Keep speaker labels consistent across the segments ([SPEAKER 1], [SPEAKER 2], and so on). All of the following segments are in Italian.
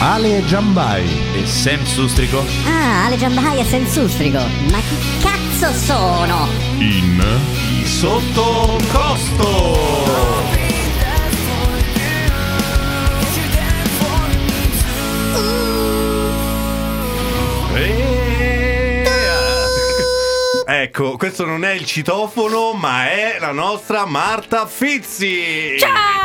[SPEAKER 1] Ale Giambai.
[SPEAKER 2] E Sam Sustrico
[SPEAKER 3] Ah, Ale Giambai e Sensustrico. Ma chi cazzo sono?
[SPEAKER 4] in
[SPEAKER 2] sotto costo.
[SPEAKER 5] Eh, Ecco, questo non è il citofono, ma è la nostra Marta Fizzi.
[SPEAKER 6] Ciao!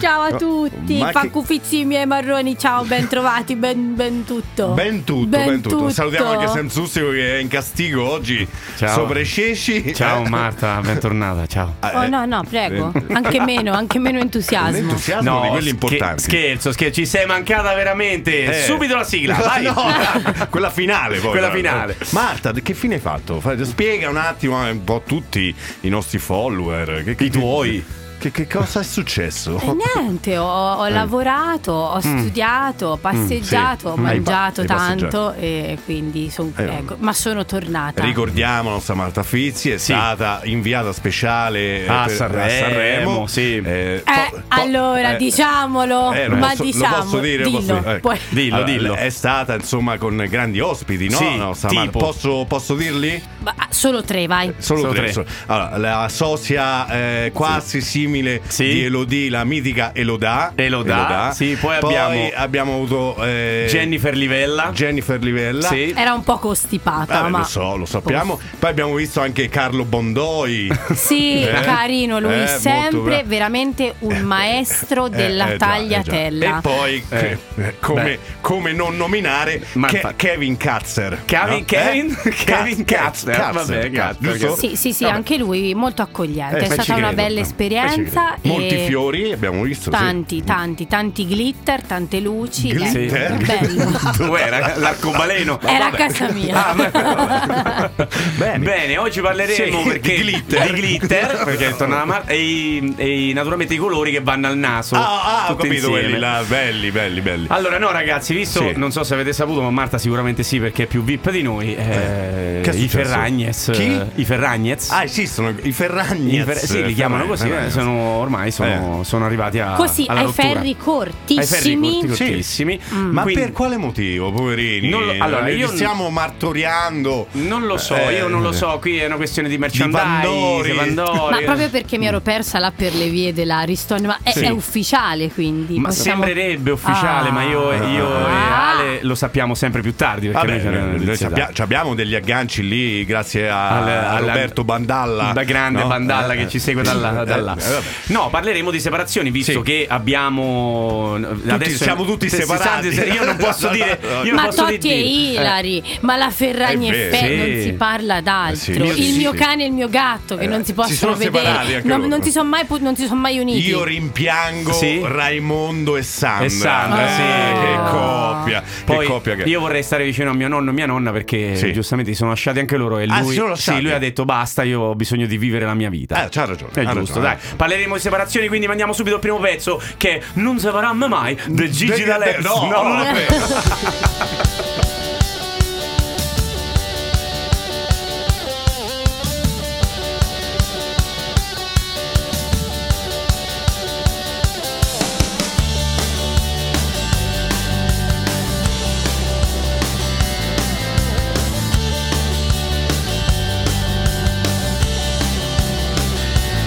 [SPEAKER 6] Ciao a tutti,
[SPEAKER 5] Ma che-
[SPEAKER 6] faccufizzi miei marroni, ciao, ben trovati, ben, ben tutto.
[SPEAKER 5] Ben tutto, ben, tutto. Salutiamo anche Sam Sustico che è in castigo oggi.
[SPEAKER 4] Ciao.
[SPEAKER 5] Sopra i ceci.
[SPEAKER 4] Ciao
[SPEAKER 5] Eh,
[SPEAKER 4] Marta, bentornata, ciao.
[SPEAKER 5] eh,
[SPEAKER 6] Oh no, no, prego, anche meno, anche meno
[SPEAKER 5] Un
[SPEAKER 6] entusiasmo.
[SPEAKER 5] entusiasmo di quelli
[SPEAKER 4] sche-
[SPEAKER 5] importanti.
[SPEAKER 4] scherzo, scherzo, ci sei mancata veramente.
[SPEAKER 5] Eh.
[SPEAKER 4] Subito la sigla, vai.
[SPEAKER 5] No, quella finale poi. eh.
[SPEAKER 4] Quella
[SPEAKER 5] tra-
[SPEAKER 4] finale.
[SPEAKER 5] Marta, che fine hai fatto? Fai- Spiega un attimo eh, un po' a tutti i nostri follower. Che, I tuoi. Che, che cosa è successo?
[SPEAKER 6] E Eh, niente, ho, ho lavorato, ho studiato, ho passeggiato, ho
[SPEAKER 5] Mm, Eh. sì. Hai pa-
[SPEAKER 6] mangiato
[SPEAKER 5] hai
[SPEAKER 6] tanto e quindi sono
[SPEAKER 5] Eh,
[SPEAKER 6] ecco, ma sono
[SPEAKER 4] Ah.
[SPEAKER 6] tornata.
[SPEAKER 5] Ricordiamo, la nostra Marta Fizzi è stata inviata speciale eh,
[SPEAKER 4] Ah, A
[SPEAKER 5] per-
[SPEAKER 4] Sanremo, sì.
[SPEAKER 6] Eh,
[SPEAKER 5] Eh, po- po-
[SPEAKER 6] allora,
[SPEAKER 5] eh,
[SPEAKER 6] diciamolo,
[SPEAKER 5] eh, lo
[SPEAKER 6] ma
[SPEAKER 5] posso- lo
[SPEAKER 6] diciamo,
[SPEAKER 5] posso dire, lo
[SPEAKER 6] dillo,
[SPEAKER 5] posso dire, ecco.
[SPEAKER 6] poi-
[SPEAKER 4] Dillo,
[SPEAKER 5] Allora,
[SPEAKER 4] dillo.
[SPEAKER 5] È stata insomma con grandi ospiti, no?
[SPEAKER 4] Sì,
[SPEAKER 5] La nostra Marta-
[SPEAKER 4] tipo.
[SPEAKER 5] posso, posso dirli?
[SPEAKER 6] ma- ah, solo tre, vai.
[SPEAKER 5] Solo,
[SPEAKER 4] Solo
[SPEAKER 5] tre.
[SPEAKER 4] tre.
[SPEAKER 5] solo- Allora, la socia eh, quasi simile
[SPEAKER 4] Sì.
[SPEAKER 5] di Elodie, la mitica Elodà.
[SPEAKER 4] Elodà, sì, poi abbiamo-
[SPEAKER 5] abbiamo avuto eh,
[SPEAKER 4] Jennifer Livella.
[SPEAKER 5] Jennifer Livella.
[SPEAKER 4] Sì.
[SPEAKER 6] Era un poco stipata,
[SPEAKER 5] Vabbè,
[SPEAKER 6] Ah, ma
[SPEAKER 5] lo so, lo sappiamo. Poi abbiamo visto anche Carlo Bondoi.
[SPEAKER 6] Sì,
[SPEAKER 5] Eh?
[SPEAKER 6] carino lui,
[SPEAKER 5] Eh, molto
[SPEAKER 6] sempre
[SPEAKER 5] bravo.
[SPEAKER 6] veramente un maestro della
[SPEAKER 5] Eh, eh, già, eh,
[SPEAKER 6] tagliatella.
[SPEAKER 5] già. E poi,
[SPEAKER 4] Eh.
[SPEAKER 5] che- come,
[SPEAKER 4] Beh.
[SPEAKER 5] come non nominare,
[SPEAKER 4] Ma
[SPEAKER 5] Ke-
[SPEAKER 4] infatti.
[SPEAKER 5] Kevin Katzer.
[SPEAKER 4] Kevin-
[SPEAKER 5] no?
[SPEAKER 4] Kevin?
[SPEAKER 5] Eh?
[SPEAKER 4] Kevin
[SPEAKER 5] Katz-
[SPEAKER 4] Katzer, vabbè, Eh, Katzer,
[SPEAKER 5] giusto?
[SPEAKER 6] Sì, sì, sì,
[SPEAKER 5] Vabbè.
[SPEAKER 6] anche lui molto accogliente,
[SPEAKER 5] Eh,
[SPEAKER 6] è
[SPEAKER 5] beh, ci
[SPEAKER 6] stata una
[SPEAKER 5] credo.
[SPEAKER 6] bella
[SPEAKER 5] Eh,
[SPEAKER 6] esperienza. e
[SPEAKER 5] Molti fiori, abbiamo visto. sì.
[SPEAKER 6] Tanti, tanti, tanti glitter, tante luci. eh,
[SPEAKER 5] Glitter?
[SPEAKER 6] bello.
[SPEAKER 4] Uè, raga, l'arcobaleno.
[SPEAKER 6] Era a casa mia.
[SPEAKER 4] Ah, ma-
[SPEAKER 5] Bene.
[SPEAKER 4] Bene, oggi parleremo
[SPEAKER 5] Sì,
[SPEAKER 4] perché
[SPEAKER 5] di glitter.
[SPEAKER 4] di glitter, perché torna la Marta, e, i- e i- naturalmente i colori che vanno al naso.
[SPEAKER 5] Ah, ah, ho
[SPEAKER 4] tutti
[SPEAKER 5] capito
[SPEAKER 4] insieme.
[SPEAKER 5] quelli là, belli, belli, belli.
[SPEAKER 4] Allora, no, ragazzi, visto,
[SPEAKER 5] Sì.
[SPEAKER 4] non so se avete saputo, ma Marta sicuramente sì, perché è più VIP di noi. eh,
[SPEAKER 5] Che è
[SPEAKER 4] I
[SPEAKER 5] successo?
[SPEAKER 4] Ferragnez.
[SPEAKER 5] Chi?
[SPEAKER 4] eh, I Ferragnez.
[SPEAKER 5] Ah, esistono i Ferragni.
[SPEAKER 4] I Fer- sì, li chiamano così, eh, sono- ormai
[SPEAKER 5] Eh.
[SPEAKER 4] sono, sono arrivati a,
[SPEAKER 6] Così,
[SPEAKER 4] alla
[SPEAKER 6] ai
[SPEAKER 4] rottura.
[SPEAKER 6] ferri cortissimi. Mm.
[SPEAKER 4] Ai ferri corti,
[SPEAKER 5] Sì.
[SPEAKER 4] cortissimi.
[SPEAKER 5] Ma
[SPEAKER 4] Mm. Quindi-
[SPEAKER 5] per quale motivo, poverini?
[SPEAKER 4] Non lo- allora,
[SPEAKER 5] Ne
[SPEAKER 4] io-
[SPEAKER 5] li stiamo martoriando.
[SPEAKER 4] Non lo so,
[SPEAKER 5] Eh,
[SPEAKER 4] io non lo so, qui è una questione di merchandise,
[SPEAKER 5] Pandori.
[SPEAKER 6] Ma proprio perché mi ero persa là per le vie dell'Ariston, ma è,
[SPEAKER 5] Sì.
[SPEAKER 6] è ufficiale quindi.
[SPEAKER 4] Ma
[SPEAKER 6] possiamo-
[SPEAKER 4] sembrerebbe ufficiale,
[SPEAKER 6] Ah.
[SPEAKER 4] ma io, io
[SPEAKER 6] Ah.
[SPEAKER 4] e Ale lo sappiamo sempre più tardi. Perché
[SPEAKER 5] Vabbè,
[SPEAKER 4] noi c'erano le
[SPEAKER 5] noi
[SPEAKER 4] notizie
[SPEAKER 5] sappia-
[SPEAKER 4] da-
[SPEAKER 5] ci abbiamo degli agganci lì, grazie a,
[SPEAKER 4] Al-
[SPEAKER 5] a
[SPEAKER 4] alla-
[SPEAKER 5] Ah, Roberto Bandalla.
[SPEAKER 4] Da grande
[SPEAKER 5] no?
[SPEAKER 4] Bandalla
[SPEAKER 5] Eh,
[SPEAKER 4] che ci segue dalla,
[SPEAKER 5] eh,
[SPEAKER 4] da là.
[SPEAKER 5] eh, vabbè.
[SPEAKER 4] No, parleremo di separazioni, visto
[SPEAKER 5] Sì.
[SPEAKER 4] che abbiamo. adesso
[SPEAKER 5] siamo tutti
[SPEAKER 4] si sa-
[SPEAKER 5] separati.
[SPEAKER 4] Io non posso dire. Io
[SPEAKER 6] ma
[SPEAKER 4] non posso
[SPEAKER 6] Totti e
[SPEAKER 4] dire- Eh.
[SPEAKER 6] Ilari, ma la Ferragni
[SPEAKER 5] È
[SPEAKER 6] e
[SPEAKER 5] vero.
[SPEAKER 6] Fe
[SPEAKER 4] Sì.
[SPEAKER 6] non si parla d'altro.
[SPEAKER 5] Sì,
[SPEAKER 6] il
[SPEAKER 5] sì, sì,
[SPEAKER 6] mio
[SPEAKER 5] sì.
[SPEAKER 6] cane e il mio gatto che
[SPEAKER 5] Eh,
[SPEAKER 6] non si
[SPEAKER 5] si
[SPEAKER 6] possono
[SPEAKER 5] sono separati
[SPEAKER 6] vedere,
[SPEAKER 5] anche
[SPEAKER 6] non,
[SPEAKER 5] loro.
[SPEAKER 6] non si sono mai, pu- non si son mai uniti.
[SPEAKER 5] Io rimpiango
[SPEAKER 4] Sì.
[SPEAKER 5] Raimondo e Sandra.
[SPEAKER 4] E Sandra,
[SPEAKER 5] Eh,
[SPEAKER 4] sì.
[SPEAKER 5] Che coppia.
[SPEAKER 4] Poi
[SPEAKER 5] che coppia che...
[SPEAKER 4] Ah. io vorrei stare vicino a mio nonno e mia nonna perché
[SPEAKER 5] Sì.
[SPEAKER 4] giustamente si sono lasciati anche loro e lui,
[SPEAKER 5] Ah, si sono
[SPEAKER 4] sì,
[SPEAKER 5] lasciati?
[SPEAKER 4] lui ha detto basta, io ho bisogno di vivere la mia vita.
[SPEAKER 5] Eh, c'ha ragione,
[SPEAKER 4] È
[SPEAKER 5] ha
[SPEAKER 4] giusto,
[SPEAKER 5] ragione.
[SPEAKER 4] dai. Parleremo di separazioni, quindi mandiamo subito il primo pezzo che è Non separammo mai del Gigi
[SPEAKER 5] Degli-
[SPEAKER 4] D'Alessio.
[SPEAKER 5] No, non è vero.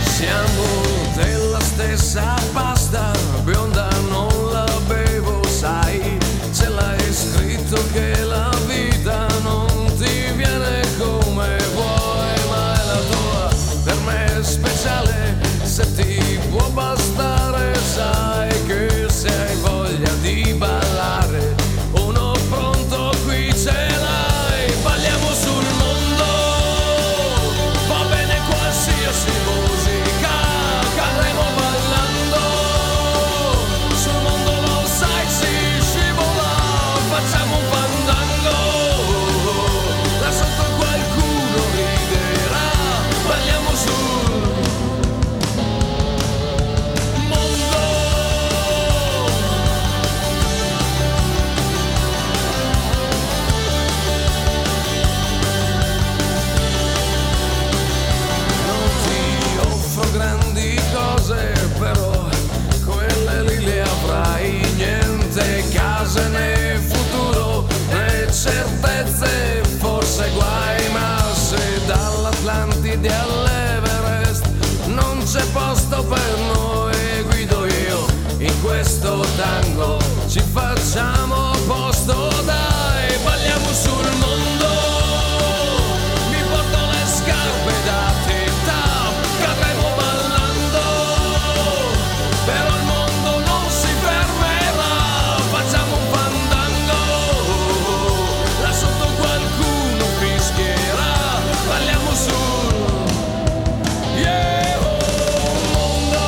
[SPEAKER 7] Siamo della stessa pasta, bionda non la bevo, sai, ce l'hai scritto che
[SPEAKER 8] tango ci facciamo posto dai balliamo sul mondo mi porto le scarpe da tita cadremo ballando però il mondo non si fermerà facciamo un fandango là sotto qualcuno fischierà balliamo sul yeah oh, mondo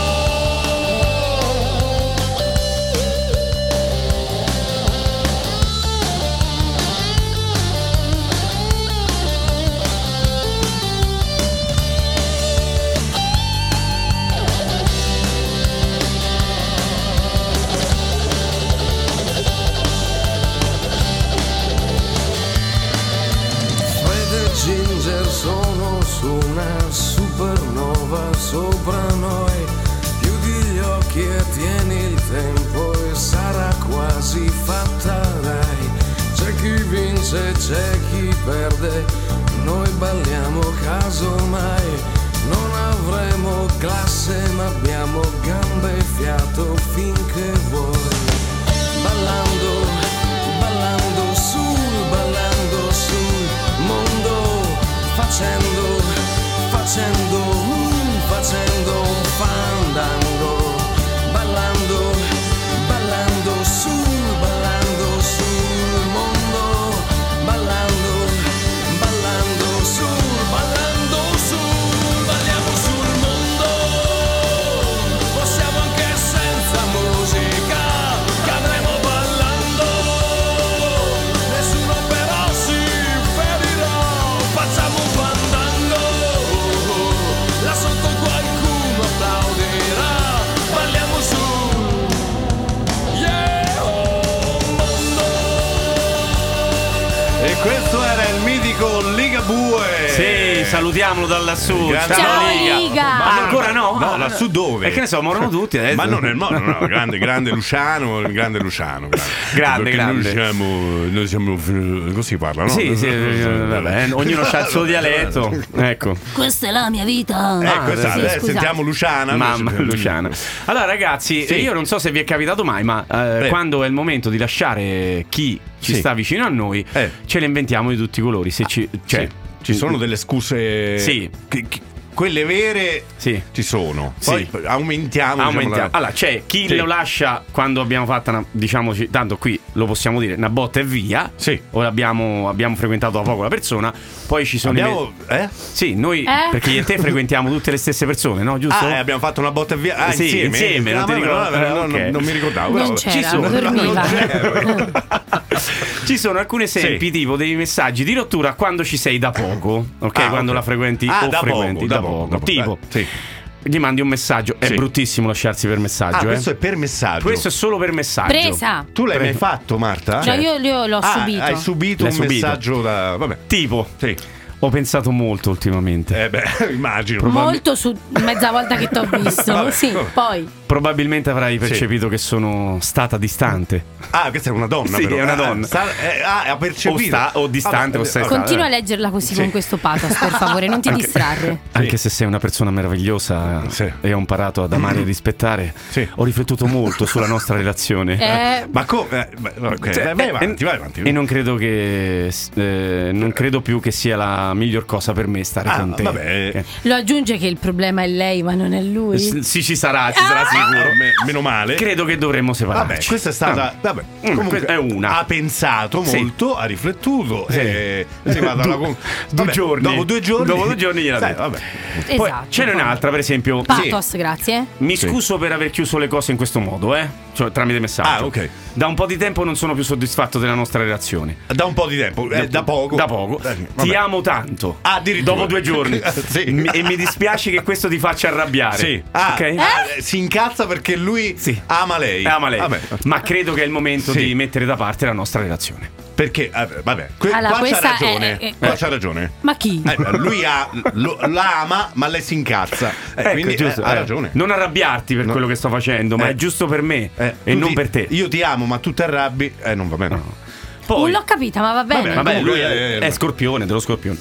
[SPEAKER 8] Fred e Ginger sono su una supernova sopra noi. Chiudi gli occhi e tieni il tempo e sarà quasi fatta dai. C'è chi vince, c'è chi perde, noi balliamo casomai. Non avremo classe ma abbiamo gambe e fiato finché vuoi ballando, ballando sul, ballando sul mondo, facendo, facendo, mm, facendo un fandango, ballando, ballando sul, ballando sul mondo, ballando, ballando sul, ballando sul, balliamo sul mondo. Possiamo anche senza musica, cadremo ballando. Nessuno però si ferirà, facciamo un fandango. Là sotto qualcuno applaudirà, balliamo su. Yeah, oh mondo.
[SPEAKER 5] E questo era il mitico Ligabue.
[SPEAKER 4] Sì, salutiamolo da lassù.
[SPEAKER 5] Grande
[SPEAKER 4] Ciao,
[SPEAKER 5] Liga.
[SPEAKER 4] Liga.
[SPEAKER 6] Liga.
[SPEAKER 4] Ah, ancora no?
[SPEAKER 5] No,
[SPEAKER 4] Ah,
[SPEAKER 5] lassù dove?
[SPEAKER 4] E che ne so, morono tutti. adesso.
[SPEAKER 5] Ma non nel mondo, no, no, grande, grande Luciano, grande Luciano.
[SPEAKER 4] Grande,
[SPEAKER 5] Perché Noi
[SPEAKER 4] grande.
[SPEAKER 5] siamo, noi siamo- così parla, no?
[SPEAKER 4] Sì, sì, eh, vabbè, ognuno ha il suo dialetto. Ecco.
[SPEAKER 9] Questa è la mia vita.
[SPEAKER 5] Ecco, esatto,
[SPEAKER 6] sì,
[SPEAKER 5] eh,
[SPEAKER 6] scusate.
[SPEAKER 5] sentiamo Luciana.
[SPEAKER 4] Mamma
[SPEAKER 5] Luci-
[SPEAKER 4] Luciana. Allora, ragazzi,
[SPEAKER 5] Sì.
[SPEAKER 4] io non so se vi è capitato mai, ma eh,
[SPEAKER 5] Beh.
[SPEAKER 4] quando è il momento di lasciare chi ci
[SPEAKER 5] Sì.
[SPEAKER 4] sta vicino a noi,
[SPEAKER 5] Eh.
[SPEAKER 4] ce le inventiamo di tutti i colori. Se ci, cioè,
[SPEAKER 5] Cioè, ci sono delle scuse.
[SPEAKER 4] Sì.
[SPEAKER 5] che- che- quelle vere
[SPEAKER 4] Sì.
[SPEAKER 5] ci sono.
[SPEAKER 4] Sì.
[SPEAKER 5] Poi aumentiamo. diciamo,
[SPEAKER 4] Aumentiamo.
[SPEAKER 5] la-
[SPEAKER 4] Allora, c'è chi
[SPEAKER 5] Sì.
[SPEAKER 4] lo lascia quando abbiamo fatto, una, diciamoci, tanto qui lo possiamo dire, una botta e via.
[SPEAKER 5] Sì.
[SPEAKER 4] Ora abbiamo, abbiamo frequentato da poco la persona. Poi ci sono i me-
[SPEAKER 5] Abbiamo, eh?
[SPEAKER 4] Sì, noi
[SPEAKER 6] Eh?
[SPEAKER 4] perché io e te frequentiamo tutte le stesse persone, no? Giusto?
[SPEAKER 5] Ah, eh, abbiamo fatto una botta e via. Ah,
[SPEAKER 4] Sì,
[SPEAKER 5] insieme.
[SPEAKER 4] insieme, non
[SPEAKER 5] Ah,
[SPEAKER 4] ti
[SPEAKER 5] vabbè,
[SPEAKER 4] ricordo.
[SPEAKER 5] vabbè, no,
[SPEAKER 4] Eh,
[SPEAKER 5] no,
[SPEAKER 4] ok.
[SPEAKER 5] non mi ricordavo.
[SPEAKER 6] Non
[SPEAKER 5] però-
[SPEAKER 6] c'era,
[SPEAKER 4] Ah,
[SPEAKER 5] ci sono.
[SPEAKER 6] dormiva.
[SPEAKER 5] Non c'ero.
[SPEAKER 4] Ci sono alcuni esempi
[SPEAKER 5] Sì.
[SPEAKER 4] tipo dei messaggi di rottura quando ci sei da poco, ok?
[SPEAKER 5] Ah,
[SPEAKER 4] quando
[SPEAKER 5] ok.
[SPEAKER 4] la frequenti
[SPEAKER 5] Ah,
[SPEAKER 4] o
[SPEAKER 5] da
[SPEAKER 4] frequenti
[SPEAKER 5] poco, da poco, da poco.
[SPEAKER 4] Tipo,
[SPEAKER 5] Eh, sì.
[SPEAKER 4] gli mandi un messaggio. È
[SPEAKER 5] Sì.
[SPEAKER 4] bruttissimo lasciarsi per messaggio.
[SPEAKER 5] Ah,
[SPEAKER 4] eh.
[SPEAKER 5] questo è per messaggio.
[SPEAKER 4] Questo è solo per messaggio.
[SPEAKER 6] Presa.
[SPEAKER 5] Tu l'hai mai
[SPEAKER 4] Prego.
[SPEAKER 5] fatto, Marta?
[SPEAKER 6] No, io, io l'ho
[SPEAKER 5] Ah,
[SPEAKER 6] subito.
[SPEAKER 5] Hai subito
[SPEAKER 4] L'hai
[SPEAKER 5] un
[SPEAKER 4] subito.
[SPEAKER 5] messaggio da. Vabbè.
[SPEAKER 4] Tipo,
[SPEAKER 5] Sì.
[SPEAKER 4] ho pensato molto ultimamente.
[SPEAKER 5] Eh beh, immagino.
[SPEAKER 6] Molto su mezza volta che t'ho visto.
[SPEAKER 5] Vabbè.
[SPEAKER 6] Sì, poi.
[SPEAKER 4] Probabilmente avrai percepito che sono stata distante.
[SPEAKER 5] Ah, questa è una donna,
[SPEAKER 4] Sì,
[SPEAKER 5] però.
[SPEAKER 4] è una
[SPEAKER 5] Ah,
[SPEAKER 4] donna.
[SPEAKER 5] sta- eh, ah, ha
[SPEAKER 4] O,
[SPEAKER 5] percepito.
[SPEAKER 4] sta- o distante o
[SPEAKER 5] Vabbè,
[SPEAKER 4] sei
[SPEAKER 6] Continua a leggerla così con questo pathos, per favore, non ti distrarre.
[SPEAKER 4] Anche se sei una persona meravigliosa
[SPEAKER 5] Sì.
[SPEAKER 4] e ho imparato ad amare e rispettare,
[SPEAKER 5] Sì.
[SPEAKER 4] ho riflettuto molto sulla nostra relazione.
[SPEAKER 6] Eh,
[SPEAKER 5] Ma come? Eh, beh, ok,
[SPEAKER 4] Cioè,
[SPEAKER 5] eh, vai
[SPEAKER 4] eh,
[SPEAKER 5] avanti,
[SPEAKER 4] e-
[SPEAKER 5] vai avanti.
[SPEAKER 4] E non credo che. s- eh, non credo più che sia la miglior cosa per me stare
[SPEAKER 5] Ah,
[SPEAKER 4] con te.
[SPEAKER 5] vabbè.
[SPEAKER 4] Eh,
[SPEAKER 6] lo aggiunge che il problema è lei, ma non è lui.
[SPEAKER 4] s- Sì, ci sarà, ci
[SPEAKER 6] Ah!
[SPEAKER 4] sarà
[SPEAKER 5] Eh,
[SPEAKER 4] sicuro.
[SPEAKER 5] me- meno male.
[SPEAKER 4] Credo che dovremmo separarci. Ah.
[SPEAKER 5] Vabbè, questa è stata. Vabbè, comunque,
[SPEAKER 4] Mm, questa è una.
[SPEAKER 5] Ha pensato
[SPEAKER 4] Sì.
[SPEAKER 5] molto, ha riflettuto.
[SPEAKER 4] Sì.
[SPEAKER 5] E è arrivata alla
[SPEAKER 4] Du-
[SPEAKER 5] con-
[SPEAKER 4] due
[SPEAKER 5] vabbè,
[SPEAKER 4] giorni.
[SPEAKER 5] Dopo due giorni.
[SPEAKER 4] Dopo due giorni gliel'ha
[SPEAKER 5] Sai,
[SPEAKER 4] detto.
[SPEAKER 5] Vabbè.
[SPEAKER 4] Poi
[SPEAKER 6] esatto.
[SPEAKER 4] ce n'è un'altra, per esempio.
[SPEAKER 6] Pathos, grazie.
[SPEAKER 4] Mi
[SPEAKER 5] Sì.
[SPEAKER 4] scuso per aver chiuso le cose in questo modo, eh? Cioè, tramite messaggio.
[SPEAKER 5] Ah, ok.
[SPEAKER 4] Da un po' di tempo non sono più soddisfatto della nostra relazione.
[SPEAKER 5] Da un po' di tempo, eh, da poco.
[SPEAKER 4] Da poco.
[SPEAKER 5] Eh, vabbè.
[SPEAKER 4] Ti amo tanto.
[SPEAKER 5] Ah, addirittura.
[SPEAKER 4] Dopo due giorni.
[SPEAKER 5] Sì.
[SPEAKER 4] Mi- E mi dispiace che questo ti faccia arrabbiare.
[SPEAKER 5] Sì. Ah,
[SPEAKER 4] Ok?
[SPEAKER 5] ah, si incazza perché lui
[SPEAKER 4] Sì.
[SPEAKER 5] ama lei.
[SPEAKER 4] Ama lei.
[SPEAKER 5] Vabbè.
[SPEAKER 4] Ma credo che è il momento
[SPEAKER 5] Sì.
[SPEAKER 4] di mettere da parte la nostra relazione.
[SPEAKER 5] Perché, eh, vabbè, que-
[SPEAKER 6] Allora,
[SPEAKER 5] qua c'ha
[SPEAKER 6] questa è-
[SPEAKER 5] ragione.
[SPEAKER 6] è- è-
[SPEAKER 5] qua c'ha ragione.
[SPEAKER 6] Ma chi?
[SPEAKER 5] Eh, beh, lui ha, lo, la ama, ma lei si incazza. Eh,
[SPEAKER 4] Ecco,
[SPEAKER 5] quindi eh,
[SPEAKER 4] giusto,
[SPEAKER 5] ha
[SPEAKER 4] eh.
[SPEAKER 5] ragione.
[SPEAKER 4] Non arrabbiarti per
[SPEAKER 5] No.
[SPEAKER 4] quello che sto facendo, ma
[SPEAKER 5] Eh.
[SPEAKER 4] è giusto per me
[SPEAKER 5] Eh,
[SPEAKER 4] e
[SPEAKER 5] tu
[SPEAKER 4] non
[SPEAKER 5] ti-
[SPEAKER 4] per te.
[SPEAKER 5] Io ti amo, ma tu ti arrabbi. Eh, non va bene.
[SPEAKER 6] Non
[SPEAKER 4] Poi,
[SPEAKER 6] l'ho capita, ma va bene.
[SPEAKER 4] vabbè, lui è,
[SPEAKER 5] Comunque, eh,
[SPEAKER 4] è scorpione, dello scorpione.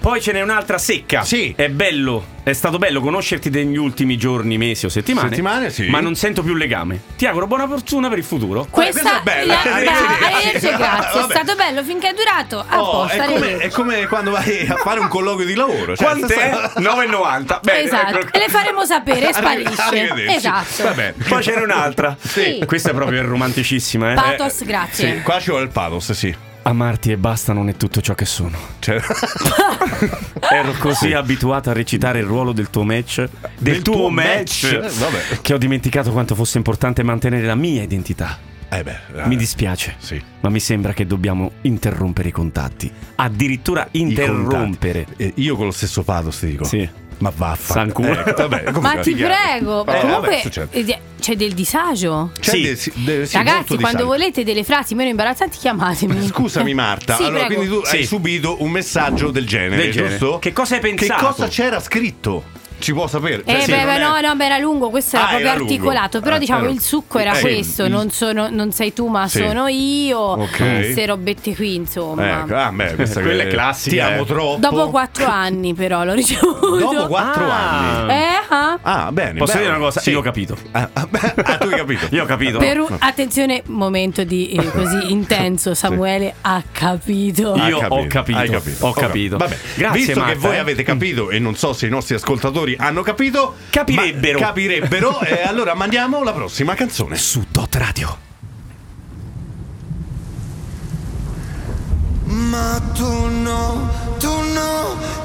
[SPEAKER 4] Poi ce n'è un'altra secca.
[SPEAKER 5] Sì.
[SPEAKER 4] È bello È stato bello conoscerti negli ultimi giorni, mesi o settimane.
[SPEAKER 5] Settimane, sì.
[SPEAKER 4] Ma non sento più legame. Ti auguro buona fortuna per il futuro.
[SPEAKER 5] questa è bella.
[SPEAKER 6] la-
[SPEAKER 5] Arrivederci,
[SPEAKER 6] brava,
[SPEAKER 5] grazie.
[SPEAKER 6] arrivederci, grazie. È
[SPEAKER 5] Vabbè.
[SPEAKER 6] stato bello finché è durato. A
[SPEAKER 5] Oh,
[SPEAKER 6] posto,
[SPEAKER 5] è, come,
[SPEAKER 6] arrivederci.
[SPEAKER 5] è come quando vai a fare un colloquio di lavoro. Cioè,
[SPEAKER 4] Quant'è? 9,90. Bene,
[SPEAKER 6] Esatto.
[SPEAKER 4] ecco.
[SPEAKER 6] E le faremo sapere, sparisce.
[SPEAKER 5] Arrivederci.
[SPEAKER 6] Esatto.
[SPEAKER 5] Vabbè.
[SPEAKER 4] Poi c'era un'altra.
[SPEAKER 6] Sì.
[SPEAKER 4] Questa è proprio romanticissima, eh.
[SPEAKER 6] Pathos,
[SPEAKER 5] Sì,
[SPEAKER 6] grazie.
[SPEAKER 5] qua ci vuole il pathos, sì.
[SPEAKER 4] Amarti e basta non è tutto ciò che sono.
[SPEAKER 5] Cioè,
[SPEAKER 4] Ero così abituato a recitare il ruolo del tuo match. Del,
[SPEAKER 5] Del
[SPEAKER 4] tuo,
[SPEAKER 5] tuo
[SPEAKER 4] match.
[SPEAKER 5] match. Eh, vabbè.
[SPEAKER 4] Che ho dimenticato quanto fosse importante mantenere la mia identità.
[SPEAKER 5] eh beh, eh,
[SPEAKER 4] Mi dispiace.
[SPEAKER 5] Sì.
[SPEAKER 4] Ma mi sembra che dobbiamo interrompere i contatti. Addirittura
[SPEAKER 5] i contatti.
[SPEAKER 4] interrompere.
[SPEAKER 5] Eh, io con lo stesso pathos ti dico.
[SPEAKER 4] Sì.
[SPEAKER 5] Ma vaffanculo.
[SPEAKER 4] Sanculo.
[SPEAKER 5] Ecco, vabbè, comunque,
[SPEAKER 6] Ma ti
[SPEAKER 5] chiaro.
[SPEAKER 6] prego,
[SPEAKER 5] Eh,
[SPEAKER 6] comunque
[SPEAKER 5] vabbè, succede.
[SPEAKER 6] eh, c'è del disagio.
[SPEAKER 5] C'è
[SPEAKER 4] Sì.
[SPEAKER 5] del- sì, del- sì, molto
[SPEAKER 6] Ragazzi, quando
[SPEAKER 5] disagio.
[SPEAKER 6] volete delle frasi meno imbarazzanti, chiamatemi.
[SPEAKER 5] Scusami Marta,
[SPEAKER 6] Sì,
[SPEAKER 5] allora
[SPEAKER 6] prego.
[SPEAKER 5] quindi tu hai
[SPEAKER 4] Sì.
[SPEAKER 5] subito un messaggio del genere,
[SPEAKER 4] Del genere.
[SPEAKER 5] giusto?
[SPEAKER 4] Che cosa hai pensato?
[SPEAKER 5] Che cosa c'era scritto? Ci può sapere?
[SPEAKER 6] Eh,
[SPEAKER 5] Cioè, sì,
[SPEAKER 6] beh,
[SPEAKER 5] non
[SPEAKER 6] beh,
[SPEAKER 5] è-
[SPEAKER 6] no, no, beh, era lungo, questo era
[SPEAKER 5] Ah,
[SPEAKER 6] proprio
[SPEAKER 5] era lungo.
[SPEAKER 6] articolato. Però,
[SPEAKER 5] Ah,
[SPEAKER 6] diciamo,
[SPEAKER 5] era- Eh,
[SPEAKER 6] il succo era
[SPEAKER 5] sì.
[SPEAKER 6] questo:
[SPEAKER 5] Il-
[SPEAKER 6] non, sono- non sei tu, ma
[SPEAKER 5] Sì.
[SPEAKER 6] sono io.
[SPEAKER 5] Ok.
[SPEAKER 6] Queste robette qui, insomma.
[SPEAKER 5] Ecco, ah, beh, questa
[SPEAKER 4] Quella
[SPEAKER 5] che-
[SPEAKER 4] è classica,
[SPEAKER 5] Ti amo
[SPEAKER 4] eh.
[SPEAKER 5] troppo.
[SPEAKER 6] Dopo quattro anni, però, l'ho ricevuto.
[SPEAKER 5] Dopo quattro
[SPEAKER 4] Ah.
[SPEAKER 5] anni.
[SPEAKER 6] Eh, ah.
[SPEAKER 5] Ah, bene.
[SPEAKER 4] Posso
[SPEAKER 5] bene.
[SPEAKER 4] dire una cosa?
[SPEAKER 5] Sì.
[SPEAKER 4] Io ho capito.
[SPEAKER 5] Ah, ah, beh, ah, tu hai capito.
[SPEAKER 4] Io ho capito.
[SPEAKER 6] Per un-
[SPEAKER 5] Ah.
[SPEAKER 6] attenzione, momento di eh, così intenso. Samuele ha capito.
[SPEAKER 5] Ah,
[SPEAKER 4] Io ho capito,
[SPEAKER 5] hai
[SPEAKER 4] ho capito.
[SPEAKER 5] Vabbè,
[SPEAKER 4] Grazie,
[SPEAKER 5] Visto che
[SPEAKER 4] Marta,
[SPEAKER 5] voi
[SPEAKER 4] eh.
[SPEAKER 5] avete capito e non so se i nostri ascoltatori hanno capito,
[SPEAKER 4] Capirebbero.
[SPEAKER 5] ma- capirebbero e allora mandiamo la prossima canzone.
[SPEAKER 4] Su Dot Radio.
[SPEAKER 1] Ma tu no, tu no,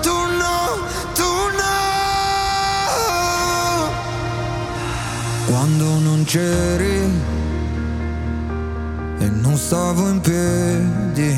[SPEAKER 1] tu no, tu no. Quando non c'eri e non stavo in piedi,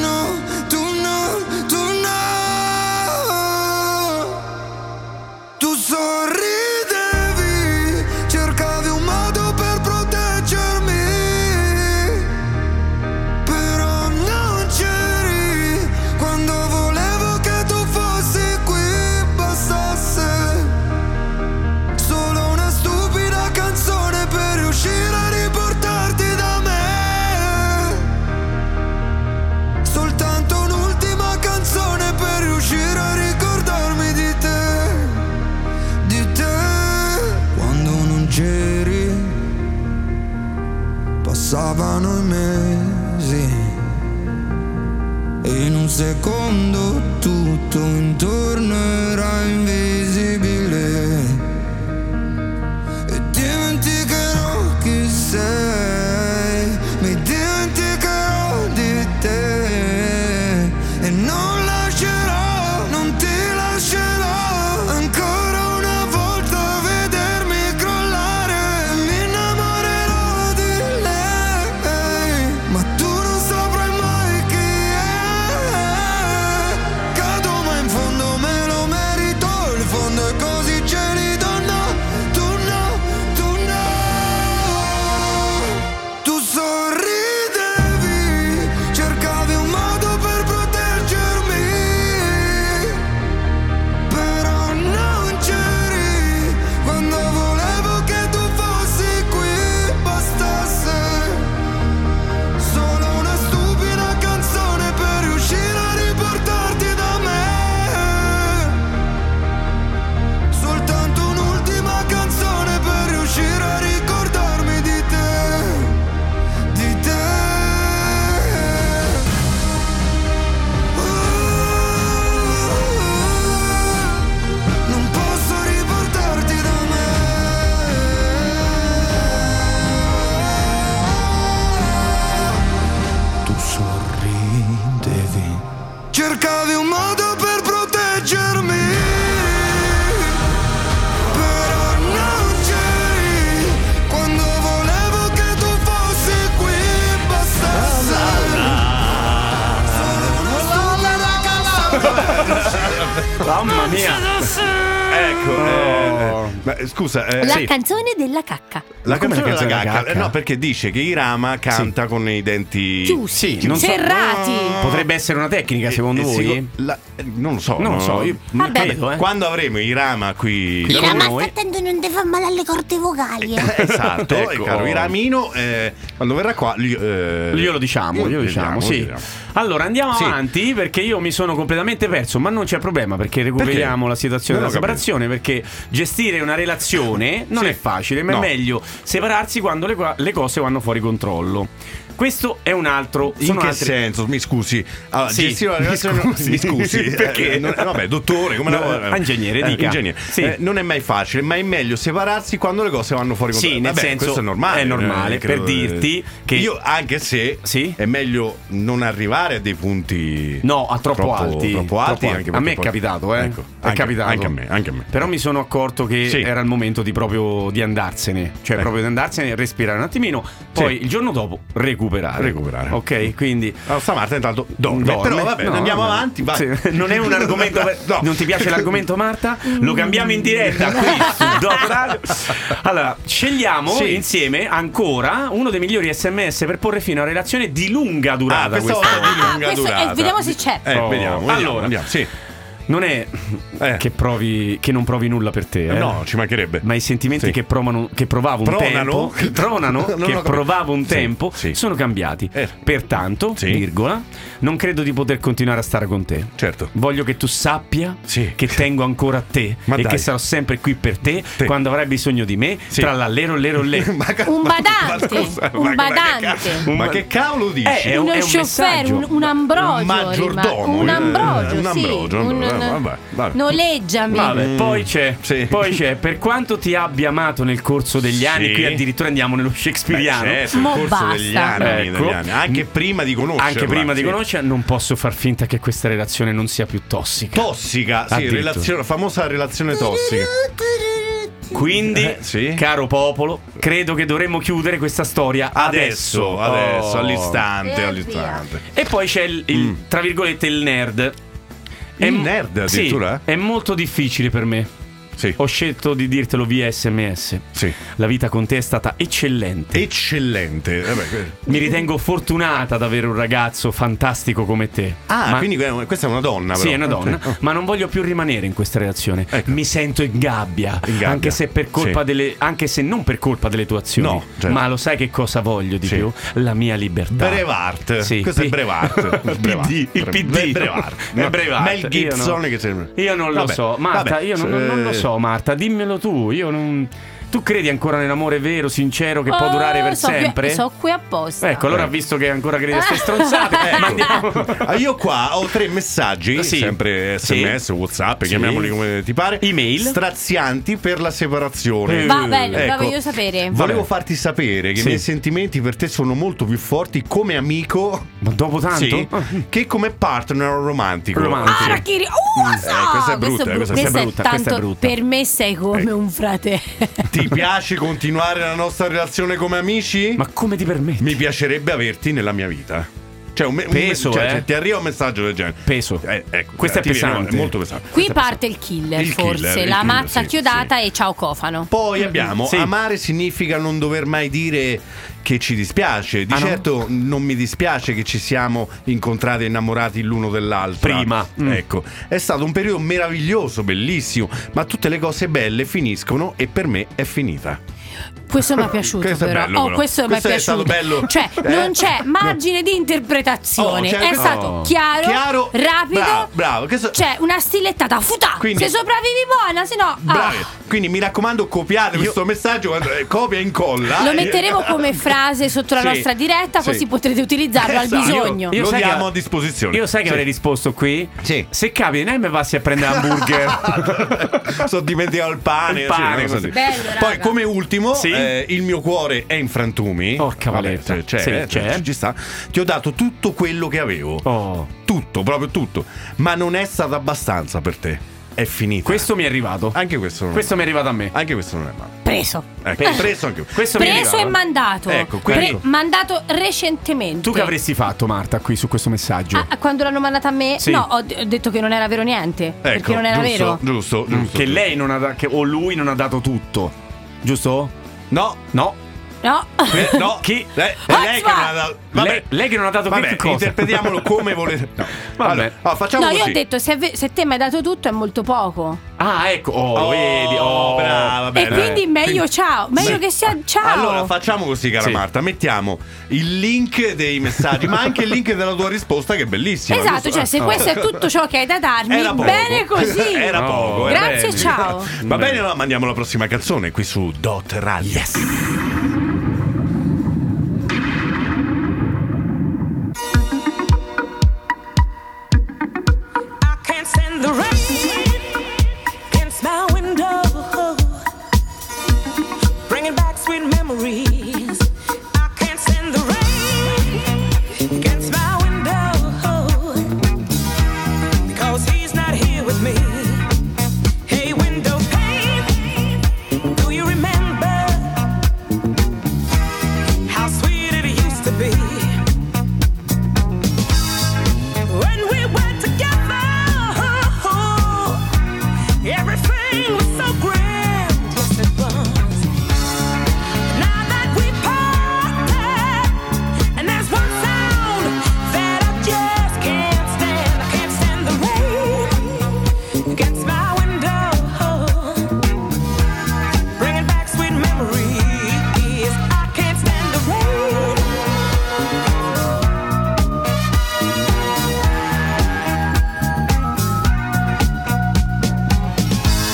[SPEAKER 1] no, tu no, tu no. Tu sorridevi, cercavi un modo per proteggermi. Però non c'eri quando volevo che tu fossi qui bastasse Solo una stupida canzone per riuscire a riportarti da me Soltanto un'ultima canzone per riuscire a ricordarmi di te Di te Quando non c'eri Passavano i mesi e in un secondo tutto intorno era invisibile e dimenticherò chi sei, mi dimenticherò di te e non lascerò, non ti lascerò ancora una volta vedermi crollare, mi innamorerò di lei, ma tu non saprai mai chi è, cado ma in fondo me lo merito, il fondo è così gelido, no, tu no, tu no, tu sorridevi, cercavi un modo per proteggermi. Però non c'eri quando volevo che tu fossi qui, bastasse Solo una stupida canzone per riuscire a riportarti da me Soltanto un'ultima canzone per riuscire a ricordarmi di te, di te non posso riportarti da me Tu sorridevi Cercavi un modo per proteggermi Però non c'eri Quando volevo che tu fossi qui Bastasse
[SPEAKER 4] Mamma mia.
[SPEAKER 5] ecco.
[SPEAKER 4] Oh.
[SPEAKER 5] eh, eh, ma, scusa, eh,
[SPEAKER 6] La
[SPEAKER 5] sì.
[SPEAKER 6] canzone della cacca.
[SPEAKER 5] La
[SPEAKER 2] come la
[SPEAKER 5] canzone della
[SPEAKER 2] canzone della
[SPEAKER 5] cacca?
[SPEAKER 2] cacca?
[SPEAKER 5] No, perché dice che Irama canta con i denti
[SPEAKER 6] Chiusi,
[SPEAKER 2] sì, non so-
[SPEAKER 6] serrati.
[SPEAKER 4] Potrebbe essere una tecnica,
[SPEAKER 5] Eh,
[SPEAKER 4] secondo
[SPEAKER 5] eh, sì,
[SPEAKER 4] voi?
[SPEAKER 5] la- eh, non lo so.
[SPEAKER 4] Non lo
[SPEAKER 5] no,
[SPEAKER 4] so,
[SPEAKER 5] no.
[SPEAKER 4] io non
[SPEAKER 6] Vabbè.
[SPEAKER 4] credo, eh.
[SPEAKER 5] Quando avremo Irama qui
[SPEAKER 4] Irama
[SPEAKER 5] con
[SPEAKER 10] Ma sta
[SPEAKER 5] noi-
[SPEAKER 10] attento, non ti fa male alle corte vocali. eh.
[SPEAKER 5] Esatto,
[SPEAKER 4] Ecco.
[SPEAKER 5] e caro Iramino, eh, quando verrà qua, gli- eh,
[SPEAKER 4] Glielo diciamo, glielo diciamo, sì.
[SPEAKER 5] glielo diciamo.
[SPEAKER 4] Allora andiamo
[SPEAKER 5] Sì.
[SPEAKER 4] avanti perché io mi sono completamente perso, ma non c'è problema perché recuperiamo la situazione
[SPEAKER 5] Non
[SPEAKER 4] della
[SPEAKER 5] ho capito.
[SPEAKER 4] separazione perché gestire una relazione non
[SPEAKER 5] Sì.
[SPEAKER 4] è facile, ma
[SPEAKER 5] No.
[SPEAKER 4] è meglio separarsi quando le, qua- le cose vanno fuori controllo. Questo è un altro
[SPEAKER 5] In
[SPEAKER 4] sono
[SPEAKER 5] che
[SPEAKER 4] altri-
[SPEAKER 5] senso? Mi scusi, allora,
[SPEAKER 4] Sì,
[SPEAKER 5] gestire una
[SPEAKER 4] mi
[SPEAKER 5] relazione-
[SPEAKER 4] scusi.
[SPEAKER 5] mi scusi, eh,
[SPEAKER 4] Perché?
[SPEAKER 5] non- eh, vabbè, dottore, come
[SPEAKER 4] No,
[SPEAKER 5] la- eh,
[SPEAKER 4] ingegnere, dica.
[SPEAKER 5] ingegnere.
[SPEAKER 4] Sì.
[SPEAKER 5] Eh, non è mai facile, ma è meglio separarsi quando le cose vanno fuori controllo.
[SPEAKER 4] Sì, nel
[SPEAKER 5] Vabbè,
[SPEAKER 4] senso,
[SPEAKER 5] questo è normale.
[SPEAKER 4] è normale,
[SPEAKER 5] eh,
[SPEAKER 4] per dirti che-
[SPEAKER 5] io, anche se
[SPEAKER 4] Sì?
[SPEAKER 5] è meglio non arrivare a dei punti
[SPEAKER 4] No, a troppo, alti.
[SPEAKER 5] troppo alti,
[SPEAKER 4] Troppo
[SPEAKER 5] anche
[SPEAKER 4] a me è
[SPEAKER 5] perché poi-
[SPEAKER 4] capitato, eh.
[SPEAKER 5] Ecco,
[SPEAKER 4] è
[SPEAKER 5] anche-
[SPEAKER 4] capitato.
[SPEAKER 5] anche a me, anche a me.
[SPEAKER 4] Però mi sono accorto che
[SPEAKER 5] Sì.
[SPEAKER 4] era il momento di proprio di andarsene, cioè
[SPEAKER 5] Ecco.
[SPEAKER 4] proprio di andarsene, respirare un attimino, poi il giorno dopo recuperare.
[SPEAKER 5] Recuperare.
[SPEAKER 4] Ok, quindi
[SPEAKER 5] Allora, stamattina Oh, intanto dorme,
[SPEAKER 4] Dorme.
[SPEAKER 5] però vabbè,
[SPEAKER 4] No,
[SPEAKER 5] andiamo
[SPEAKER 4] vabbè.
[SPEAKER 5] avanti, vai.
[SPEAKER 4] Sì, Non è un argomento. per- Ah,
[SPEAKER 5] No.
[SPEAKER 4] Non ti piace l'argomento, Marta? Lo cambiamo in diretta qui su Dot Radio. Allora, scegliamo
[SPEAKER 5] Sì.
[SPEAKER 4] insieme ancora uno dei migliori sms per porre fine a una relazione di lunga durata.
[SPEAKER 5] Ah, pensavo
[SPEAKER 4] questa volta.
[SPEAKER 5] di lunga
[SPEAKER 6] questo- eh,
[SPEAKER 5] durata.
[SPEAKER 6] vediamo se c'è.
[SPEAKER 5] Eh,
[SPEAKER 4] Oh.
[SPEAKER 5] vediamo, vediamo,
[SPEAKER 4] Allora.
[SPEAKER 5] andiamo, sì.
[SPEAKER 4] Non è
[SPEAKER 5] Eh.
[SPEAKER 4] che, provi, che non provi nulla per te, eh?
[SPEAKER 5] No, ci mancherebbe.
[SPEAKER 4] ma i sentimenti
[SPEAKER 5] Sì.
[SPEAKER 4] che, provano, che provavo un
[SPEAKER 5] Pronano?
[SPEAKER 4] tempo, che tronano,
[SPEAKER 5] Non
[SPEAKER 4] che
[SPEAKER 5] ho capito.
[SPEAKER 4] provavo un
[SPEAKER 5] Sì,
[SPEAKER 4] tempo,
[SPEAKER 5] sì.
[SPEAKER 4] sono cambiati.
[SPEAKER 5] Eh.
[SPEAKER 4] Pertanto,
[SPEAKER 5] Sì.
[SPEAKER 4] virgola, non credo di poter continuare a stare con te.
[SPEAKER 5] Certo.
[SPEAKER 4] Voglio che tu sappia
[SPEAKER 5] Sì.
[SPEAKER 4] che tengo ancora a te
[SPEAKER 5] Ma
[SPEAKER 4] e
[SPEAKER 5] dai.
[SPEAKER 4] che sarò sempre qui per te,
[SPEAKER 5] Te.
[SPEAKER 4] quando avrai bisogno di me.
[SPEAKER 5] Sì.
[SPEAKER 4] Tra l'allero, lero, lero.
[SPEAKER 5] Ma ca-
[SPEAKER 6] Un
[SPEAKER 5] ma-
[SPEAKER 6] badante,
[SPEAKER 5] ma scusa,
[SPEAKER 6] un
[SPEAKER 5] ma- ma che
[SPEAKER 6] badante.
[SPEAKER 5] ca- Ma che cavolo dici?
[SPEAKER 4] Eh, è un-
[SPEAKER 6] uno
[SPEAKER 4] è un
[SPEAKER 6] chauffeur,
[SPEAKER 4] messaggio.
[SPEAKER 6] un, un ambrogio.
[SPEAKER 5] Un maggiordomo,
[SPEAKER 6] rima- un
[SPEAKER 5] eh,
[SPEAKER 6] ambrogio,
[SPEAKER 5] un
[SPEAKER 6] sì.
[SPEAKER 5] ambrogio,
[SPEAKER 6] un-
[SPEAKER 5] ambrogio, eh, vabbè, vabbè.
[SPEAKER 6] Noleggiami.
[SPEAKER 4] Vabbè, poi c'è,
[SPEAKER 5] Mm. Sì.
[SPEAKER 4] poi c'è, per quanto ti abbia amato nel corso degli anni,
[SPEAKER 5] Sì.
[SPEAKER 4] qui addirittura andiamo nello
[SPEAKER 5] Beh,
[SPEAKER 4] shakespeariano.
[SPEAKER 5] certo, il
[SPEAKER 6] Mo
[SPEAKER 5] corso
[SPEAKER 6] basta.
[SPEAKER 5] degli anni,
[SPEAKER 4] Ecco.
[SPEAKER 5] degli anni, anche prima di conoscerla.
[SPEAKER 4] Anche prima di
[SPEAKER 5] sì.
[SPEAKER 4] conoscerla, non posso far finta che questa relazione non sia più tossica.
[SPEAKER 5] Tossica, sì,
[SPEAKER 4] Addirittura.
[SPEAKER 5] relazione, famosa relazione tossica.
[SPEAKER 4] Quindi,
[SPEAKER 5] Eh, sì.
[SPEAKER 4] caro popolo, credo che dovremmo chiudere questa storia adesso.
[SPEAKER 5] Adesso, adesso,
[SPEAKER 4] Oh. Mm.
[SPEAKER 5] all'istante,
[SPEAKER 10] E
[SPEAKER 5] all'istante.
[SPEAKER 4] E poi c'è il, il, tra virgolette, il nerd.
[SPEAKER 5] Il
[SPEAKER 4] m-
[SPEAKER 5] nerd,
[SPEAKER 4] sì,
[SPEAKER 5] addirittura?
[SPEAKER 4] è molto difficile per me.
[SPEAKER 5] Sì.
[SPEAKER 4] Ho scelto di dirtelo via sms.
[SPEAKER 5] Sì.
[SPEAKER 4] La vita con te è stata eccellente.
[SPEAKER 5] Eccellente. Eh Vabbè, que-
[SPEAKER 4] Mi ritengo fortunata ad avere un ragazzo fantastico come te.
[SPEAKER 5] Ah,
[SPEAKER 4] Ma-
[SPEAKER 5] quindi que- questa è una donna, Ah, però.
[SPEAKER 4] Sì, è una donna, ma non voglio più rimanere in questa relazione.
[SPEAKER 5] Ecco.
[SPEAKER 4] Mi sento in gabbia,
[SPEAKER 5] In gabbia,
[SPEAKER 4] Anche, se per colpa
[SPEAKER 5] sì.
[SPEAKER 4] delle, anche se non per colpa delle tue azioni.
[SPEAKER 5] No, certo.
[SPEAKER 4] Ma lo sai che cosa voglio di
[SPEAKER 5] Sì.
[SPEAKER 4] più? La mia libertà.
[SPEAKER 5] Brevart.
[SPEAKER 4] Sì,
[SPEAKER 5] Questo è
[SPEAKER 4] P-
[SPEAKER 5] Brevart.
[SPEAKER 4] Il
[SPEAKER 5] Brevart.
[SPEAKER 4] PD, il PD.
[SPEAKER 5] Bre- Brevart.
[SPEAKER 4] È Brevart.
[SPEAKER 5] Mel Gibson
[SPEAKER 4] Io non-
[SPEAKER 5] che sembra-
[SPEAKER 4] Io non lo
[SPEAKER 5] Vabbè,
[SPEAKER 4] so, Marta,
[SPEAKER 5] vabbè,
[SPEAKER 4] io non, non- non lo
[SPEAKER 5] eh,
[SPEAKER 4] so, Marta, dimmelo tu. Io non- Tu credi ancora nell'amore vero, sincero, che può
[SPEAKER 6] Oh,
[SPEAKER 4] durare per
[SPEAKER 6] so qui-
[SPEAKER 4] sempre?
[SPEAKER 6] so qui apposta.
[SPEAKER 4] Ecco, allora
[SPEAKER 5] Eh.
[SPEAKER 4] visto che ancora credi a queste stronzate, ma andiamo.
[SPEAKER 5] Ah, io qua ho tre messaggi,
[SPEAKER 4] Sì.
[SPEAKER 5] sempre sms,
[SPEAKER 4] Sì.
[SPEAKER 5] whatsapp, chiamiamoli come ti pare.
[SPEAKER 4] Email.
[SPEAKER 5] Strazianti per la separazione.
[SPEAKER 4] Eh,
[SPEAKER 6] Va bello,
[SPEAKER 5] Ecco.
[SPEAKER 6] la voglio sapere.
[SPEAKER 5] Volevo
[SPEAKER 4] Vabbè.
[SPEAKER 5] farti sapere che i
[SPEAKER 4] Sì.
[SPEAKER 5] miei sentimenti per te sono molto più forti come amico
[SPEAKER 4] Ma dopo tanto?
[SPEAKER 5] sì,
[SPEAKER 4] Ah.
[SPEAKER 5] che come partner romantico.
[SPEAKER 4] Romantico.
[SPEAKER 6] Ah,
[SPEAKER 4] Sì.
[SPEAKER 6] Rachiri, uh, lo so!
[SPEAKER 5] Eh, questa è brutta,
[SPEAKER 6] Questo bru-
[SPEAKER 5] questa è Ecco.
[SPEAKER 6] questa
[SPEAKER 4] brutta,
[SPEAKER 6] tanto
[SPEAKER 4] questa è brutta.
[SPEAKER 6] Per me sei come un fratello.
[SPEAKER 5] Ti piace continuare la nostra relazione come amici?
[SPEAKER 4] Ma come ti permetti?
[SPEAKER 5] Mi piacerebbe averti nella mia vita. Cioè, un me- un
[SPEAKER 4] Peso,
[SPEAKER 5] me- cioè,
[SPEAKER 4] eh.
[SPEAKER 5] se ti arriva un messaggio del genere.
[SPEAKER 4] Peso.
[SPEAKER 5] Eh, ecco,
[SPEAKER 4] Questo è
[SPEAKER 5] ti viene-
[SPEAKER 4] pesante.
[SPEAKER 5] è molto pesante.
[SPEAKER 6] Qui parte il killer,
[SPEAKER 5] Il
[SPEAKER 6] forse.
[SPEAKER 5] killer, il
[SPEAKER 6] la
[SPEAKER 5] killer,
[SPEAKER 6] mazza
[SPEAKER 5] sì,
[SPEAKER 6] chiodata e ciao cofano.
[SPEAKER 5] Poi abbiamo
[SPEAKER 4] Sì.
[SPEAKER 5] amare significa non dover mai dire che ci dispiace. Di
[SPEAKER 4] Ah, no?
[SPEAKER 5] certo non mi dispiace che ci siamo incontrati e innamorati l'uno dell'altro.
[SPEAKER 4] Prima. Mm.
[SPEAKER 5] Ecco, è stato un periodo meraviglioso, bellissimo, ma tutte le cose belle finiscono e per me è finita.
[SPEAKER 6] Questo mi è piaciuto,
[SPEAKER 5] Questo è
[SPEAKER 6] però.
[SPEAKER 5] bello,
[SPEAKER 6] oh,
[SPEAKER 5] però.
[SPEAKER 6] questo, mi è
[SPEAKER 5] Questo è
[SPEAKER 6] piaciuto.
[SPEAKER 5] stato bello.
[SPEAKER 6] Cioè,
[SPEAKER 5] Eh?
[SPEAKER 6] non c'è margine di interpretazione.
[SPEAKER 5] Oh, cioè,
[SPEAKER 6] è
[SPEAKER 5] questo-
[SPEAKER 6] stato
[SPEAKER 4] Oh.
[SPEAKER 6] chiaro,
[SPEAKER 5] Chiaro,
[SPEAKER 6] rapido.
[SPEAKER 5] bravo, bravo. Questo-
[SPEAKER 6] Cioè, una stilettata. Futà!
[SPEAKER 5] Quindi-
[SPEAKER 6] Se sopravvivi buona, se no.
[SPEAKER 5] Bravi.
[SPEAKER 6] ah.
[SPEAKER 5] Quindi mi raccomando, copiate questo messaggio, quando- eh, copia e incolla.
[SPEAKER 6] Lo
[SPEAKER 5] Eh,
[SPEAKER 6] metteremo come frase sotto la
[SPEAKER 5] Sì,
[SPEAKER 6] nostra diretta,
[SPEAKER 5] sì.
[SPEAKER 6] così potrete utilizzarlo
[SPEAKER 5] Esatto.
[SPEAKER 6] al bisogno.
[SPEAKER 5] Io- Lo
[SPEAKER 4] sai che-
[SPEAKER 5] diamo a disposizione.
[SPEAKER 4] Io sai che
[SPEAKER 5] Sì.
[SPEAKER 4] avrei risposto qui?
[SPEAKER 5] Sì.
[SPEAKER 4] Se capita, dai, me passi a prendere hamburger.
[SPEAKER 5] Sono dimenticato il pane. cioè,
[SPEAKER 4] Il pane,
[SPEAKER 5] sì, no,
[SPEAKER 4] così.
[SPEAKER 5] così.
[SPEAKER 6] Bello,
[SPEAKER 5] Poi,
[SPEAKER 6] raga.
[SPEAKER 5] come ultimo,
[SPEAKER 4] Sì?
[SPEAKER 5] eh, il mio cuore è in frantumi.
[SPEAKER 4] Porca
[SPEAKER 5] Vabbè,
[SPEAKER 4] valetta.
[SPEAKER 5] cioè, c'è,
[SPEAKER 4] Sì,
[SPEAKER 5] eh,
[SPEAKER 4] c'è.
[SPEAKER 5] ci- ci sta. Ti ho dato tutto quello che avevo.
[SPEAKER 4] oh.
[SPEAKER 5] Tutto, proprio tutto. Ma non è stato abbastanza per te. È finita.
[SPEAKER 4] Questo mi è arrivato.
[SPEAKER 5] Anche questo non
[SPEAKER 4] Questo mi è arrivato a me.
[SPEAKER 5] Anche questo non è male.
[SPEAKER 6] Preso.
[SPEAKER 5] Ecco, preso anche
[SPEAKER 4] Questo mi
[SPEAKER 6] Preso
[SPEAKER 4] arrivava.
[SPEAKER 6] e mandato.
[SPEAKER 5] Ecco, quindi-
[SPEAKER 6] Pre- mandato recentemente.
[SPEAKER 11] Tu che avresti fatto, Marta, qui su questo messaggio?
[SPEAKER 6] Ah, ah, quando l'hanno mandata a me?
[SPEAKER 4] Sì.
[SPEAKER 6] No, ho, d- ho detto che non era vero niente. perché non era
[SPEAKER 5] Ecco, giusto,
[SPEAKER 6] vero.
[SPEAKER 5] Giusto, giusto.
[SPEAKER 4] Mm, Che lei non ha da- che- o lui non ha dato tutto. Giusto?
[SPEAKER 5] No,
[SPEAKER 4] No.
[SPEAKER 6] No.
[SPEAKER 5] eh, no.
[SPEAKER 4] Chi?
[SPEAKER 5] Lei, è lei che non ha dato. Vabbè.
[SPEAKER 4] Lei, lei che non ha dato
[SPEAKER 5] Vabbè,
[SPEAKER 4] che cosa?
[SPEAKER 5] interpretiamolo come volete. No.
[SPEAKER 4] Vabbè.
[SPEAKER 5] Allora, allora, facciamo
[SPEAKER 6] No,
[SPEAKER 5] così.
[SPEAKER 6] io ho detto se, è ve- se te mi hai dato tutto è molto poco.
[SPEAKER 4] Ah, ecco. Oh,
[SPEAKER 5] Oh,
[SPEAKER 4] vedi. Oh,
[SPEAKER 5] brava, bene.
[SPEAKER 6] e quindi meglio ciao. Meglio
[SPEAKER 5] Sì.
[SPEAKER 6] che sia ciao.
[SPEAKER 5] Allora facciamo così, cara
[SPEAKER 4] Sì.
[SPEAKER 5] Marta. Mettiamo il link dei messaggi, ma anche il link della tua risposta, che è bellissima.
[SPEAKER 6] esatto,
[SPEAKER 5] giusto?
[SPEAKER 6] cioè se
[SPEAKER 5] Ah.
[SPEAKER 6] questo è tutto ciò che hai da darmi,
[SPEAKER 5] Era poco.
[SPEAKER 6] bene così.
[SPEAKER 5] Era
[SPEAKER 4] No.
[SPEAKER 5] poco. eh.
[SPEAKER 6] Grazie,
[SPEAKER 5] Bene.
[SPEAKER 6] ciao.
[SPEAKER 5] Va bene, allora mandiamo la prossima canzone qui su Dot Radio.
[SPEAKER 12] I can't stand the rain against my window, bringing back sweet memories. I can't stand the rain against my window because he's not here with me. Hey, window pane, do you remember how sweet it used to be? When we were together, everything was so grand. Yes, it was. Now that we parted, and there's one sound that I just can't stand. I can't stand the rain against my window, bringing back sweet memories. I can't stand the rain.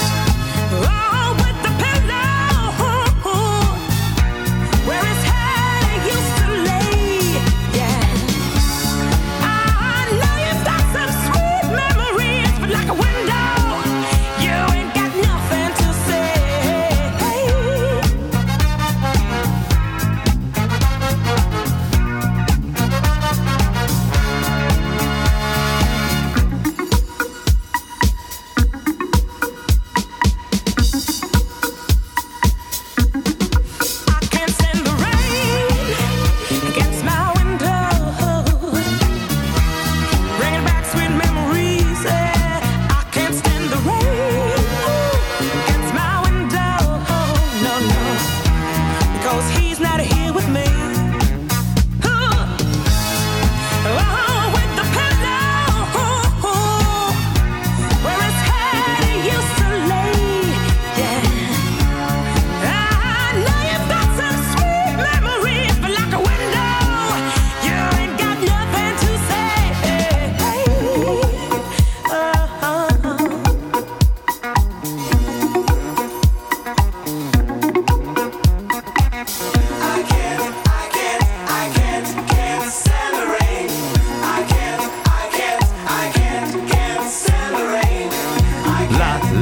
[SPEAKER 12] Oh, with the pillow where his head used to lay, yeah. I know you've got some sweet memories, but like a window, you ain't got nothing to say. I can't stand the rain against my window, bringing back sweet memories. I can't stand the rain against my window, no no, because he's not here with me. Oh, with the pillow where his head used to lay, yeah. I know you've got some sweet memories, but like a window, you ain't got nothing to
[SPEAKER 7] Uh-huh.
[SPEAKER 12] say.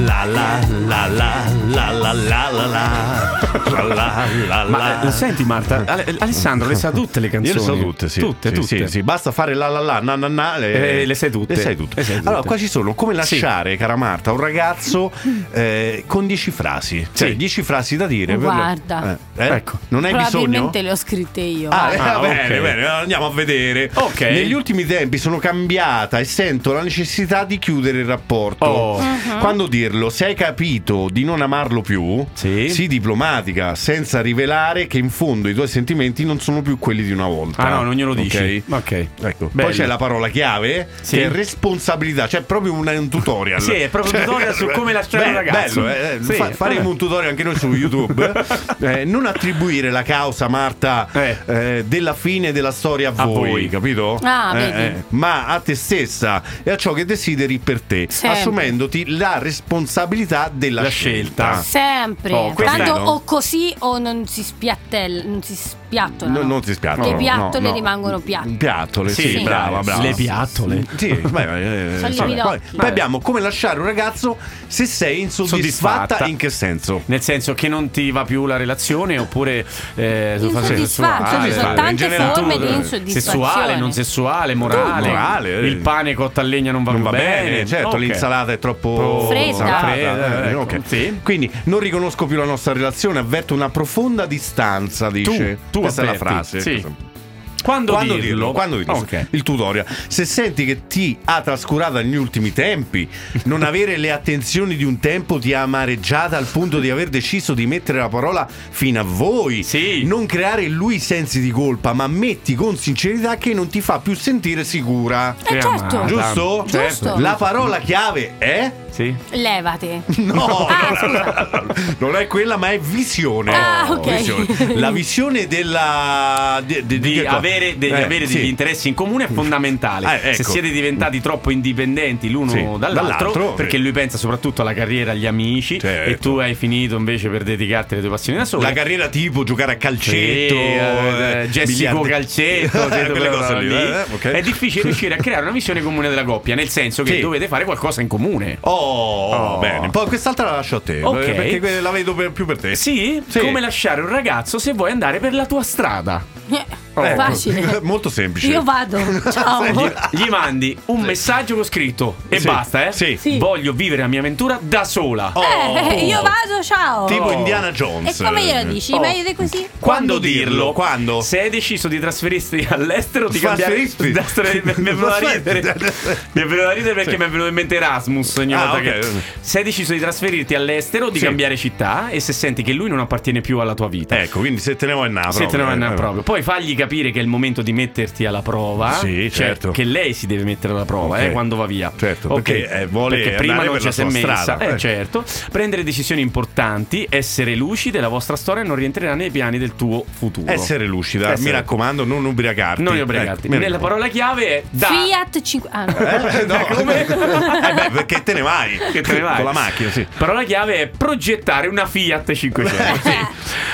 [SPEAKER 5] La la la la la la la la la la la la
[SPEAKER 4] Ma eh,
[SPEAKER 5] la
[SPEAKER 4] senti Marta, Ale- Alessandro le sa tutte le
[SPEAKER 5] Io
[SPEAKER 4] canzoni.
[SPEAKER 5] le so tutte, sì.
[SPEAKER 4] Tutte,
[SPEAKER 5] Sì,
[SPEAKER 4] tutte.
[SPEAKER 5] sì, sì. Basta fare la la la, na na na.
[SPEAKER 4] Eh, le sai tutte.
[SPEAKER 5] Le sai tutte.
[SPEAKER 4] Le sai tutte.
[SPEAKER 5] Allora, qua ci sono come
[SPEAKER 4] Sì.
[SPEAKER 5] lasciare, cara Marta, un ragazzo eh, con 10 frasi. Cioè,
[SPEAKER 4] Sì.
[SPEAKER 5] 10 frasi da dire. per-
[SPEAKER 6] Oh, Guarda.
[SPEAKER 5] Eh, eh?
[SPEAKER 4] Ecco.
[SPEAKER 5] Non hai bisogno?
[SPEAKER 6] Probabilmente le ho scritte io.
[SPEAKER 5] Ah, eh,
[SPEAKER 4] Ah,
[SPEAKER 5] bene,
[SPEAKER 4] ok.
[SPEAKER 5] bene, andiamo a vedere.
[SPEAKER 4] Ok.
[SPEAKER 5] Negli ultimi tempi sono cambiata e sento la necessità di chiudere il rapporto.
[SPEAKER 4] Oh.
[SPEAKER 5] Quando dirlo? Se hai capito di non amarlo più,
[SPEAKER 4] Sì.
[SPEAKER 5] sii diplomatica, senza rivelare che in fondo i tuoi sentimenti non sono più quelli di una volta.
[SPEAKER 4] Ah no, non glielo
[SPEAKER 5] Ok?
[SPEAKER 4] dici. Ok.
[SPEAKER 5] Ecco.
[SPEAKER 4] Bello.
[SPEAKER 5] Poi c'è la parola chiave
[SPEAKER 4] Sì.
[SPEAKER 5] che è responsabilità, cioè proprio un, un tutorial.
[SPEAKER 4] Sì, è proprio un tutorial su come lasciare un
[SPEAKER 5] Beh,
[SPEAKER 4] ragazzo.
[SPEAKER 5] Bello, eh,
[SPEAKER 4] Sì,
[SPEAKER 5] fa- faremo
[SPEAKER 4] vabbè.
[SPEAKER 5] un tutorial anche noi su YouTube. Eh, non attribuire la causa, Marta,
[SPEAKER 4] Eh.
[SPEAKER 5] eh, della fine della storia a,
[SPEAKER 4] A
[SPEAKER 5] voi,
[SPEAKER 4] voi.
[SPEAKER 5] capito? Eh,
[SPEAKER 6] Ah, vedi.
[SPEAKER 5] ma a te stessa e a ciò che desideri per te,
[SPEAKER 6] Sempre.
[SPEAKER 5] assumendoti la responsabilità della
[SPEAKER 4] La
[SPEAKER 5] scelta.
[SPEAKER 4] scelta.
[SPEAKER 6] Sempre.
[SPEAKER 4] Oh, questa
[SPEAKER 6] Tanto
[SPEAKER 5] no.
[SPEAKER 6] o così o non si spiattella, non si spiattola.
[SPEAKER 5] No, non ti spiace.
[SPEAKER 6] Le piattole rimangono piattole.
[SPEAKER 5] Piattole, sì,
[SPEAKER 4] Sì.
[SPEAKER 5] brava, brava.
[SPEAKER 4] Le piattole.
[SPEAKER 5] Sì, beh, eh,
[SPEAKER 6] Sono
[SPEAKER 5] insomma,
[SPEAKER 6] lividocchi.
[SPEAKER 5] poi, poi abbiamo come lasciare un ragazzo se sei insoddisfatta.
[SPEAKER 4] Soddisfatta.
[SPEAKER 5] In che senso?
[SPEAKER 4] Nel senso che non ti va più la relazione oppure eh,
[SPEAKER 6] Insoddisfatto,
[SPEAKER 4] sessuale,
[SPEAKER 6] ci sono
[SPEAKER 4] in
[SPEAKER 6] tante
[SPEAKER 4] generale.
[SPEAKER 6] forme
[SPEAKER 4] Tutto.
[SPEAKER 6] di insoddisfazione.
[SPEAKER 4] Sessuale, non sessuale, morale.
[SPEAKER 5] Morale, eh.
[SPEAKER 4] Il pane cotto a legna non va,
[SPEAKER 5] Non va bene, certo,
[SPEAKER 4] Ok.
[SPEAKER 5] l'insalata è troppo
[SPEAKER 6] Fredda.
[SPEAKER 5] fredda, me,
[SPEAKER 4] privata,
[SPEAKER 5] eh,
[SPEAKER 4] ecco.
[SPEAKER 5] ok. Quindi non riconosco più la nostra relazione, avverto una profonda distanza, dice.
[SPEAKER 4] tu
[SPEAKER 5] Questa è la
[SPEAKER 4] avverti,
[SPEAKER 5] frase.
[SPEAKER 4] sì. Quando, dirlo?
[SPEAKER 5] Quando dirlo.
[SPEAKER 4] Ok.
[SPEAKER 5] Il tutorial. Se senti che ti ha trascurata negli ultimi tempi, non avere le attenzioni di un tempo ti ha amareggiata al punto di aver deciso di mettere la parola fino a voi. Non creare in lui sensi di colpa, ma ammetti con sincerità che non ti fa più sentire sicura.
[SPEAKER 6] Eh, certo.
[SPEAKER 5] Giusto?
[SPEAKER 6] Giusto. Certo.
[SPEAKER 5] La parola chiave è? Sì.
[SPEAKER 6] Levate.
[SPEAKER 5] No, non è quella, ma è visione.
[SPEAKER 6] Ah, ok.
[SPEAKER 5] Visione. La visione della. de- de- di
[SPEAKER 4] di
[SPEAKER 5] che cosa?
[SPEAKER 4] avere, degli,
[SPEAKER 5] Eh,
[SPEAKER 4] avere
[SPEAKER 5] sì.
[SPEAKER 4] degli interessi in comune è fondamentale.
[SPEAKER 5] Ah, ecco.
[SPEAKER 4] Se siete diventati troppo indipendenti l'uno
[SPEAKER 5] Sì,
[SPEAKER 4] dall'altro, perché
[SPEAKER 5] dall'altro, sì. Certo.
[SPEAKER 4] lui pensa soprattutto alla carriera, agli amici, e tu hai finito invece per dedicarti alle tue passioni da solo.
[SPEAKER 5] La carriera tipo giocare a calcetto,
[SPEAKER 4] Sì, eh,
[SPEAKER 5] eh,
[SPEAKER 4] Jessico
[SPEAKER 5] biliardo-
[SPEAKER 4] Calcetto, sì,
[SPEAKER 5] quelle cose lì. eh, ok.
[SPEAKER 4] È difficile riuscire a creare una visione comune della coppia, nel senso che
[SPEAKER 5] Sì.
[SPEAKER 4] dovete fare qualcosa in comune.
[SPEAKER 5] Oh, bene. Poi quest'altra la lascio a te, eh,
[SPEAKER 4] Ok.
[SPEAKER 5] perché que- la vedo per- più per te.
[SPEAKER 4] Sì? Come lasciare un ragazzo se vuoi andare per la tua strada?
[SPEAKER 5] Ecco.
[SPEAKER 6] Facile.
[SPEAKER 5] Molto semplice.
[SPEAKER 6] Io vado. Ciao.
[SPEAKER 4] Gli, gli mandi un messaggio con scritto e
[SPEAKER 5] Sì.
[SPEAKER 4] basta, eh?
[SPEAKER 5] Sì.
[SPEAKER 6] Sì.
[SPEAKER 4] Voglio vivere la mia avventura da sola.
[SPEAKER 6] Eh, io vado, ciao.
[SPEAKER 5] Oh. Tipo Indiana Jones.
[SPEAKER 6] E come glielo dici?
[SPEAKER 4] Oh.
[SPEAKER 6] Meglio di così?
[SPEAKER 4] Quando dirlo?
[SPEAKER 5] Quando?
[SPEAKER 4] Se hai deciso di trasferirti all'estero, ti cambiare.
[SPEAKER 5] Trasferirti?
[SPEAKER 4] Da stra- mi- Mi è venuto da ridere. Mi è venuto da ridere perché
[SPEAKER 5] Sì.
[SPEAKER 4] mi è venuto in mente Erasmus. Ogni
[SPEAKER 5] Ah,
[SPEAKER 4] volta
[SPEAKER 5] ok.
[SPEAKER 4] che- Se hai deciso di trasferirti all'estero, di
[SPEAKER 5] Sì.
[SPEAKER 4] cambiare città e se senti che lui non appartiene più alla tua vita.
[SPEAKER 5] Ecco, quindi se te ne vuoi andare.
[SPEAKER 4] Se te ne
[SPEAKER 5] eh,
[SPEAKER 4] vanno proprio. Poi fagli capire che è il momento di metterti alla prova. Cioè,
[SPEAKER 5] Sì, certo.
[SPEAKER 4] Che lei si deve mettere alla prova
[SPEAKER 5] Ok.
[SPEAKER 4] eh, quando va via.
[SPEAKER 5] Certo,
[SPEAKER 4] Ok.
[SPEAKER 5] perché, eh, vuole
[SPEAKER 4] Perché
[SPEAKER 5] andare
[SPEAKER 4] prima non
[SPEAKER 5] per
[SPEAKER 4] ci
[SPEAKER 5] la
[SPEAKER 4] si è
[SPEAKER 5] sua
[SPEAKER 4] messa.
[SPEAKER 5] strada,
[SPEAKER 4] Eh,
[SPEAKER 5] eh.
[SPEAKER 4] certo. Prendere decisioni importanti, essere lucide, la vostra storia non rientrerà nei piani del tuo futuro.
[SPEAKER 5] Essere lucida,
[SPEAKER 4] Essere-
[SPEAKER 5] mi raccomando, non ubriacarti.
[SPEAKER 4] Non ubriacarti.
[SPEAKER 5] Ecco, mi
[SPEAKER 4] Nella Ecco, parola chiave è da.
[SPEAKER 6] Fiat 5. Ah, no.
[SPEAKER 5] Eh, no. Eh, beh, perché te ne vai?
[SPEAKER 4] Che te ne vai.
[SPEAKER 5] Con la macchina, sì.
[SPEAKER 4] Parola chiave è progettare una Fiat 500.
[SPEAKER 5] Eh.
[SPEAKER 4] Sì.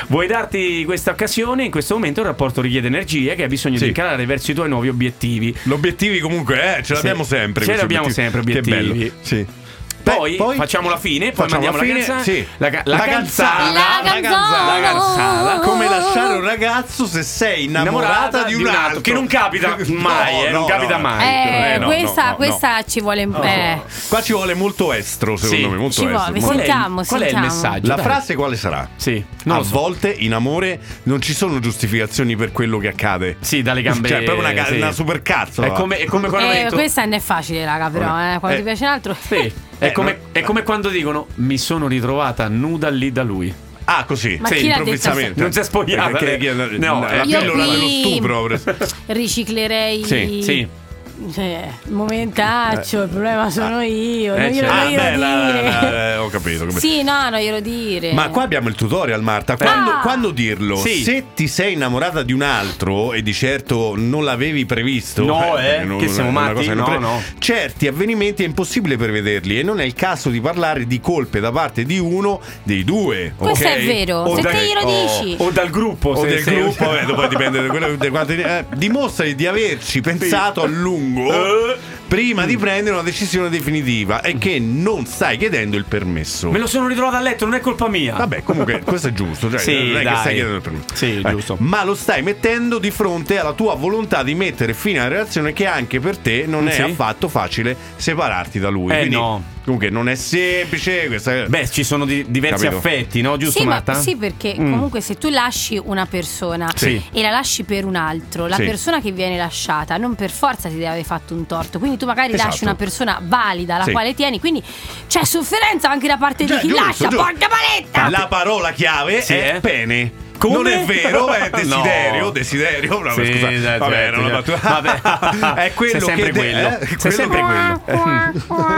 [SPEAKER 4] Vuoi darti questa occasione? In questo momento il rapporto richiede energie che hai bisogno
[SPEAKER 5] Sì.
[SPEAKER 4] di incarare verso i tuoi nuovi obiettivi.
[SPEAKER 5] L'obiettivi comunque, eh, ce l'abbiamo sempre.
[SPEAKER 4] Ce
[SPEAKER 5] questi
[SPEAKER 4] l'abbiamo sempre obiettivi.
[SPEAKER 5] Che bello. Sì.
[SPEAKER 4] Poi,
[SPEAKER 5] Beh, poi
[SPEAKER 4] facciamo la fine, poi
[SPEAKER 5] facciamo
[SPEAKER 4] mandiamo la,
[SPEAKER 5] fine,
[SPEAKER 4] canzone.
[SPEAKER 5] sì.
[SPEAKER 4] La, ca- la
[SPEAKER 5] La
[SPEAKER 4] canzana.
[SPEAKER 5] canzana.
[SPEAKER 6] La canzana.
[SPEAKER 4] La
[SPEAKER 6] Ah,
[SPEAKER 4] canzana.
[SPEAKER 5] Come lasciare un ragazzo se sei innamorata, di un altro.
[SPEAKER 4] Che non capita mai,
[SPEAKER 5] No,
[SPEAKER 4] eh, non
[SPEAKER 5] no,
[SPEAKER 4] capita
[SPEAKER 5] no.
[SPEAKER 4] mai.
[SPEAKER 6] Eh,
[SPEAKER 5] Eh, no,
[SPEAKER 6] questa,
[SPEAKER 5] no, no,
[SPEAKER 6] questa ci vuole. un- eh,
[SPEAKER 5] Qua ci vuole molto estro, secondo
[SPEAKER 4] Sì,
[SPEAKER 5] me. Molto
[SPEAKER 6] ci
[SPEAKER 5] estro.
[SPEAKER 6] vuole.
[SPEAKER 5] Molto-
[SPEAKER 4] Qual è il-
[SPEAKER 6] Sentiamo,
[SPEAKER 4] qual è il
[SPEAKER 6] sentiamo.
[SPEAKER 4] messaggio?
[SPEAKER 5] La
[SPEAKER 4] Dai.
[SPEAKER 5] frase quale sarà?
[SPEAKER 4] Sì, non
[SPEAKER 5] a
[SPEAKER 4] lo so.
[SPEAKER 5] volte in amore non ci sono giustificazioni per quello che accade.
[SPEAKER 4] Sì, dalle gambe.
[SPEAKER 5] Cioè, è proprio una, ca-
[SPEAKER 4] sì.
[SPEAKER 5] una supercazzola.
[SPEAKER 4] È come, è come quando
[SPEAKER 6] eh,
[SPEAKER 4] ho detto-
[SPEAKER 6] questa non è facile, raga, però. Eh, quando
[SPEAKER 5] Eh.
[SPEAKER 6] ti piace un altro.
[SPEAKER 4] Sì, è,
[SPEAKER 5] Eh,
[SPEAKER 4] come,
[SPEAKER 5] no.
[SPEAKER 4] è come quando dicono mi sono ritrovata nuda lì da lui.
[SPEAKER 5] Ah, così.
[SPEAKER 6] Ma chi l'ha
[SPEAKER 5] improvvisamente.
[SPEAKER 4] detto? Non si è spogliata,
[SPEAKER 5] Perché-
[SPEAKER 4] lei.
[SPEAKER 5] perché-
[SPEAKER 4] No, eh.
[SPEAKER 5] la
[SPEAKER 6] io
[SPEAKER 5] pillola
[SPEAKER 6] qui-
[SPEAKER 5] dello stupro.
[SPEAKER 6] Riciclerei.
[SPEAKER 5] Sì,
[SPEAKER 4] Sì.
[SPEAKER 6] Cioè, momentaccio, il problema sono io.
[SPEAKER 4] Eh,
[SPEAKER 6] non glielo
[SPEAKER 4] certo.
[SPEAKER 5] Ah,
[SPEAKER 6] non glielo
[SPEAKER 5] beh, la-
[SPEAKER 6] dire.
[SPEAKER 5] la- la- ho capito. ho capito.
[SPEAKER 6] Sì, no, non glielo dire.
[SPEAKER 5] Ma qua abbiamo il tutorial, Marta. Quando,
[SPEAKER 6] Eh. Ah.
[SPEAKER 5] quando dirlo?
[SPEAKER 4] Sì.
[SPEAKER 5] Se ti sei innamorata di un altro e di certo non l'avevi previsto,
[SPEAKER 4] No, eh,
[SPEAKER 5] non-
[SPEAKER 4] che siamo
[SPEAKER 5] una
[SPEAKER 4] matti?
[SPEAKER 5] cosa che non
[SPEAKER 4] No,
[SPEAKER 5] pre-
[SPEAKER 4] no.
[SPEAKER 5] Certi avvenimenti è impossibile prevederli e non è il caso di parlare di colpe da parte di uno dei due.
[SPEAKER 6] Questo
[SPEAKER 5] ok?
[SPEAKER 6] è vero.
[SPEAKER 5] O
[SPEAKER 6] Se
[SPEAKER 5] da-
[SPEAKER 6] te glielo
[SPEAKER 5] o-
[SPEAKER 6] dici.
[SPEAKER 4] O dal gruppo.
[SPEAKER 5] O
[SPEAKER 4] se-
[SPEAKER 5] del
[SPEAKER 4] se-
[SPEAKER 5] gruppo, vabbè, poi dipende da quello, da quanto- eh, dimostri di averci pensato a lungo
[SPEAKER 4] Eh.
[SPEAKER 5] prima di prendere una decisione definitiva e che non stai chiedendo il permesso.
[SPEAKER 4] Me lo sono ritrovata a letto, non è colpa mia.
[SPEAKER 5] Vabbè, comunque questo è giusto, cioè,
[SPEAKER 4] Ah. Sì,
[SPEAKER 5] non è che
[SPEAKER 4] dai.
[SPEAKER 5] stai chiedendo il permesso.
[SPEAKER 4] Sì,
[SPEAKER 5] Eh,
[SPEAKER 4] giusto.
[SPEAKER 5] Ma lo stai mettendo di fronte alla tua volontà di mettere fine alla relazione che anche per te non
[SPEAKER 4] Sì.
[SPEAKER 5] è affatto facile separarti da lui.
[SPEAKER 4] Eh,
[SPEAKER 5] Quindi,
[SPEAKER 4] no.
[SPEAKER 5] Comunque non è semplice questa
[SPEAKER 4] Beh, ci sono di- diversi
[SPEAKER 5] Capito.
[SPEAKER 4] affetti, no? Giusto,
[SPEAKER 6] sì, ma-
[SPEAKER 4] Marta?
[SPEAKER 6] sì, perché
[SPEAKER 4] Mm.
[SPEAKER 6] comunque se tu lasci una persona
[SPEAKER 4] Sì.
[SPEAKER 6] e la lasci per un altro, la
[SPEAKER 5] Sì.
[SPEAKER 6] persona che viene lasciata non per forza ti deve aver fatto un torto. Quindi tu magari
[SPEAKER 5] Esatto.
[SPEAKER 6] lasci una persona valida, la
[SPEAKER 5] Sì.
[SPEAKER 6] quale tieni, quindi c'è sofferenza anche da parte
[SPEAKER 5] Già,
[SPEAKER 6] di chi
[SPEAKER 5] giusto,
[SPEAKER 6] lascia,
[SPEAKER 5] giusto.
[SPEAKER 6] porca paletta!
[SPEAKER 5] La parola chiave
[SPEAKER 4] Sì,
[SPEAKER 5] è
[SPEAKER 4] eh?
[SPEAKER 5] pene.
[SPEAKER 4] Come?
[SPEAKER 5] Non è vero, è
[SPEAKER 4] No.
[SPEAKER 5] desiderio, desiderio. No,
[SPEAKER 4] Sì,
[SPEAKER 5] scusa.
[SPEAKER 4] dai,
[SPEAKER 5] Vabbè, era una
[SPEAKER 4] certo,
[SPEAKER 5] battuta.
[SPEAKER 4] certo. Vabbè.
[SPEAKER 5] è quello
[SPEAKER 4] Sei sempre
[SPEAKER 5] che de-
[SPEAKER 4] quello.
[SPEAKER 5] eh,
[SPEAKER 4] Sei sempre quello.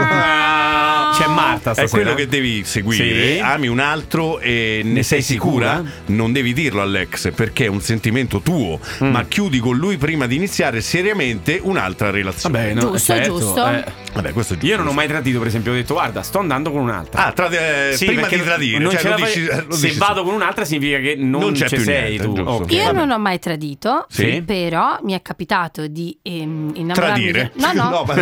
[SPEAKER 4] C'è Marta stasera.
[SPEAKER 5] È quello che devi seguire. Ah,
[SPEAKER 4] Sì.
[SPEAKER 5] Ami un altro e ne, sei sicura? Non devi dirlo all'ex perché è un sentimento tuo,
[SPEAKER 4] Mm.
[SPEAKER 5] ma chiudi con lui prima di iniziare seriamente un'altra relazione.
[SPEAKER 4] Vabbè, no,
[SPEAKER 6] Giusto,
[SPEAKER 4] certo,
[SPEAKER 6] giusto.
[SPEAKER 4] eh.
[SPEAKER 5] Vabbè, questo è giusto.
[SPEAKER 4] Io non ho mai tradito, per esempio, ho detto guarda, sto andando con un'altra.
[SPEAKER 5] Ah, tra- eh,
[SPEAKER 4] Sì,
[SPEAKER 5] prima
[SPEAKER 4] perché
[SPEAKER 5] di tradire,
[SPEAKER 4] non
[SPEAKER 5] cioè,
[SPEAKER 4] ce
[SPEAKER 5] lo
[SPEAKER 4] la
[SPEAKER 5] dici,
[SPEAKER 4] fai-
[SPEAKER 5] lo
[SPEAKER 4] se
[SPEAKER 5] dici-
[SPEAKER 4] vado con un'altra significa che non,
[SPEAKER 5] Non c'è
[SPEAKER 4] ci
[SPEAKER 5] più
[SPEAKER 4] sei
[SPEAKER 5] niente,
[SPEAKER 4] tu.
[SPEAKER 5] giusto.
[SPEAKER 4] Ok.
[SPEAKER 6] Io
[SPEAKER 5] vabbè.
[SPEAKER 6] non ho mai tradito,
[SPEAKER 5] Sì.
[SPEAKER 6] però mi è capitato di ehm, innamorarmi.
[SPEAKER 5] Tradire?
[SPEAKER 6] No, no.
[SPEAKER 5] No, ma-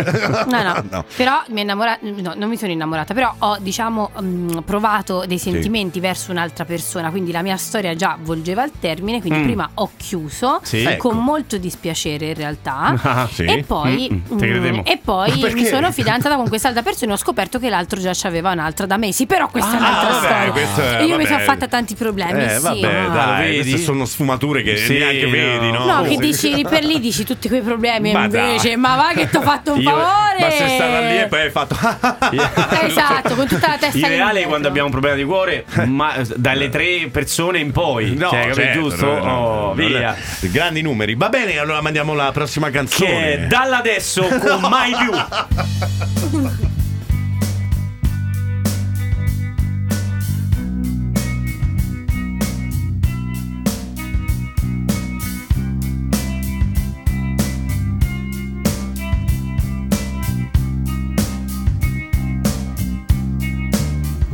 [SPEAKER 6] No, no.
[SPEAKER 5] No.
[SPEAKER 6] Però mi è innamora- no, non mi sono innamorata, però ho diciamo mm, provato dei sentimenti verso un'altra persona, quindi la mia storia già volgeva al termine, quindi
[SPEAKER 4] Mm.
[SPEAKER 6] prima ho chiuso
[SPEAKER 4] Sì.
[SPEAKER 6] con
[SPEAKER 4] Ecco.
[SPEAKER 6] molto dispiacere in realtà
[SPEAKER 4] Ah, sì.
[SPEAKER 6] e poi,
[SPEAKER 4] Mm, te
[SPEAKER 6] mm,
[SPEAKER 4] credevo.
[SPEAKER 6] e poi
[SPEAKER 4] Ma perché?
[SPEAKER 6] mi sono fidanzata con quest'altra persona e ho scoperto che l'altro già c'aveva un'altro da mesi, però questa è un'altra
[SPEAKER 5] Ah, vabbè,
[SPEAKER 6] storia.
[SPEAKER 5] questo è-
[SPEAKER 6] e io mi
[SPEAKER 5] vabbè.
[SPEAKER 6] sono fatta tanti problemi,
[SPEAKER 5] Eh,
[SPEAKER 6] sì. Ah.
[SPEAKER 5] vabbè,
[SPEAKER 6] ma-
[SPEAKER 5] dai,
[SPEAKER 4] Vedi?
[SPEAKER 5] queste sono sfumature che
[SPEAKER 4] Sì,
[SPEAKER 5] neanche
[SPEAKER 4] no.
[SPEAKER 5] vedi, no?
[SPEAKER 6] No,
[SPEAKER 5] Oh,
[SPEAKER 6] che
[SPEAKER 5] sì.
[SPEAKER 6] dici lì per lì dici tutti quei problemi
[SPEAKER 5] Ma
[SPEAKER 6] invece,
[SPEAKER 5] dai.
[SPEAKER 6] ma va che ti ho fatto un
[SPEAKER 5] Io-
[SPEAKER 6] favore.
[SPEAKER 5] Ma se stava lì e poi hai fatto.
[SPEAKER 6] Esatto, con tutta la testa
[SPEAKER 4] Ideale
[SPEAKER 6] lì
[SPEAKER 4] reale
[SPEAKER 6] dietro.
[SPEAKER 4] quando abbiamo un problema di cuore, ma dalle tre persone in poi.
[SPEAKER 5] No,
[SPEAKER 4] cioè, capito,
[SPEAKER 5] certo,
[SPEAKER 4] giusto?
[SPEAKER 5] no, no,
[SPEAKER 4] Oh,
[SPEAKER 5] no,
[SPEAKER 4] via.
[SPEAKER 5] no. Grandi numeri. Va bene, allora mandiamo la prossima canzone.
[SPEAKER 4] Che è dalla adesso con mai più.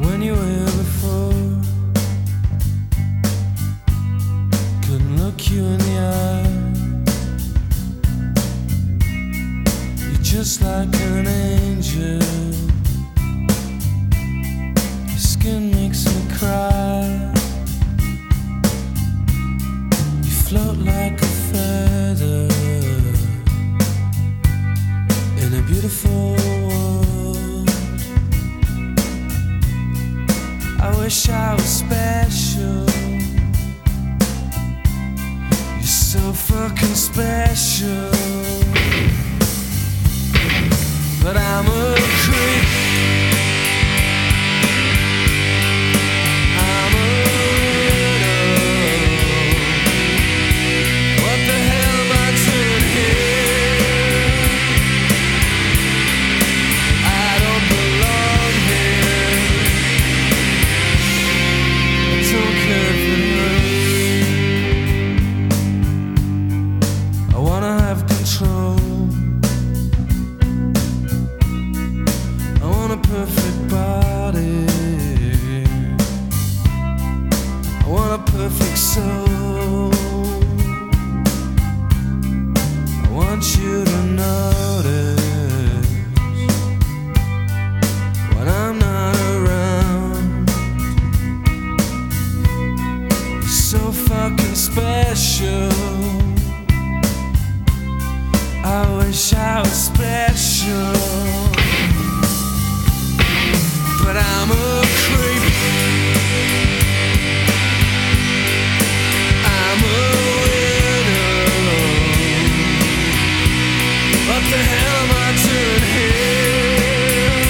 [SPEAKER 13] when you were before. Couldn't look you in the eye. You're just like an angel. Your skin makes me cry. You float like a feather in a beautiful world. I wish I was special. You're so fucking special. But I'm a creep. I'm a widow. What the hell am I doing here? I don't belong here. I don't care if it hurts. I wanna have control. I want a perfect body. I want a perfect soul. I want you to notice when I'm not around. so fucking special. I wish I was special, but I'm a creep. I'm a widow. What the hell am I doing here?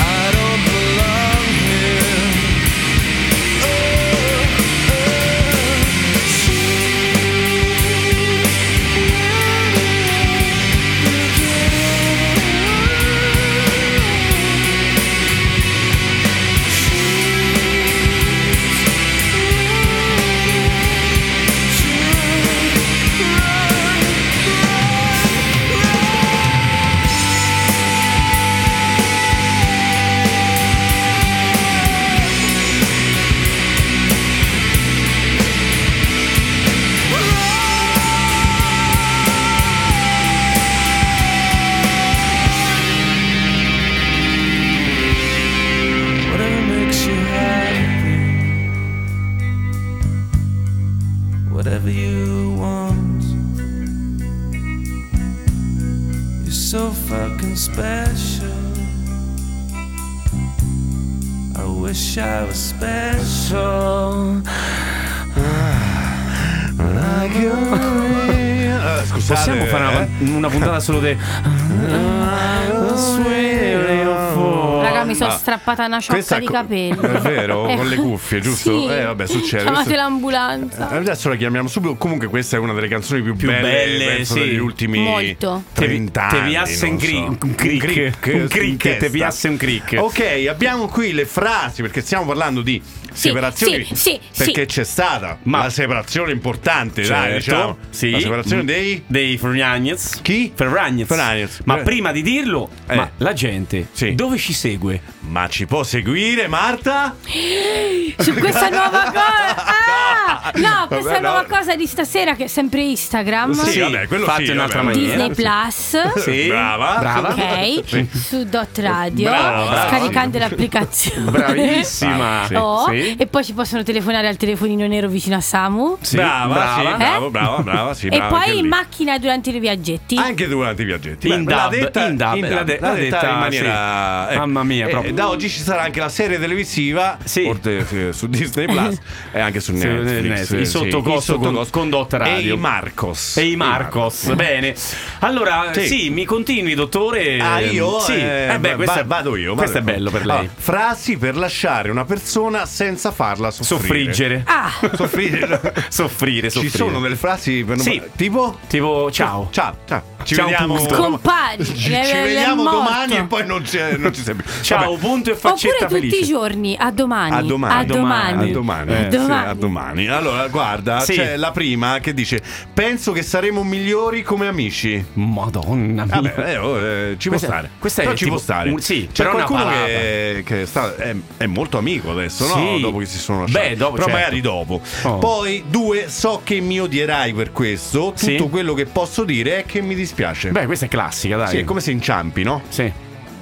[SPEAKER 13] I don't belong here. Oh. Whatever makes you happy. Whatever you want. You're so fucking special. I wish I was special.
[SPEAKER 5] Eh, scusate,
[SPEAKER 4] Possiamo fare una,
[SPEAKER 5] Eh?
[SPEAKER 4] una puntata solo di.
[SPEAKER 6] Raga, mi sono
[SPEAKER 5] Ah,
[SPEAKER 6] strappata una
[SPEAKER 5] questa
[SPEAKER 6] ciocca di
[SPEAKER 5] co-
[SPEAKER 6] capelli.
[SPEAKER 5] È vero?
[SPEAKER 6] Eh,
[SPEAKER 5] Con le cuffie, giusto?
[SPEAKER 6] sì.
[SPEAKER 5] Eh, vabbè, succede.
[SPEAKER 6] Chiamate
[SPEAKER 5] Questo-
[SPEAKER 6] l'ambulanza.
[SPEAKER 5] Eh, Adesso la chiamiamo subito. Comunque, questa è una delle canzoni più, belle,
[SPEAKER 4] belle,
[SPEAKER 5] penso,
[SPEAKER 4] sì.
[SPEAKER 5] degli ultimi
[SPEAKER 6] Molto.
[SPEAKER 5] 30
[SPEAKER 4] Te- te
[SPEAKER 5] anni.
[SPEAKER 4] piasse
[SPEAKER 5] non
[SPEAKER 4] un cri-
[SPEAKER 5] so.
[SPEAKER 4] un crick, un
[SPEAKER 5] in
[SPEAKER 4] crick,
[SPEAKER 5] testa.
[SPEAKER 4] te piasse un crick.
[SPEAKER 5] Ok, abbiamo qui le frasi perché stiamo parlando di separazioni.
[SPEAKER 6] sì, sì, sì.
[SPEAKER 5] perché c'è stata una separazione importante, dai, diciamo.
[SPEAKER 4] Certo, sì. Mm.
[SPEAKER 5] La separazione dei.
[SPEAKER 4] dei Ferragnez. Chi? Ferragnez.
[SPEAKER 5] Ferragnez.
[SPEAKER 4] Ma
[SPEAKER 5] Eh.
[SPEAKER 4] prima di dirlo, ma la gente dove ci segue?
[SPEAKER 5] bene, ma ci può seguire Marta?
[SPEAKER 6] Su questa nuova cosa. Ah!
[SPEAKER 5] No.
[SPEAKER 6] no, questa
[SPEAKER 5] Vabbè, no.
[SPEAKER 6] nuova cosa di stasera che è sempre Instagram.
[SPEAKER 5] Sì, vabbè, quello
[SPEAKER 4] fatta
[SPEAKER 5] sì,
[SPEAKER 4] in un'altra
[SPEAKER 5] vabbè.
[SPEAKER 4] maniera.
[SPEAKER 6] Disney Plus.
[SPEAKER 4] Sì.
[SPEAKER 5] Brava.
[SPEAKER 4] Brava.
[SPEAKER 6] Ok,
[SPEAKER 5] Sì.
[SPEAKER 6] su Dot Radio,
[SPEAKER 5] Brava.
[SPEAKER 6] scaricando l'applicazione.
[SPEAKER 4] Bravissima.
[SPEAKER 5] Sì.
[SPEAKER 6] Oh,
[SPEAKER 4] Sì.
[SPEAKER 6] E poi ci possono telefonare al telefonino nero vicino a Samu.
[SPEAKER 4] Sì,
[SPEAKER 5] brava, sì,
[SPEAKER 4] brava.
[SPEAKER 5] brava,
[SPEAKER 6] Eh?
[SPEAKER 5] brava, brava, sì,
[SPEAKER 6] e
[SPEAKER 5] brava, anche
[SPEAKER 6] poi in
[SPEAKER 5] lì.
[SPEAKER 6] macchina durante i viaggetti.
[SPEAKER 5] Anche durante i viaggetti.
[SPEAKER 4] In
[SPEAKER 5] Beh, l'ha
[SPEAKER 4] dub,
[SPEAKER 5] detta-
[SPEAKER 4] in dub, l'ha de-
[SPEAKER 5] l'ha
[SPEAKER 4] l'ha
[SPEAKER 5] detta
[SPEAKER 4] detta,
[SPEAKER 5] in maniera.
[SPEAKER 4] sì. Mamma mia,
[SPEAKER 5] eh,
[SPEAKER 4] proprio.
[SPEAKER 5] da oggi ci sarà anche la serie televisiva
[SPEAKER 4] Sì.
[SPEAKER 5] oltre che su Disney Plus e anche su
[SPEAKER 4] Sì,
[SPEAKER 5] Netflix.
[SPEAKER 4] Netflix, il sottocosto con- con Dot Radio.
[SPEAKER 5] E i Marcos.
[SPEAKER 4] E i Marcos, bene. Allora, sì.
[SPEAKER 5] Sì.
[SPEAKER 4] mi continui, dottore.
[SPEAKER 5] Ah, io?
[SPEAKER 4] Sì,
[SPEAKER 5] Eh,
[SPEAKER 4] eh, beh,
[SPEAKER 5] va-
[SPEAKER 4] questo è-
[SPEAKER 5] vado io.
[SPEAKER 4] Questo è
[SPEAKER 5] vado io. Ah,
[SPEAKER 4] bello per
[SPEAKER 5] Allora,
[SPEAKER 4] lei.
[SPEAKER 5] frasi per lasciare una persona senza farla soffrire.
[SPEAKER 4] Soffriggere.
[SPEAKER 6] Ah,
[SPEAKER 5] Soffriggere.
[SPEAKER 4] Soffrire, soffrire.
[SPEAKER 5] Ci sono delle frasi per non-
[SPEAKER 4] Sì.
[SPEAKER 5] tipo?
[SPEAKER 4] Tipo, ciao.
[SPEAKER 5] Ciao, ciao. Ci
[SPEAKER 4] Ciao,
[SPEAKER 5] vediamo.
[SPEAKER 4] punto.
[SPEAKER 6] Compari.
[SPEAKER 5] Ci, ci
[SPEAKER 6] È- Eh, è
[SPEAKER 5] vediamo
[SPEAKER 6] morto.
[SPEAKER 5] domani e poi non c'è, non ci sei più.
[SPEAKER 4] Ciao,
[SPEAKER 5] Vabbè.
[SPEAKER 4] punto e
[SPEAKER 6] Oppure
[SPEAKER 4] faccetta
[SPEAKER 6] tutti
[SPEAKER 4] felice.
[SPEAKER 6] i giorni, a domani.
[SPEAKER 5] A domani.
[SPEAKER 6] A domani.
[SPEAKER 5] A domani,
[SPEAKER 6] A
[SPEAKER 5] eh,
[SPEAKER 6] domani.
[SPEAKER 5] sì, a domani. Allora, guarda,
[SPEAKER 4] Sì.
[SPEAKER 5] c'è la prima che dice: Penso che saremo migliori come amici.
[SPEAKER 4] Madonna mia.
[SPEAKER 5] Vabbè, eh, oh, eh, ci può
[SPEAKER 4] Questa-
[SPEAKER 5] stare.
[SPEAKER 4] questa è
[SPEAKER 5] Però ci
[SPEAKER 4] tipo
[SPEAKER 5] può stare.
[SPEAKER 4] un- sì,
[SPEAKER 5] c'è
[SPEAKER 4] però una
[SPEAKER 5] qualcuno
[SPEAKER 4] palata.
[SPEAKER 5] che, che sta- è, è molto amico adesso, no?
[SPEAKER 4] Sì.
[SPEAKER 5] Dopo che si sono lasciati.
[SPEAKER 4] Beh, dopo,
[SPEAKER 5] Però
[SPEAKER 4] certo.
[SPEAKER 5] magari dopo.
[SPEAKER 4] Oh.
[SPEAKER 5] Poi, due, so che mi odierai per questo. Tutto
[SPEAKER 4] Sì.
[SPEAKER 5] quello che posso dire è che mi dispiace.
[SPEAKER 4] Beh, questa è classica, dai.
[SPEAKER 5] Sì, è come se inciampi, no?
[SPEAKER 4] Sì.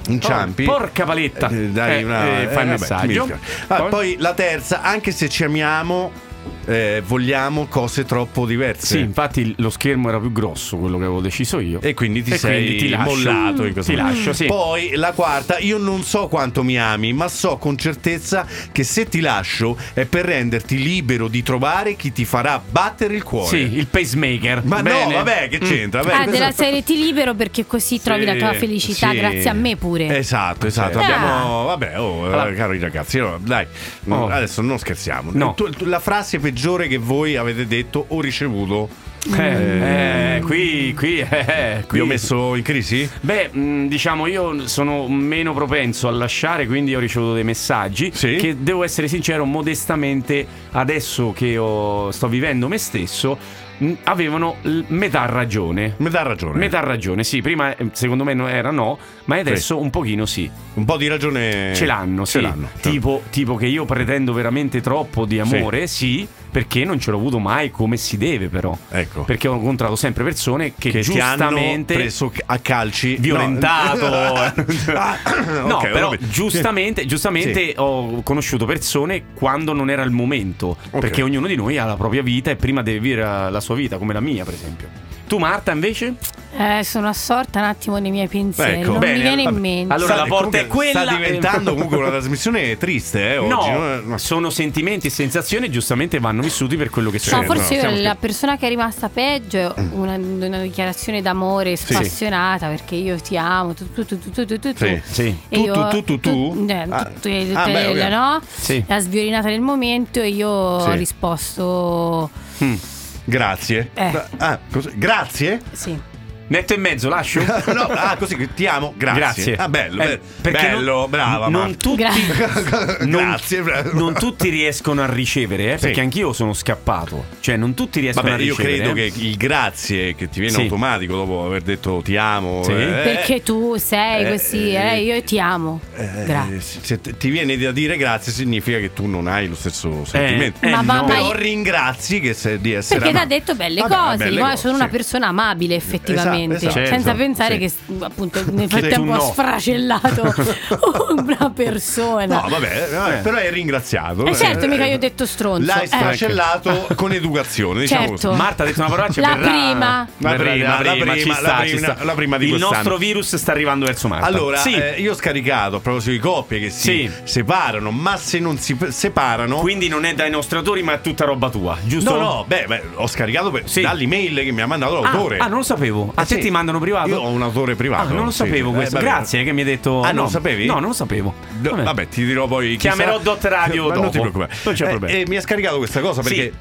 [SPEAKER 5] Inciampi.
[SPEAKER 4] Oh, porca paletta.
[SPEAKER 5] Eh, dai,
[SPEAKER 4] Eh,
[SPEAKER 5] una-
[SPEAKER 4] eh,
[SPEAKER 5] eh,
[SPEAKER 4] fai il
[SPEAKER 5] vabbè,
[SPEAKER 4] messaggio.
[SPEAKER 5] mi dispiace. Ah,
[SPEAKER 4] Poi-
[SPEAKER 5] poi? la terza, anche se ci amiamo, eh, vogliamo cose troppo diverse.
[SPEAKER 4] Sì, infatti lo schermo era più grosso, quello che avevo deciso io.
[SPEAKER 5] E quindi ti sei
[SPEAKER 4] quindi ti lascio.
[SPEAKER 5] mollato in questo
[SPEAKER 4] Ti
[SPEAKER 5] momento.
[SPEAKER 4] lascio, sì.
[SPEAKER 5] Poi la quarta, io non so quanto mi ami, ma so con certezza che se ti lascio è per renderti libero di trovare chi ti farà battere il cuore.
[SPEAKER 4] sì, il pacemaker.
[SPEAKER 5] Ma no,
[SPEAKER 4] Bene. Mm.
[SPEAKER 5] vabbè, che c'entra? Vabbè,
[SPEAKER 6] Ah,
[SPEAKER 5] questo-
[SPEAKER 6] della serie ti libero perché così trovi la tua felicità
[SPEAKER 5] sì.
[SPEAKER 6] grazie a me pure.
[SPEAKER 5] Esatto, esatto.
[SPEAKER 6] Ah.
[SPEAKER 5] Abbiamo. Vabbè, oh, eh,
[SPEAKER 4] Allora-
[SPEAKER 5] cari ragazzi, allora, dai, mm,
[SPEAKER 4] Oh.
[SPEAKER 5] adesso non scherziamo.
[SPEAKER 4] No.
[SPEAKER 5] Tu- tu- la frase peggiore che voi avete detto o ricevuto.
[SPEAKER 4] Eh, eh, qui, qui, eh, qui.
[SPEAKER 5] Vi ho messo in crisi?
[SPEAKER 4] Beh, mh, diciamo io sono meno propenso a lasciare, quindi ho ricevuto dei messaggi
[SPEAKER 5] Sì.
[SPEAKER 4] che devo essere sincero, modestamente adesso che ho- sto vivendo me stesso, mh, avevano l- metà ragione.
[SPEAKER 5] Metà ragione.
[SPEAKER 4] Metà ragione, sì, prima eh, secondo me no- era no, ma adesso un pochino sì.
[SPEAKER 5] Un po' di ragione.
[SPEAKER 4] Ce l'hanno,
[SPEAKER 5] Eh, ce
[SPEAKER 4] sì.
[SPEAKER 5] l'hanno.
[SPEAKER 4] Tipo, tipo che io pretendo veramente troppo di amore, sì, perché non ce l'ho avuto mai come si deve, però.
[SPEAKER 5] Ecco.
[SPEAKER 4] Perché ho incontrato sempre persone che,
[SPEAKER 5] che ti hanno
[SPEAKER 4] giustamente.
[SPEAKER 5] preso a calci
[SPEAKER 4] Violentato.
[SPEAKER 5] Ah,
[SPEAKER 4] No,
[SPEAKER 5] ok,
[SPEAKER 4] però
[SPEAKER 5] vabbè.
[SPEAKER 4] giustamente, giustamente
[SPEAKER 5] Sì.
[SPEAKER 4] ho conosciuto persone quando non era il momento.
[SPEAKER 5] Ok.
[SPEAKER 4] Perché ognuno di noi ha la propria vita e prima deve vivere la sua vita, come la mia, per esempio. Tu, Marta, invece?
[SPEAKER 6] Eh, sono assorta un attimo nei miei pensieri,
[SPEAKER 5] Ecco.
[SPEAKER 6] non
[SPEAKER 5] Bene,
[SPEAKER 6] mi viene in
[SPEAKER 5] vabbè.
[SPEAKER 6] mente.
[SPEAKER 4] Allora,
[SPEAKER 5] Sta-
[SPEAKER 4] la porta
[SPEAKER 5] comunque
[SPEAKER 4] è quella.
[SPEAKER 5] Sta diventando comunque una trasmissione triste, eh, oggi.
[SPEAKER 4] no,
[SPEAKER 5] no?
[SPEAKER 4] sono sentimenti e sensazioni e giustamente vanno vissuti per quello che sono.
[SPEAKER 6] No, forse io
[SPEAKER 4] Siamo
[SPEAKER 6] la
[SPEAKER 4] tutti-
[SPEAKER 6] persona che è rimasta peggio è
[SPEAKER 5] Mm.
[SPEAKER 6] una, una dichiarazione d'amore spassionata perché io ti amo, tu tu tu tu tu tu tu. tu.
[SPEAKER 5] Sì,
[SPEAKER 4] sì.
[SPEAKER 6] E
[SPEAKER 5] Tu,
[SPEAKER 6] io-
[SPEAKER 5] tu, tu, tu, tu?
[SPEAKER 6] eh,
[SPEAKER 5] Ah.
[SPEAKER 6] tutto il-
[SPEAKER 5] Ah, beh,
[SPEAKER 6] il-
[SPEAKER 5] ok.
[SPEAKER 6] no?
[SPEAKER 4] Sì.
[SPEAKER 6] La sviolinata del momento e io
[SPEAKER 5] Sì.
[SPEAKER 6] ho risposto
[SPEAKER 5] Grazie.
[SPEAKER 6] Eh.
[SPEAKER 5] Ah, così- Grazie?
[SPEAKER 6] sì.
[SPEAKER 5] Eh,
[SPEAKER 4] Netto e mezzo, lascio.
[SPEAKER 5] No, ah, così che ti amo, grazie. Ah, bello,
[SPEAKER 4] Eh,
[SPEAKER 5] bello,
[SPEAKER 4] perché
[SPEAKER 5] bello,
[SPEAKER 4] non-
[SPEAKER 5] brava.
[SPEAKER 4] Non
[SPEAKER 5] Marta.
[SPEAKER 4] tutti, non-
[SPEAKER 5] grazie, bravo.
[SPEAKER 4] non tutti riescono a ricevere, eh,
[SPEAKER 5] Sì.
[SPEAKER 4] perché anch'io sono scappato. Cioè, non tutti riescono
[SPEAKER 5] Vabbè,
[SPEAKER 4] a
[SPEAKER 5] io
[SPEAKER 4] ricevere.
[SPEAKER 5] credo
[SPEAKER 4] eh.
[SPEAKER 5] che il grazie che ti viene
[SPEAKER 4] Sì.
[SPEAKER 5] automatico dopo aver detto ti amo,
[SPEAKER 4] Sì.
[SPEAKER 5] eh,
[SPEAKER 6] perché tu sei
[SPEAKER 5] eh,
[SPEAKER 6] così, eh, io ti amo.
[SPEAKER 5] eh,
[SPEAKER 6] Grazie.
[SPEAKER 5] se te- ti viene da dire grazie significa che tu non hai lo stesso sentimento.
[SPEAKER 4] eh,
[SPEAKER 6] Ma va
[SPEAKER 4] no.
[SPEAKER 6] mai-
[SPEAKER 5] Però ringrazi che sei di essere
[SPEAKER 6] Perché ti ha
[SPEAKER 5] amato.
[SPEAKER 6] detto belle
[SPEAKER 5] Vabbè,
[SPEAKER 6] cose,
[SPEAKER 5] belle
[SPEAKER 6] ma
[SPEAKER 5] cose,
[SPEAKER 6] sono una
[SPEAKER 5] sì.
[SPEAKER 6] persona amabile effettivamente,
[SPEAKER 5] Esatto, esatto.
[SPEAKER 6] senza
[SPEAKER 5] Certo,
[SPEAKER 6] pensare
[SPEAKER 5] sì.
[SPEAKER 6] che appunto nel
[SPEAKER 5] tu
[SPEAKER 6] frattempo
[SPEAKER 5] no.
[SPEAKER 6] ha sfracellato una persona.
[SPEAKER 5] No, vabbè, vabbè,
[SPEAKER 4] Eh.
[SPEAKER 5] però hai ringraziato.
[SPEAKER 6] Eh, certo,
[SPEAKER 5] Eh,
[SPEAKER 6] mica io ho detto stronzo.
[SPEAKER 5] L'hai
[SPEAKER 6] Eh.
[SPEAKER 5] sfracellato con educazione, diciamo
[SPEAKER 6] Certo.
[SPEAKER 5] così.
[SPEAKER 4] Marta ha detto una parolaccia
[SPEAKER 6] La
[SPEAKER 4] verrà-
[SPEAKER 6] prima.
[SPEAKER 5] La
[SPEAKER 4] verrà-
[SPEAKER 5] prima, la prima,
[SPEAKER 4] ci
[SPEAKER 5] la
[SPEAKER 4] sta,
[SPEAKER 5] prima,
[SPEAKER 4] ci sta.
[SPEAKER 5] la prima di
[SPEAKER 4] Il
[SPEAKER 5] quest'anno.
[SPEAKER 4] nostro virus sta arrivando verso Marta.
[SPEAKER 5] Allora,
[SPEAKER 4] sì.
[SPEAKER 5] eh, io ho scaricato a proposito di coppie che si
[SPEAKER 4] Sì.
[SPEAKER 5] separano, ma se non si p- separano.
[SPEAKER 4] quindi non è dai nostri autori, ma è tutta roba tua, giusto?
[SPEAKER 5] No, no, beh, beh, ho scaricato per-
[SPEAKER 4] Sì.
[SPEAKER 5] dall'email che mi ha mandato
[SPEAKER 4] Ah,
[SPEAKER 5] l'autore.
[SPEAKER 4] Ah, non lo sapevo. A
[SPEAKER 5] Eh,
[SPEAKER 4] te
[SPEAKER 5] sì.
[SPEAKER 4] ti mandano privato?
[SPEAKER 5] Io ho un autore
[SPEAKER 4] Ah,
[SPEAKER 5] privato.
[SPEAKER 4] non lo
[SPEAKER 5] sì.
[SPEAKER 4] sapevo
[SPEAKER 5] Eh,
[SPEAKER 4] questo.
[SPEAKER 5] vabbè.
[SPEAKER 4] Grazie che mi hai detto.
[SPEAKER 5] Ah, non
[SPEAKER 4] no.
[SPEAKER 5] lo sapevi?
[SPEAKER 4] No, non lo sapevo.
[SPEAKER 5] No,
[SPEAKER 4] Vabbè.
[SPEAKER 5] Vabbè, ti dirò poi. chi
[SPEAKER 4] Chiamerò
[SPEAKER 5] sarà.
[SPEAKER 4] Dot Radio
[SPEAKER 5] Ma Non
[SPEAKER 4] dopo.
[SPEAKER 5] ti preoccupare.
[SPEAKER 4] Non c'è
[SPEAKER 5] Eh,
[SPEAKER 4] problema.
[SPEAKER 5] E mi ha scaricato questa cosa
[SPEAKER 4] Sì.
[SPEAKER 5] perché,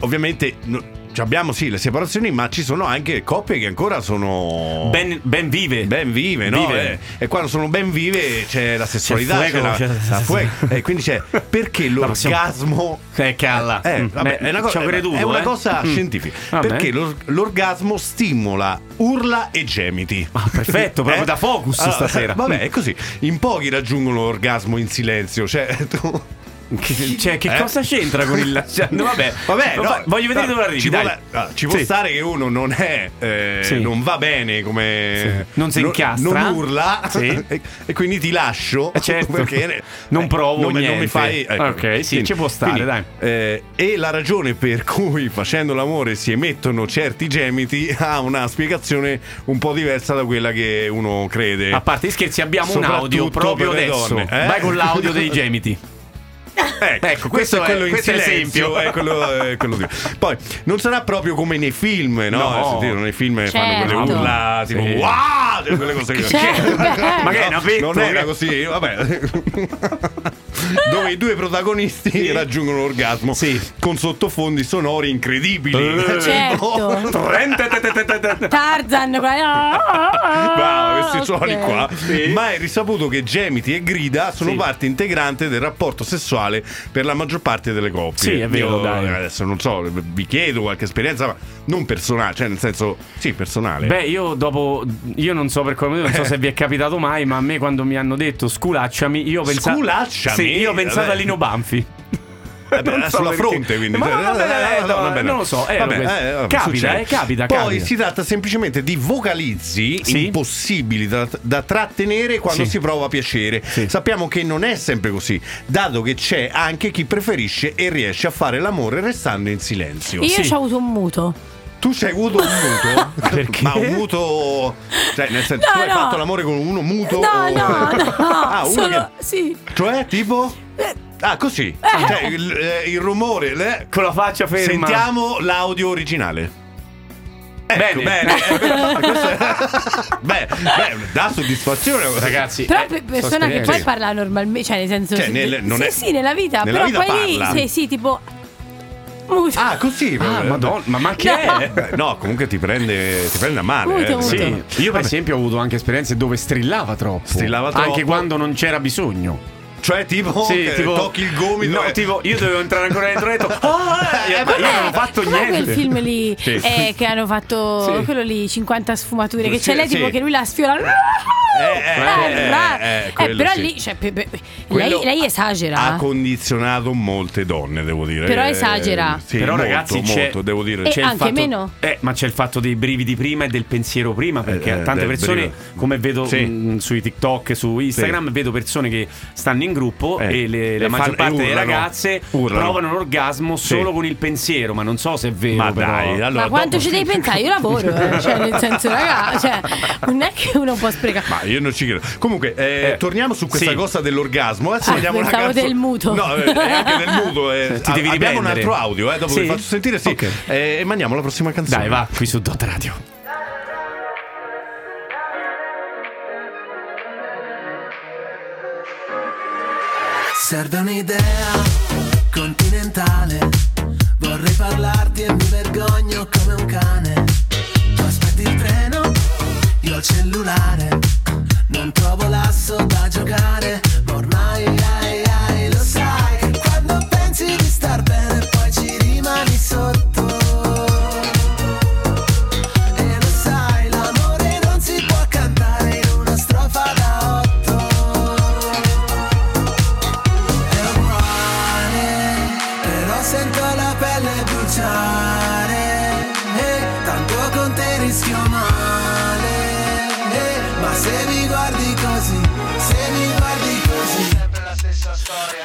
[SPEAKER 5] ovviamente. no- Ci Abbiamo sì le separazioni, ma ci sono anche coppie che ancora sono
[SPEAKER 4] ben, vive.
[SPEAKER 5] Ben vive,
[SPEAKER 4] Eh,
[SPEAKER 5] no?
[SPEAKER 4] Vive.
[SPEAKER 5] Eh, E quando sono ben vive c'è la sessualità,
[SPEAKER 4] fuego,
[SPEAKER 5] c'è la,
[SPEAKER 4] c'è-
[SPEAKER 5] la fue- E quindi c'è perché l'orgasmo
[SPEAKER 4] è calla.
[SPEAKER 5] Eh,
[SPEAKER 4] Mm.
[SPEAKER 5] vabbè,
[SPEAKER 4] Beh,
[SPEAKER 5] è una, cosa-
[SPEAKER 4] ci ho creduto,
[SPEAKER 5] è una
[SPEAKER 4] eh.
[SPEAKER 5] cosa
[SPEAKER 4] Mm.
[SPEAKER 5] scientifica.
[SPEAKER 4] Vabbè.
[SPEAKER 5] Perché l'or- l'orgasmo stimola, urla e gemiti.
[SPEAKER 4] Ah,
[SPEAKER 5] Eh?
[SPEAKER 4] perfetto, proprio da focus stasera. Mm.
[SPEAKER 5] Vabbè, è così. In pochi raggiungono l'orgasmo in silenzio. Cioè, tu-
[SPEAKER 4] Che, cioè, che
[SPEAKER 5] Eh?
[SPEAKER 4] cosa c'entra con il cioè, no, vabbè,
[SPEAKER 5] Vabbè,
[SPEAKER 4] Lo
[SPEAKER 5] no,
[SPEAKER 4] fa- voglio vedere
[SPEAKER 5] no,
[SPEAKER 4] dove arrivi.
[SPEAKER 5] Ci,
[SPEAKER 4] dai.
[SPEAKER 5] Può, ah, ci può
[SPEAKER 4] Sì.
[SPEAKER 5] stare che uno non è, eh,
[SPEAKER 4] Sì.
[SPEAKER 5] non va bene come.
[SPEAKER 4] Sì. Non si incastra.
[SPEAKER 5] Non urla.
[SPEAKER 4] Sì.
[SPEAKER 5] E, e quindi ti lascio.
[SPEAKER 4] Eh, certo.
[SPEAKER 5] Perché eh,
[SPEAKER 4] Non provo
[SPEAKER 5] non, mi- non
[SPEAKER 4] niente.
[SPEAKER 5] mi fai. ecco,
[SPEAKER 4] Ok, sì, ci può stare, dai.
[SPEAKER 5] eh, e la ragione per cui facendo l'amore si emettono certi gemiti ha una spiegazione un po' diversa da quella che uno crede.
[SPEAKER 4] A parte gli scherzi, abbiamo un
[SPEAKER 5] Soprattutto
[SPEAKER 4] audio proprio
[SPEAKER 5] per le
[SPEAKER 4] adesso.
[SPEAKER 5] donne, eh?
[SPEAKER 4] Vai con l'audio dei gemiti.
[SPEAKER 5] Ecco,
[SPEAKER 4] Ecco, questo
[SPEAKER 5] questo,
[SPEAKER 4] è-
[SPEAKER 5] è quello in
[SPEAKER 4] questo è
[SPEAKER 5] silenzio.
[SPEAKER 4] l'esempio.
[SPEAKER 5] È quello, è quello di- Poi, non sarà proprio come nei film, no?
[SPEAKER 4] No.
[SPEAKER 5] Eh, sentite, nei film fanno
[SPEAKER 6] Certo.
[SPEAKER 5] quelle urla, tipo
[SPEAKER 4] Sì.
[SPEAKER 5] wow, Cioè, quelle cose che
[SPEAKER 4] Ma che è una
[SPEAKER 5] No,
[SPEAKER 4] vetta?
[SPEAKER 5] non era così, vabbè. Dove i due protagonisti raggiungono l'orgasmo
[SPEAKER 4] Sì.
[SPEAKER 5] con sottofondi sonori incredibili.
[SPEAKER 4] Eh.
[SPEAKER 6] Certo. Tarzan,
[SPEAKER 4] Ah,
[SPEAKER 6] quella...
[SPEAKER 5] Bravo, questi
[SPEAKER 6] Ok.
[SPEAKER 5] suoni qua. Ma è risaputo che gemiti e grida sono
[SPEAKER 4] Sì.
[SPEAKER 5] parte integrante del rapporto sessuale per la maggior parte delle coppie.
[SPEAKER 4] Sì, è vero,
[SPEAKER 5] Io
[SPEAKER 4] dai.
[SPEAKER 5] adesso non so, vi chiedo qualche esperienza, ma non personale, cioè nel senso, sì, personale.
[SPEAKER 4] Beh, io dopo. Io non so per come non so se vi è capitato mai, ma a me quando mi hanno detto sculacciami, io pensavo.
[SPEAKER 5] Sculacciami?
[SPEAKER 4] Sì, io ho pensato
[SPEAKER 5] Vabbè.
[SPEAKER 4] a Lino Banfi.
[SPEAKER 5] Eh, beh,
[SPEAKER 4] Non so
[SPEAKER 5] sulla
[SPEAKER 4] perché.
[SPEAKER 5] fronte, quindi.
[SPEAKER 4] Ma
[SPEAKER 5] Cioè,
[SPEAKER 4] no, vabbè,
[SPEAKER 5] eh,
[SPEAKER 4] eh,
[SPEAKER 5] no,
[SPEAKER 4] no,
[SPEAKER 5] vabbè, no.
[SPEAKER 4] non lo so, eh,
[SPEAKER 5] Vabbè,
[SPEAKER 4] questo-
[SPEAKER 5] eh, vabbè,
[SPEAKER 4] capita,
[SPEAKER 5] succede.
[SPEAKER 4] eh, capita,
[SPEAKER 5] Poi
[SPEAKER 4] capita.
[SPEAKER 5] si tratta semplicemente di vocalizzi
[SPEAKER 4] Sì.
[SPEAKER 5] impossibili da, da trattenere quando
[SPEAKER 4] Sì.
[SPEAKER 5] si prova piacere. Sappiamo che non è sempre così, dato che c'è anche chi preferisce e riesce a fare l'amore restando in silenzio.
[SPEAKER 6] Io
[SPEAKER 4] Sì.
[SPEAKER 6] ci ho avuto un muto.
[SPEAKER 5] Tu sei avuto un muto?
[SPEAKER 4] Perché?
[SPEAKER 5] Ma un muto. Cioè, nel senso,
[SPEAKER 6] No,
[SPEAKER 5] tu hai
[SPEAKER 6] no.
[SPEAKER 5] fatto l'amore con uno muto?
[SPEAKER 6] No,
[SPEAKER 5] o-
[SPEAKER 6] no, no.
[SPEAKER 5] ah, uno
[SPEAKER 6] solo... Eh.
[SPEAKER 5] che-
[SPEAKER 6] Sì.
[SPEAKER 5] Cioè, tipo. Ah, così. Cioè, il, eh, il rumore. le-
[SPEAKER 4] Con la faccia ferma.
[SPEAKER 5] Sentiamo l'audio originale. Ecco,
[SPEAKER 4] Bene.
[SPEAKER 5] bene. eh, questo è- beh, beh, dà soddisfazione.
[SPEAKER 4] Ragazzi,
[SPEAKER 6] Però
[SPEAKER 4] eh,
[SPEAKER 6] per
[SPEAKER 4] so
[SPEAKER 6] persona che
[SPEAKER 4] spiegarvi.
[SPEAKER 6] poi parla normalmente, cioè nel senso
[SPEAKER 5] Cioè,
[SPEAKER 6] sì,
[SPEAKER 5] nel- non
[SPEAKER 6] sì,
[SPEAKER 5] è-
[SPEAKER 6] sì, nella vita,
[SPEAKER 5] nella
[SPEAKER 6] però
[SPEAKER 5] vita
[SPEAKER 6] poi
[SPEAKER 5] parla.
[SPEAKER 6] sì, sì, tipo muto.
[SPEAKER 5] Ah, così.
[SPEAKER 4] Ah,
[SPEAKER 5] eh,
[SPEAKER 4] madonna, ma, ma che è?
[SPEAKER 5] beh, No, comunque ti prende, ti prende a male.
[SPEAKER 6] Muto,
[SPEAKER 5] eh.
[SPEAKER 6] muto.
[SPEAKER 5] Sì.
[SPEAKER 11] Io, per esempio, ho avuto anche esperienze dove strillava troppo.
[SPEAKER 5] Strillava troppo.
[SPEAKER 11] Anche quando non c'era bisogno.
[SPEAKER 5] Cioè, tipo,
[SPEAKER 4] Sì,
[SPEAKER 5] che
[SPEAKER 4] tipo-
[SPEAKER 5] tocchi il gomito.
[SPEAKER 4] No,
[SPEAKER 5] eh.
[SPEAKER 4] tipo, io dovevo entrare ancora dentro e ho detto. "Ah!" Io- ma io non ho fatto
[SPEAKER 6] Eh, Com'è
[SPEAKER 4] niente.
[SPEAKER 6] quel film lì
[SPEAKER 5] Sì.
[SPEAKER 6] eh, che hanno fatto
[SPEAKER 4] Sì.
[SPEAKER 6] quello lì 50 sfumature che
[SPEAKER 5] Sì,
[SPEAKER 6] c'è lei
[SPEAKER 5] sì.
[SPEAKER 6] tipo che lui la sfiora
[SPEAKER 5] Eh, eh,
[SPEAKER 6] Ra,
[SPEAKER 5] eh,
[SPEAKER 6] ra.
[SPEAKER 5] eh,
[SPEAKER 6] Eh,
[SPEAKER 5] quello
[SPEAKER 6] però
[SPEAKER 5] sì.
[SPEAKER 6] lì cioè, pe- pe-
[SPEAKER 5] Quello
[SPEAKER 6] lei, lei esagera
[SPEAKER 5] Ha condizionato molte donne, devo dire.
[SPEAKER 6] Però
[SPEAKER 5] Eh,
[SPEAKER 6] esagera.
[SPEAKER 5] sì,
[SPEAKER 4] Però
[SPEAKER 5] molto,
[SPEAKER 4] ragazzi c'è,
[SPEAKER 5] molto, devo dire.
[SPEAKER 6] E
[SPEAKER 4] c'è il
[SPEAKER 6] Eh, anche
[SPEAKER 4] fatto-
[SPEAKER 6] meno.
[SPEAKER 4] Eh, ma c'è il fatto dei brividi prima e del pensiero prima, perché
[SPEAKER 5] Eh, eh,
[SPEAKER 4] tante
[SPEAKER 5] del
[SPEAKER 4] persone,
[SPEAKER 5] brivido.
[SPEAKER 4] come vedo
[SPEAKER 5] Sì.
[SPEAKER 4] mh, sui TikTok, e su Instagram, vedo persone che stanno in gruppo
[SPEAKER 5] Eh,
[SPEAKER 4] e le-
[SPEAKER 5] e
[SPEAKER 4] la maggior
[SPEAKER 5] fanno- e
[SPEAKER 4] parte delle
[SPEAKER 5] urlano.
[SPEAKER 4] ragazze
[SPEAKER 5] Urlano.
[SPEAKER 4] provano l'orgasmo solo
[SPEAKER 5] Sì.
[SPEAKER 4] con il pensiero, ma non so se è vero.
[SPEAKER 5] Ma
[SPEAKER 4] però.
[SPEAKER 5] dai, allora,
[SPEAKER 6] ma quanto
[SPEAKER 5] dopo-
[SPEAKER 6] ci devi pensare? Io lavoro, eh. cioè, nel senso, raga, cioè, non è che uno può sprecare.
[SPEAKER 5] Ma io non ci credo. Comunque, eh,
[SPEAKER 4] Eh,
[SPEAKER 5] torniamo su questa
[SPEAKER 4] sì.
[SPEAKER 5] cosa dell'orgasmo. Adesso
[SPEAKER 6] Ah,
[SPEAKER 5] vediamo una
[SPEAKER 6] pensavo
[SPEAKER 5] canzone-
[SPEAKER 6] del muto.
[SPEAKER 5] No, eh, è anche del muto. eh.
[SPEAKER 4] Ti devi
[SPEAKER 5] A- Abbiamo un
[SPEAKER 4] riprendere.
[SPEAKER 5] altro audio, eh, dopo
[SPEAKER 4] Sì?
[SPEAKER 5] vi faccio sentire. Sì.
[SPEAKER 4] Ok.
[SPEAKER 5] Eh, e mandiamo la prossima canzone.
[SPEAKER 4] Dai, va qui su Dot Radio.
[SPEAKER 7] Serve un'idea continentale. Vorrei parlarti e mi vergogno come un cane. Tu aspetti il treno, io il cellulare. Non trovo l'asso da giocare. ma Ormai ai, ai, lo sai. che Quando pensi di star bene, poi ci rimani sotto. E lo sai, l'amore non si può cantare in una strofa da otto. è uguale, però sento la pelle bruciare, e tanto con te rischio male, e ma se mi guardi così, se mi guardi così,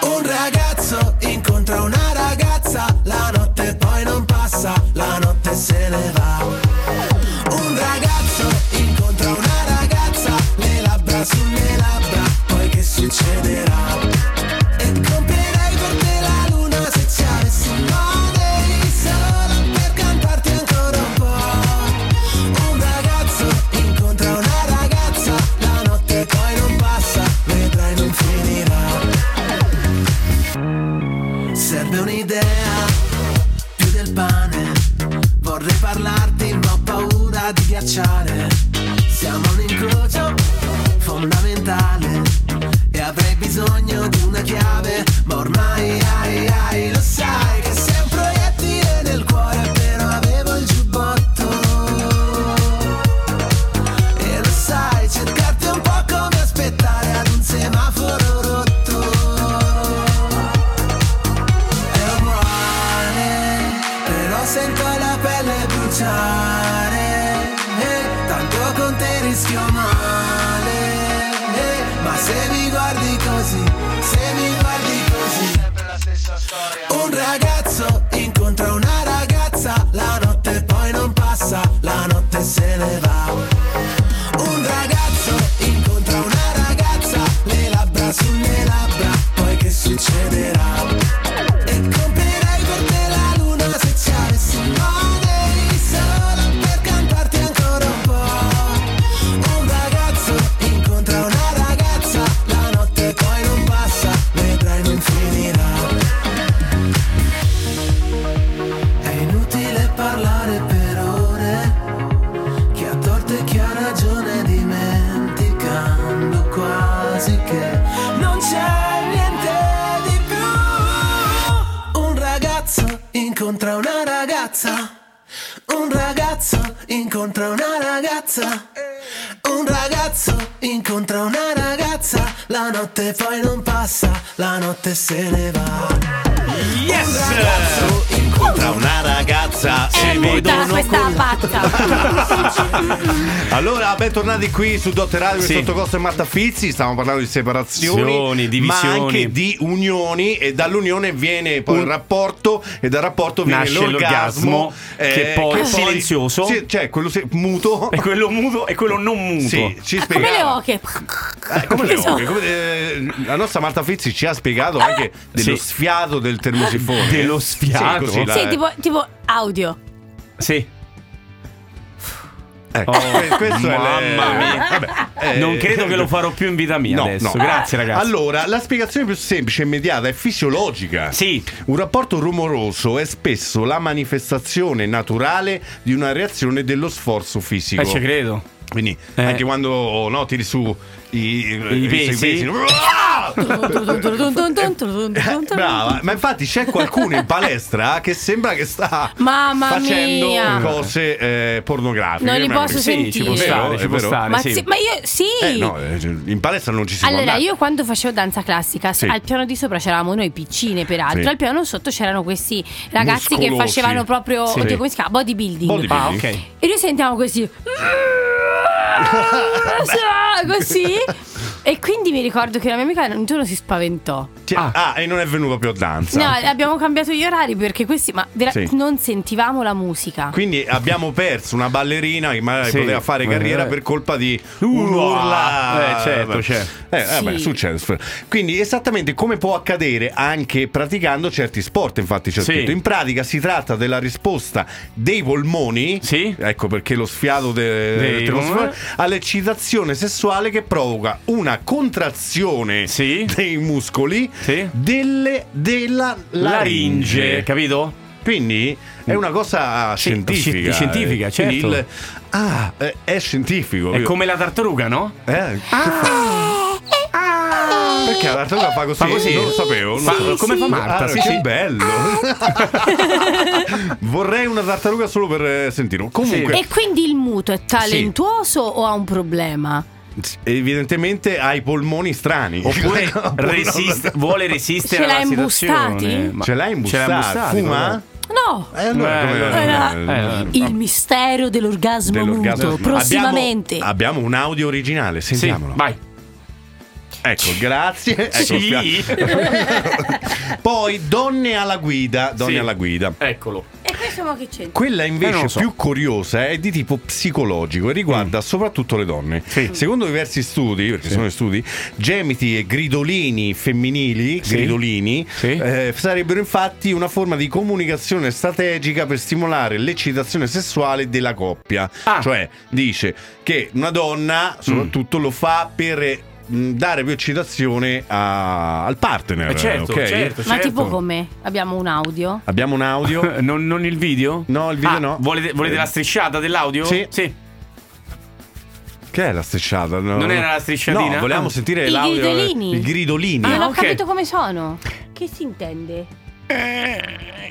[SPEAKER 7] un ragazzo incontra una ragazza, la notte poi non passa, la notte se ne va. Un ragazzo incontra una ragazza, le labbra sulle labbra, poi che succederà? E comprerei per te la luna se ci avessi un po' di sole per cantarti ancora un po'. Un ragazzo incontra una ragazza, la notte poi non passa, vedrai non finirà. Serve un'idea più del pane. parlarti non ho paura di ghiacciare Siamo un incrocio fondamentale E avrei bisogno di una chiave Ma ormai ai ai lo sai che sei un proiettile nel cuore Però avevo il giubbotto E lo sai cercarti è un po' come aspettare ad un semaforo rotto È uguale però sento la pelle bruciare eh, Tanto con te rischio male eh, Ma se mi guardi così, se mi guardi così Un ragazzo incontra una ragazza La notte poi non passa, la notte se ne va Un ragazzo incontra una ragazza Le labbra sulle labbra, poi che succederà? E comprerai per te la luna se ci avessi male Solo per cantarti ancora un po' Un ragazzo incontra una ragazza La notte poi non passa, vedrai non finirà È inutile parlare per ore Chi ha torto e chi ha ragione dimenticando quasi che Non c'è niente di più un ragazzo incontra una ragazza. Un ragazzo incontra una ragazza. Un ragazzo incontra una ragazza. La notte poi non passa, la notte se ne va.
[SPEAKER 5] Yes! Un ragazzo incontra una ragazza
[SPEAKER 6] Eh,
[SPEAKER 5] si
[SPEAKER 6] puttana,
[SPEAKER 5] vedono
[SPEAKER 6] questa patta.
[SPEAKER 5] Allora, bentornati qui su Dotte Radio
[SPEAKER 4] Sì.
[SPEAKER 5] sì. Sottocosto e Marta Fizzi. Stiamo parlando di separazioni,
[SPEAKER 4] Azioni, divisioni.
[SPEAKER 5] ma anche di unioni. E dall'unione viene poi il rapporto, e dal rapporto viene
[SPEAKER 4] Nasce l'orgasmo,
[SPEAKER 5] l'orgasmo, eh,
[SPEAKER 4] che poi è silenzioso.
[SPEAKER 5] Sì, cioè, quello se- muto.
[SPEAKER 4] E quello muto e quello non muto.
[SPEAKER 5] Sì, ci
[SPEAKER 6] Ah, Come le
[SPEAKER 5] spiegava.
[SPEAKER 6] oche.
[SPEAKER 5] Eh, come le
[SPEAKER 6] Esatto.
[SPEAKER 5] oche, come- eh, la nostra Marta Fizzi ci ha spiegato anche dello
[SPEAKER 4] Ah, Sì.
[SPEAKER 5] sfiato del termosifone.
[SPEAKER 4] Dello sfiato?
[SPEAKER 5] Sì, così, la- eh,
[SPEAKER 14] Sì, tipo, tipo audio.
[SPEAKER 4] Sì.
[SPEAKER 5] Ecco,
[SPEAKER 4] Oh,
[SPEAKER 5] que- questo è
[SPEAKER 4] mamma
[SPEAKER 5] le-
[SPEAKER 4] mia.
[SPEAKER 5] Vabbè, eh,
[SPEAKER 4] non credo che lo farò più in vita mia
[SPEAKER 5] No,
[SPEAKER 4] adesso.
[SPEAKER 5] no.
[SPEAKER 4] Grazie, ragazzi.
[SPEAKER 5] Allora, la spiegazione più semplice e immediata è fisiologica. Sì. Un rapporto rumoroso è spesso la manifestazione naturale di una reazione dello sforzo fisico.
[SPEAKER 4] Eh, ci credo. Eh.
[SPEAKER 5] Quindi, anche quando oh, no, tiri su i, i Ah!
[SPEAKER 4] pesi.
[SPEAKER 5] Eh, Brava, ma infatti c'è qualcuno in palestra che sembra che sta
[SPEAKER 6] Mamma
[SPEAKER 5] facendo
[SPEAKER 6] mia.
[SPEAKER 5] cose eh, pornografiche.
[SPEAKER 6] Non li
[SPEAKER 5] Ma-
[SPEAKER 6] posso sentire. Sì, ci può
[SPEAKER 4] stare,
[SPEAKER 5] È
[SPEAKER 4] ci può
[SPEAKER 5] vero?
[SPEAKER 4] stare,
[SPEAKER 6] Ma, sì, ma io sì.
[SPEAKER 5] Eh, no, eh, in palestra non ci si può
[SPEAKER 6] Allora,
[SPEAKER 5] andare.
[SPEAKER 6] io quando facevo danza classica,
[SPEAKER 5] Sì.
[SPEAKER 6] al piano di sopra c'eravamo noi piccine, peraltro,
[SPEAKER 5] Sì.
[SPEAKER 6] al piano sotto c'erano questi ragazzi che
[SPEAKER 5] Muscolosi.
[SPEAKER 6] facevano proprio
[SPEAKER 5] Sì.
[SPEAKER 6] oddio, come si chiama? Bodybuilding.
[SPEAKER 5] Bodybuilding.
[SPEAKER 6] E noi sentiamo così. così. E quindi mi ricordo che la mia amica un giorno si spaventò.
[SPEAKER 5] Ti- ah. e non è venuto più a danza.
[SPEAKER 6] No, abbiamo cambiato gli orari perché questi, ma vera-
[SPEAKER 5] Esatto. Sì.
[SPEAKER 6] non sentivamo la musica.
[SPEAKER 5] Quindi abbiamo perso una ballerina che magari
[SPEAKER 4] Sì.
[SPEAKER 5] poteva fare carriera
[SPEAKER 4] Eh.
[SPEAKER 5] per colpa di un'urla.
[SPEAKER 4] Eh, certo,
[SPEAKER 5] Vabbè.
[SPEAKER 4] certo.
[SPEAKER 5] Eh, vabbè,
[SPEAKER 4] Sì.
[SPEAKER 5] succede, succede. Quindi esattamente come può accadere anche praticando certi sport, infatti c'è
[SPEAKER 4] Sì.
[SPEAKER 5] scritto. In pratica si tratta della risposta dei polmoni, ecco perché lo sfiato
[SPEAKER 4] Dei
[SPEAKER 5] de- del termosifone,
[SPEAKER 4] polmoni.
[SPEAKER 5] all'eccitazione sessuale che provoca una contrazione dei muscoli delle- della
[SPEAKER 4] Laringe,
[SPEAKER 5] laringe, capito? Quindi è una cosa scientifica.
[SPEAKER 4] sci- scientifica,
[SPEAKER 5] eh. Quindi
[SPEAKER 4] certo.
[SPEAKER 5] il- ah, eh, è scientifico.
[SPEAKER 4] È Ah.
[SPEAKER 5] capito?
[SPEAKER 4] come la tartaruga, no?
[SPEAKER 5] Eh, Perché la tartaruga fa così?
[SPEAKER 4] Fa così.
[SPEAKER 5] Non lo sapevo. non
[SPEAKER 4] Fa-
[SPEAKER 5] lo sapevo.
[SPEAKER 4] come fa Marta,
[SPEAKER 5] Ah,
[SPEAKER 4] sì,
[SPEAKER 5] che
[SPEAKER 4] sì.
[SPEAKER 5] bello. Vorrei una tartaruga solo per eh, sentirlo. Comunque,
[SPEAKER 6] E quindi il muto è talentuoso o ha un problema?
[SPEAKER 5] evidentemente ha i polmoni strani.
[SPEAKER 4] Oppure
[SPEAKER 5] Cioè,
[SPEAKER 4] resist- vuole resistere
[SPEAKER 6] Ce l'ha
[SPEAKER 4] alla
[SPEAKER 6] imbustati?
[SPEAKER 4] situazione.
[SPEAKER 5] Ce l'ha imbustati? Fuma?
[SPEAKER 6] No.
[SPEAKER 4] Eh,
[SPEAKER 5] allora come-
[SPEAKER 6] Allora,
[SPEAKER 5] eh, allora.
[SPEAKER 6] il mistero dell'orgasmo,
[SPEAKER 5] Dell'orgasmo.
[SPEAKER 6] muto prossimamente.
[SPEAKER 5] Abbiamo, abbiamo un audio originale, sentiamolo. vai. Ecco, grazie. Ecco,
[SPEAKER 4] Sì.
[SPEAKER 5] spia- Poi donne alla guida, donne
[SPEAKER 4] Sì.
[SPEAKER 5] alla guida.
[SPEAKER 4] Eccolo.
[SPEAKER 6] E questo mo che c'entra?
[SPEAKER 5] Quella
[SPEAKER 4] Eh,
[SPEAKER 5] invece
[SPEAKER 4] non lo so. Mm.
[SPEAKER 5] più curiosa è di tipo psicologico e riguarda soprattutto le donne. Secondo diversi studi, perché sono studi, gemiti e gridolini femminili, gridolini, eh, sarebbero infatti una forma di comunicazione strategica per stimolare l'eccitazione sessuale della
[SPEAKER 4] Ah. Mm.
[SPEAKER 5] coppia. Cioè, dice che una donna soprattutto lo fa per mh, dare più eccitazione a- al partner.
[SPEAKER 4] Eh, certo,
[SPEAKER 5] ok?
[SPEAKER 4] certo,
[SPEAKER 6] Ma tipo come? Abbiamo un audio? Ah,
[SPEAKER 5] Abbiamo un audio.
[SPEAKER 4] non, non il video? Ah,
[SPEAKER 5] No, il video no.
[SPEAKER 4] Volete, volete
[SPEAKER 5] Eh.
[SPEAKER 4] la strisciata dell'audio?
[SPEAKER 5] Sì.
[SPEAKER 4] sì.
[SPEAKER 5] Che è la strisciata? No,
[SPEAKER 4] Non
[SPEAKER 5] no.
[SPEAKER 4] era la strisciatina?
[SPEAKER 5] No, volevamo
[SPEAKER 4] Ah.
[SPEAKER 5] sentire
[SPEAKER 6] I
[SPEAKER 5] l'audio. eh.
[SPEAKER 6] gridolini.
[SPEAKER 5] I gridolini.
[SPEAKER 6] non ho capito come sono. Che si intende?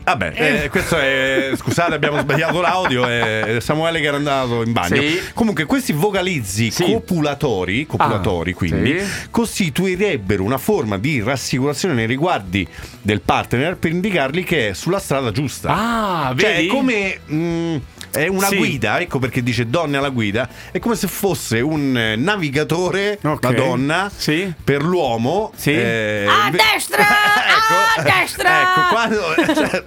[SPEAKER 5] Vabbè, eh, questo è. Scusate, abbiamo sbagliato l'audio. È Samuele che era andato in bagno.
[SPEAKER 4] Sì.
[SPEAKER 5] Comunque, questi vocalizzi copulatori, copulatori quindi,
[SPEAKER 4] Ah, sì.
[SPEAKER 5] costituirebbero una forma di rassicurazione nei riguardi del partner per indicarli che è sulla strada giusta.
[SPEAKER 4] Ah,
[SPEAKER 5] Cioè,
[SPEAKER 4] vedi?
[SPEAKER 5] è come. mm, è una
[SPEAKER 4] Sì.
[SPEAKER 5] guida, ecco perché dice donne alla guida, è come se fosse un eh, navigatore, la donna, per l'uomo. eh,
[SPEAKER 6] A
[SPEAKER 5] inve-
[SPEAKER 6] destra!
[SPEAKER 5] Ecco.
[SPEAKER 6] A destra!
[SPEAKER 5] Ecco, quando cioè,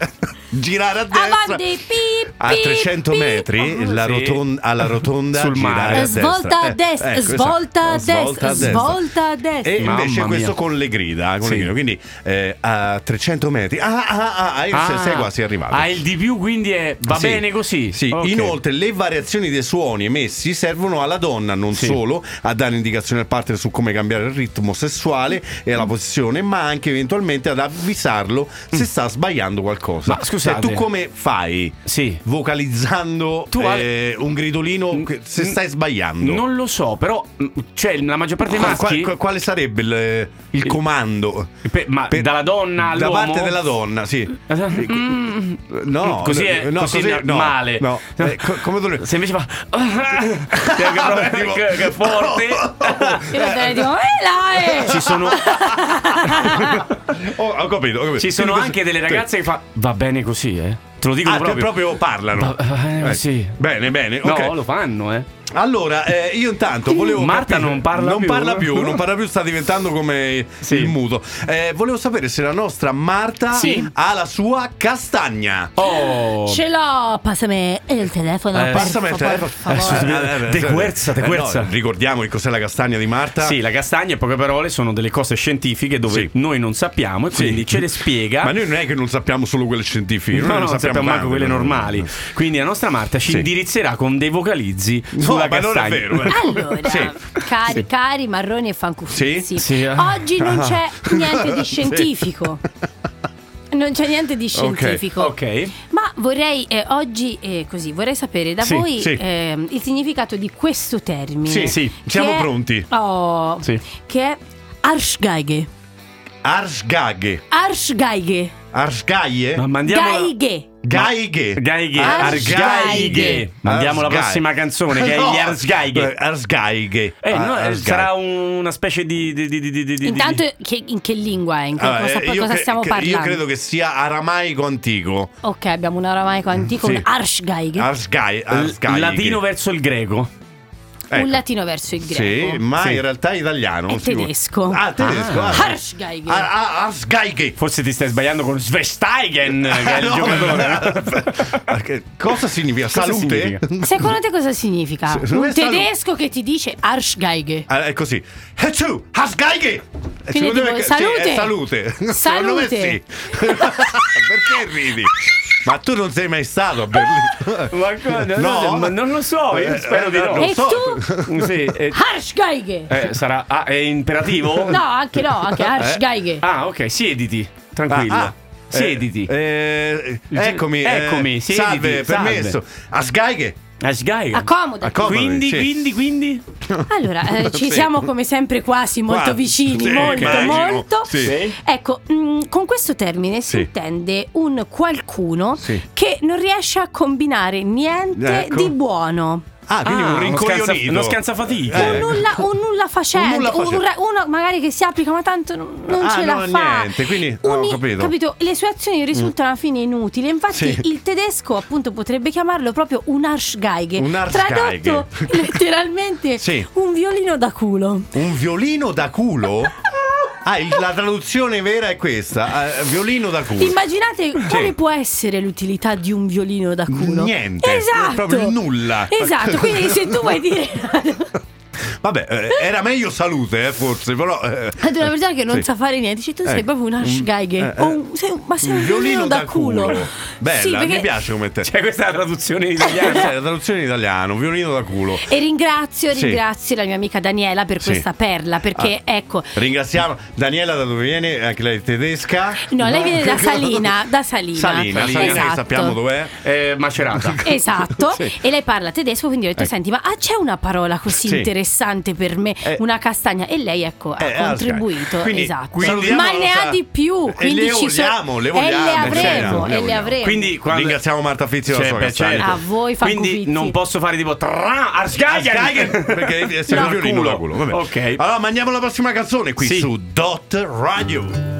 [SPEAKER 5] girare a destra
[SPEAKER 6] Avanti, pip,
[SPEAKER 5] a
[SPEAKER 6] pip,
[SPEAKER 5] 300
[SPEAKER 6] pip.
[SPEAKER 5] metri la
[SPEAKER 4] Sì.
[SPEAKER 5] roton- alla rotonda
[SPEAKER 4] Sul
[SPEAKER 5] girare
[SPEAKER 4] mare.
[SPEAKER 5] a destra.
[SPEAKER 6] Svolta a
[SPEAKER 5] Eh,
[SPEAKER 6] destra,
[SPEAKER 5] ecco,
[SPEAKER 6] svolta a
[SPEAKER 5] esatto. Svolta
[SPEAKER 6] destra, svolta a destra.
[SPEAKER 5] E invece
[SPEAKER 4] Mamma
[SPEAKER 5] questo
[SPEAKER 4] mia.
[SPEAKER 5] con le grida, con le
[SPEAKER 4] Sì.
[SPEAKER 5] grida. quindi eh, a 300 metri. Ah, ah, ah, ah, e
[SPEAKER 4] Ah.
[SPEAKER 5] se- sei quasi arrivato.
[SPEAKER 4] Ah, il di più quindi è va
[SPEAKER 5] Sì.
[SPEAKER 4] bene così.
[SPEAKER 5] Sì,
[SPEAKER 4] Ok.
[SPEAKER 5] Inoltre, le variazioni dei suoni emessi servono alla donna non solo a dare indicazione al partner su come cambiare il ritmo sessuale e la posizione, ma anche eventualmente ad avvisarlo se sta sbagliando qualcosa.
[SPEAKER 4] Mm. Ma scusate.
[SPEAKER 5] E tu come fai?
[SPEAKER 4] Sì.
[SPEAKER 5] Vocalizzando
[SPEAKER 4] Tu, Ale-
[SPEAKER 5] eh, un gridolino che- se stai sbagliando.
[SPEAKER 4] Non lo so, però mh, cioè, la maggior parte dei
[SPEAKER 5] Ah, Qua-
[SPEAKER 4] maschi
[SPEAKER 5] qua- quale sarebbe il, il comando?
[SPEAKER 4] pe- ma
[SPEAKER 5] per-
[SPEAKER 4] dalla donna
[SPEAKER 5] da
[SPEAKER 4] all'uomo
[SPEAKER 5] parte della donna, sì.
[SPEAKER 4] Mm.
[SPEAKER 5] No,
[SPEAKER 4] Così è-
[SPEAKER 5] no,
[SPEAKER 4] così è
[SPEAKER 5] no,
[SPEAKER 4] male.
[SPEAKER 5] no. Eh, co- come dovrebbe
[SPEAKER 4] Se invece fa che, che-
[SPEAKER 5] Vabbè, tipo-
[SPEAKER 4] che- che forte.
[SPEAKER 6] Io direi tipo, eh là, eh.
[SPEAKER 4] Ci sono,
[SPEAKER 5] Ho, ho capito, ho capito.
[SPEAKER 4] ci sono
[SPEAKER 5] Quindi
[SPEAKER 4] anche
[SPEAKER 5] questo-
[SPEAKER 4] delle ragazze che fa va bene così, eh. Te lo dico
[SPEAKER 5] Ah, proprio,
[SPEAKER 4] proprio.
[SPEAKER 5] proprio parlano.
[SPEAKER 4] Va- eh, sì.
[SPEAKER 5] Bene, bene.
[SPEAKER 4] No,
[SPEAKER 5] ok.
[SPEAKER 4] lo fanno, eh.
[SPEAKER 5] Allora, eh, io intanto volevo.
[SPEAKER 4] Marta
[SPEAKER 5] capire-
[SPEAKER 4] non parla
[SPEAKER 5] non
[SPEAKER 4] più.
[SPEAKER 5] Parla più non parla più, sta diventando come
[SPEAKER 4] Sì.
[SPEAKER 5] il muto. Eh, volevo sapere se la nostra Marta
[SPEAKER 6] Sì.
[SPEAKER 5] ha la sua castagna.
[SPEAKER 4] Oh.
[SPEAKER 6] Ce l'ho, passami il telefono.
[SPEAKER 4] Eh,
[SPEAKER 6] per
[SPEAKER 5] Passami il
[SPEAKER 6] favore,
[SPEAKER 5] telefono.
[SPEAKER 6] per favore.
[SPEAKER 4] Eh, te guerza, te
[SPEAKER 5] eh, no,
[SPEAKER 4] guerza.
[SPEAKER 5] ricordiamo che cos'è la castagna di Marta.
[SPEAKER 4] Sì, la castagna, in poche parole, sono delle cose scientifiche dove
[SPEAKER 5] Ah. Sì.
[SPEAKER 4] noi non sappiamo e quindi ce le spiega.
[SPEAKER 5] Ma noi non è che non sappiamo solo quelle scientifiche,
[SPEAKER 4] No,
[SPEAKER 5] noi
[SPEAKER 4] no,
[SPEAKER 5] non
[SPEAKER 4] sappiamo, manco
[SPEAKER 5] tante,
[SPEAKER 4] quelle
[SPEAKER 5] no, no, no.
[SPEAKER 4] normali. Quindi la nostra Marta ci
[SPEAKER 5] Sì.
[SPEAKER 4] indirizzerà con dei vocalizzi
[SPEAKER 5] No,
[SPEAKER 4] sulla
[SPEAKER 5] ma non
[SPEAKER 4] castagna.
[SPEAKER 5] è vero. eh.
[SPEAKER 6] Allora,
[SPEAKER 5] Sì.
[SPEAKER 6] cari, cari marroni e fancuffizi,
[SPEAKER 5] Sì? Ah.
[SPEAKER 4] Sì, eh.
[SPEAKER 6] oggi non c'è niente di
[SPEAKER 5] Sì.
[SPEAKER 6] scientifico. Non c'è niente di scientifico.
[SPEAKER 4] Ok.
[SPEAKER 6] Ma vorrei eh, oggi eh, così, vorrei sapere da
[SPEAKER 4] Sì,
[SPEAKER 6] voi
[SPEAKER 5] sì.
[SPEAKER 6] ehm, il significato di questo termine.
[SPEAKER 5] Sì, sì,
[SPEAKER 6] che
[SPEAKER 5] siamo
[SPEAKER 6] è-
[SPEAKER 5] pronti.
[SPEAKER 6] Oh,
[SPEAKER 4] Sì.
[SPEAKER 6] che è Arschgeige.
[SPEAKER 5] Arschgaghe.
[SPEAKER 6] Arschgeige.
[SPEAKER 5] Arschgaie?
[SPEAKER 4] Ma mandiamola.
[SPEAKER 6] Geige.
[SPEAKER 5] Gaighe.
[SPEAKER 4] Gaighe,
[SPEAKER 5] Argaighe.
[SPEAKER 4] Argaighe. Mandiamo la
[SPEAKER 5] Arsgaighe.
[SPEAKER 4] prossima canzone, che è gli Arsgaighe.
[SPEAKER 5] Eh, Arsgaighe.
[SPEAKER 4] Eh, no, eh,
[SPEAKER 5] Arsgaighe.
[SPEAKER 4] sarà una specie di. di- di- di- di- di- di-
[SPEAKER 6] Intanto che- in che lingua è? In che-
[SPEAKER 5] Allora,
[SPEAKER 6] cosa,
[SPEAKER 5] eh,
[SPEAKER 6] poi
[SPEAKER 5] io
[SPEAKER 6] cosa
[SPEAKER 5] cre-
[SPEAKER 6] stiamo
[SPEAKER 5] che-
[SPEAKER 6] parlando?
[SPEAKER 5] Io credo che sia aramaico antico.
[SPEAKER 6] Ok, abbiamo un aramaico antico,
[SPEAKER 5] Sì. Ah,
[SPEAKER 6] un Arschgeige,
[SPEAKER 5] Arsgai,
[SPEAKER 4] l-
[SPEAKER 5] Arsgaighe.
[SPEAKER 4] latino verso il greco.
[SPEAKER 5] ecco.
[SPEAKER 6] un latino verso il greco.
[SPEAKER 5] Sì, ma
[SPEAKER 4] Sì.
[SPEAKER 5] in realtà è italiano.
[SPEAKER 6] È
[SPEAKER 5] sicuro.
[SPEAKER 6] tedesco.
[SPEAKER 5] Ah, tedesco. ah.
[SPEAKER 6] Arschgeige.
[SPEAKER 5] Ar- ar- Arsgaighe.
[SPEAKER 4] Forse ti stai sbagliando con Svestaigen, Eh, che è il
[SPEAKER 5] No,
[SPEAKER 4] giocatore. eh.
[SPEAKER 5] Perché- Cosa significa?
[SPEAKER 4] Cosa
[SPEAKER 5] Salute?
[SPEAKER 4] significa?
[SPEAKER 6] Secondo te cosa significa?
[SPEAKER 5] Sì,
[SPEAKER 6] un
[SPEAKER 5] è stato-
[SPEAKER 6] tedesco che ti dice Arschgeige.
[SPEAKER 5] Ah, è così. E tu, Arsgaighe. E
[SPEAKER 6] Quindi
[SPEAKER 5] secondo me
[SPEAKER 6] dico,
[SPEAKER 5] che-
[SPEAKER 6] salute.
[SPEAKER 5] sì, è salute. Secondo me sì.
[SPEAKER 6] Salute.
[SPEAKER 5] Perché ridi? Ma tu non sei mai stato a Berlino.
[SPEAKER 4] Ma cosa-
[SPEAKER 5] No.
[SPEAKER 4] ma non lo so, io
[SPEAKER 5] Eh,
[SPEAKER 4] spero di
[SPEAKER 5] eh,
[SPEAKER 4] no.
[SPEAKER 5] non
[SPEAKER 6] e
[SPEAKER 5] so.
[SPEAKER 6] tu?
[SPEAKER 4] Sì, eh,
[SPEAKER 6] Arschgeige.
[SPEAKER 4] eh, sarà. ah, è imperativo?
[SPEAKER 6] No, anche no,
[SPEAKER 5] Eh.
[SPEAKER 6] anche Arschgeige.
[SPEAKER 4] Ah, ok, siediti, tranquillo.
[SPEAKER 5] Ah, ah.
[SPEAKER 4] Siediti.
[SPEAKER 5] Eh, eh, eccomi. eh,
[SPEAKER 4] Eccomi, siediti, salve.
[SPEAKER 5] salve, permesso. Arsgaighe.
[SPEAKER 4] Asgai.
[SPEAKER 6] Accomodati.
[SPEAKER 5] Accomodati,
[SPEAKER 4] Ah, Quindi,
[SPEAKER 5] sì.
[SPEAKER 4] quindi, quindi.
[SPEAKER 6] Allora, eh, ci
[SPEAKER 5] Sì.
[SPEAKER 6] siamo come sempre quasi molto
[SPEAKER 5] Quasi,
[SPEAKER 6] vicini,
[SPEAKER 5] sì,
[SPEAKER 6] molto,
[SPEAKER 5] immagino,
[SPEAKER 6] molto.
[SPEAKER 5] sì. Sì.
[SPEAKER 6] Ecco, mm, con questo termine
[SPEAKER 5] Sì.
[SPEAKER 6] si intende un qualcuno
[SPEAKER 5] Sì.
[SPEAKER 6] che non riesce a combinare niente
[SPEAKER 5] Ecco.
[SPEAKER 6] di buono.
[SPEAKER 5] Ah, quindi
[SPEAKER 4] Ah,
[SPEAKER 5] un rincoglionito.
[SPEAKER 4] Uno scansafatica.
[SPEAKER 5] Eh.
[SPEAKER 6] Un nulla, un nulla facente,
[SPEAKER 5] Un nulla
[SPEAKER 6] un
[SPEAKER 5] facente.
[SPEAKER 6] ra- uno magari che si applica ma tanto non, non
[SPEAKER 5] Ah,
[SPEAKER 6] ce
[SPEAKER 5] no,
[SPEAKER 6] la fa.
[SPEAKER 5] niente, quindi- no, ho capito.
[SPEAKER 6] Le sue azioni risultano alla fine inutili. Infatti
[SPEAKER 5] Sì.
[SPEAKER 6] il tedesco appunto potrebbe chiamarlo proprio un Arschgeige.
[SPEAKER 5] Un Arschgeige.
[SPEAKER 6] Tradotto letteralmente
[SPEAKER 5] Sì.
[SPEAKER 6] un violino da culo.
[SPEAKER 5] Un violino da culo? Ah, il- la traduzione vera è questa. eh, violino da culo.
[SPEAKER 6] Immaginate quale può essere l'utilità di un violino da culo.
[SPEAKER 5] Niente,
[SPEAKER 6] esatto.
[SPEAKER 5] proprio nulla.
[SPEAKER 6] Esatto, quindi se tu vuoi dire
[SPEAKER 5] Vabbè, eh, era meglio salute, eh, forse, però. eh.
[SPEAKER 6] Ad una persona che non
[SPEAKER 5] Sì.
[SPEAKER 6] sa fare niente, dice tu sei
[SPEAKER 5] Ecco.
[SPEAKER 6] proprio una schgeige.
[SPEAKER 5] eh, eh.
[SPEAKER 6] O un- sei un- ma sei un violino da culo.
[SPEAKER 5] Bella,
[SPEAKER 6] Sì, perché-
[SPEAKER 5] mi piace come te.
[SPEAKER 10] Cioè, questa è la traduzione in italiano.
[SPEAKER 5] Questa è la traduzione in italiano, violino da culo.
[SPEAKER 6] E ringrazio,
[SPEAKER 5] Sì.
[SPEAKER 6] ringrazio la mia amica Daniela per
[SPEAKER 5] Sì.
[SPEAKER 6] questa perla, perché
[SPEAKER 5] Ah.
[SPEAKER 6] ecco,
[SPEAKER 5] Ringraziamo Daniela da dove viene, anche lei è tedesca.
[SPEAKER 6] no, lei viene da Salina, da Salina.
[SPEAKER 5] Salina, Salina, che
[SPEAKER 6] Esatto.
[SPEAKER 5] sappiamo dov'è.
[SPEAKER 4] Eh,
[SPEAKER 10] macerata.
[SPEAKER 6] Esatto,
[SPEAKER 5] Ecco. Sì.
[SPEAKER 6] e lei parla tedesco, quindi ho detto:
[SPEAKER 5] Ecco.
[SPEAKER 6] Senti, ma ah, c'è una parola così
[SPEAKER 5] Sì.
[SPEAKER 6] interessante per me,
[SPEAKER 5] Eh.
[SPEAKER 6] una castagna? E lei, ecco, ha
[SPEAKER 5] Eh, ah,
[SPEAKER 6] contribuito.
[SPEAKER 5] ok. Quindi-
[SPEAKER 6] esatto.
[SPEAKER 5] quindi
[SPEAKER 6] ma
[SPEAKER 5] diamo
[SPEAKER 6] ne
[SPEAKER 5] la-
[SPEAKER 6] ha di più.
[SPEAKER 5] E
[SPEAKER 6] Quindi
[SPEAKER 5] le
[SPEAKER 6] ci so-
[SPEAKER 5] vogliamo, le vogliamo,
[SPEAKER 6] E le
[SPEAKER 5] certo,
[SPEAKER 6] avremo,
[SPEAKER 5] le
[SPEAKER 6] e le
[SPEAKER 5] vogliamo.
[SPEAKER 6] avremo.
[SPEAKER 10] Quindi quando-
[SPEAKER 5] Ringraziamo Marta Fizzi e la
[SPEAKER 10] Cioè,
[SPEAKER 5] sua
[SPEAKER 10] beh,
[SPEAKER 5] castagna.
[SPEAKER 10] certo.
[SPEAKER 6] A voi,
[SPEAKER 10] Quindi
[SPEAKER 6] Franco
[SPEAKER 10] non posso fare tipo tra Arsgaigen
[SPEAKER 5] Ah, perché sei un violino da culo. Vabbè.
[SPEAKER 10] Ok.
[SPEAKER 5] Allora mandiamo la prossima canzone qui
[SPEAKER 10] Sì.
[SPEAKER 5] su Dot Radio.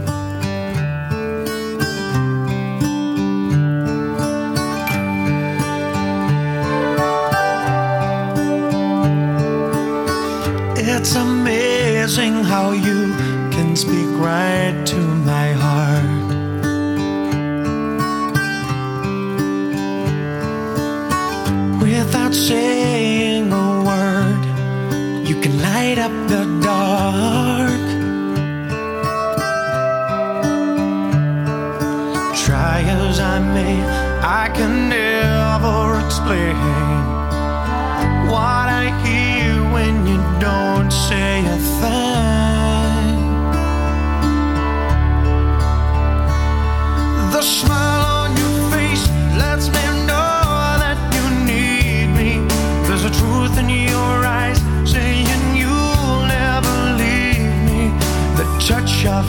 [SPEAKER 2] It's amazing how you can speak right to my heart. Without saying a word, you can light up the dark. Try as I may, I can never explain what I hear when you don't say a thing. The smile on your face lets me know that you need me. There's a truth in your eyes saying you'll never leave me. The touch of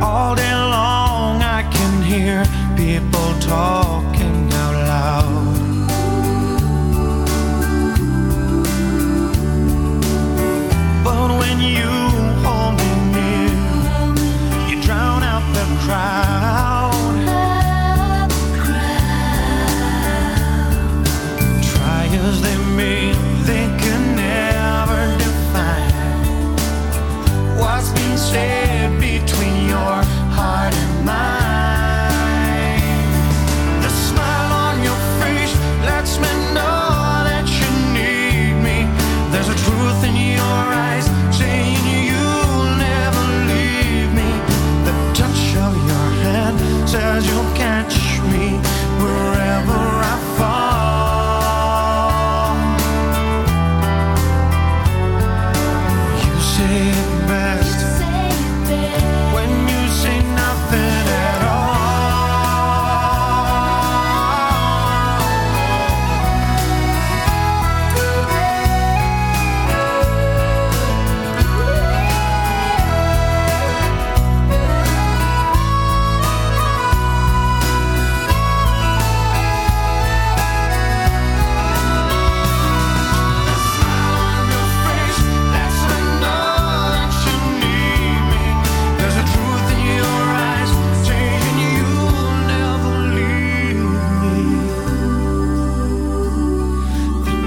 [SPEAKER 2] All day long, I can hear people talking out loud. But when you hold me near, you drown out the crowd. Try as they may, they can never define what's being said between your heart and mine. The smile on your face lets me know that you need me. There's a truth in your eyes saying you'll never leave me. The touch of your hand says you'll catch me wherever I fall. You say it best when you say nothing at all.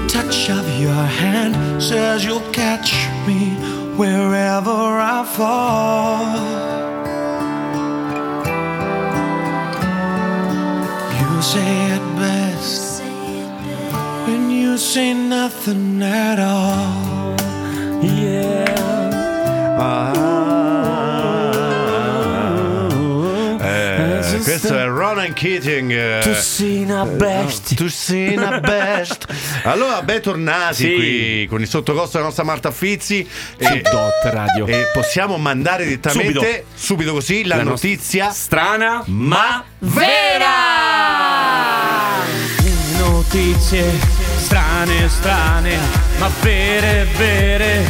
[SPEAKER 2] Touch of your hand says you'll catch me wherever I fall. You say it best when you say nothing at all.
[SPEAKER 5] Eh, questo è Ronan Keating. eh.
[SPEAKER 2] Tussina best.
[SPEAKER 5] Tussina best. Allora, bentornati
[SPEAKER 10] Sì.
[SPEAKER 5] qui con il sottocosto della nostra Marta Fizzi. E,
[SPEAKER 15] Dot Radio.
[SPEAKER 5] e possiamo mandare direttamente, subito,
[SPEAKER 10] Subito.
[SPEAKER 5] così, la,
[SPEAKER 10] La nostra-
[SPEAKER 5] notizia.
[SPEAKER 10] Strana.
[SPEAKER 5] Ma
[SPEAKER 4] Notizie strane, strane, ma vere, vere,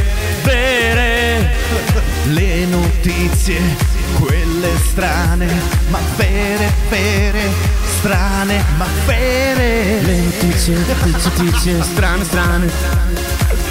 [SPEAKER 4] vere.
[SPEAKER 2] Le notizie, quelle strane, ma vere, vere, strane, ma vere. Le notizie, notizie, notizie, strane, strane.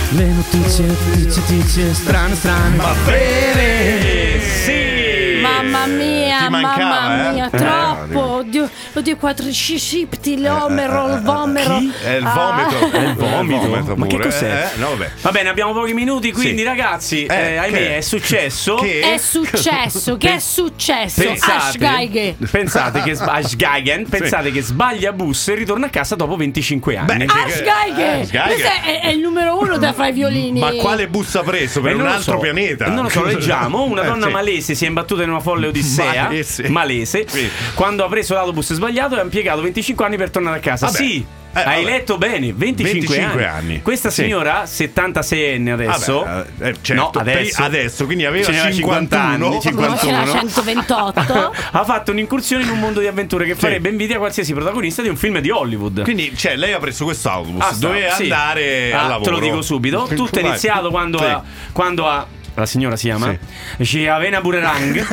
[SPEAKER 2] Le notizie, notizie, notizie, strane, strane, ma vere.
[SPEAKER 5] Sì,
[SPEAKER 6] Mamma mia,
[SPEAKER 5] ti mancava,
[SPEAKER 6] mamma
[SPEAKER 5] eh?
[SPEAKER 6] mia,
[SPEAKER 5] Eh,
[SPEAKER 6] troppo.
[SPEAKER 5] dico. Eh,
[SPEAKER 6] Oddio, oddio, quattro scipti, l'omero, il vomero.
[SPEAKER 5] È il
[SPEAKER 6] Ah.
[SPEAKER 5] vomito.
[SPEAKER 4] È il vomito. Ma che
[SPEAKER 5] pure,
[SPEAKER 4] cos'è?
[SPEAKER 5] eh? No, vabbè.
[SPEAKER 4] Va bene, abbiamo pochi minuti, quindi
[SPEAKER 5] Sì.
[SPEAKER 4] ragazzi,
[SPEAKER 5] Eh,
[SPEAKER 4] eh, ahimè,
[SPEAKER 5] che?
[SPEAKER 4] è successo.
[SPEAKER 6] È successo, che è successo? Ashgaige.
[SPEAKER 4] Pensate, pensate che sba- Ashgeigen, pensate che sbaglia bus e ritorna a casa dopo 25 anni.
[SPEAKER 6] Ashgaige.
[SPEAKER 5] Eh, Ashgaige.
[SPEAKER 6] Ah, Questo è, è il numero uno da fra i violini.
[SPEAKER 5] Ma quale bus ha preso? Per
[SPEAKER 4] Eh,
[SPEAKER 5] un
[SPEAKER 4] non lo
[SPEAKER 5] altro
[SPEAKER 4] so.
[SPEAKER 5] pianeta?
[SPEAKER 4] Non lo so, leggiamo. Una
[SPEAKER 5] Eh,
[SPEAKER 4] donna
[SPEAKER 5] sì.
[SPEAKER 4] malese si è imbattuta in una folle odissea
[SPEAKER 5] Malese.
[SPEAKER 4] malese, quando ha preso l'autobus sbagliato e ha impiegato 25 anni per tornare a casa.
[SPEAKER 5] Vabbè.
[SPEAKER 4] Sì.
[SPEAKER 5] Eh,
[SPEAKER 4] Hai
[SPEAKER 5] vabbè.
[SPEAKER 4] letto bene, 25,
[SPEAKER 5] 25
[SPEAKER 4] anni.
[SPEAKER 5] anni.
[SPEAKER 4] Questa
[SPEAKER 5] Sì.
[SPEAKER 4] signora, 76enne adesso.
[SPEAKER 5] Vabbè, eh, certo,
[SPEAKER 4] no,
[SPEAKER 5] per-
[SPEAKER 4] adesso.
[SPEAKER 5] adesso, quindi aveva
[SPEAKER 4] Ce n'aveva
[SPEAKER 5] 51,
[SPEAKER 6] Ma c'era
[SPEAKER 5] 51.
[SPEAKER 6] 128.
[SPEAKER 4] ha fatto un'incursione in un mondo di avventure che
[SPEAKER 5] Sì.
[SPEAKER 4] farebbe invidia a qualsiasi protagonista di un film di Hollywood.
[SPEAKER 5] Quindi, cioè, lei ha preso questo autobus,
[SPEAKER 4] Ah, sta-
[SPEAKER 5] doveva
[SPEAKER 4] sì.
[SPEAKER 5] andare
[SPEAKER 4] Ah,
[SPEAKER 5] al lavoro.
[SPEAKER 4] Te lo dico subito. Tutto è
[SPEAKER 5] Vai.
[SPEAKER 4] iniziato quando
[SPEAKER 5] Sì.
[SPEAKER 4] ha- quando ha- la signora si chiama Giavena Burerang.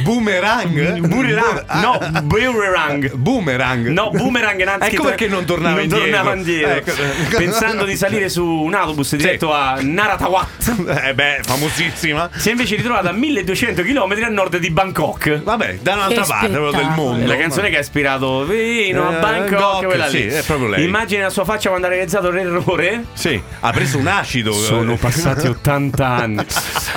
[SPEAKER 5] Boomerang?
[SPEAKER 4] Burerang. Mm,
[SPEAKER 5] Ah.
[SPEAKER 4] No, Burerang.
[SPEAKER 5] Boomerang.
[SPEAKER 4] No, boomerang in anziché-
[SPEAKER 5] Ecco perché non tornava
[SPEAKER 4] non
[SPEAKER 5] indietro.
[SPEAKER 4] tornava indietro.
[SPEAKER 5] Ecco.
[SPEAKER 4] Pensando di salire su un autobus diretto a Naratawat,
[SPEAKER 5] Eh beh, famosissima.
[SPEAKER 4] si è invece ritrovata a 1200 km a nord di Bangkok.
[SPEAKER 5] Vabbè, da un'altra
[SPEAKER 6] Che
[SPEAKER 5] parte proprio del
[SPEAKER 6] spettacolo.
[SPEAKER 5] mondo.
[SPEAKER 4] È la canzone che ha ispirato Vino a
[SPEAKER 5] Eh,
[SPEAKER 4] Bangkok,
[SPEAKER 5] Bangkok,
[SPEAKER 4] quella lì.
[SPEAKER 5] sì, è proprio lei.
[SPEAKER 4] Immagina la sua faccia quando ha realizzato l'errore.
[SPEAKER 5] Sì, ha preso un acido.
[SPEAKER 4] Sono passati 80 anni.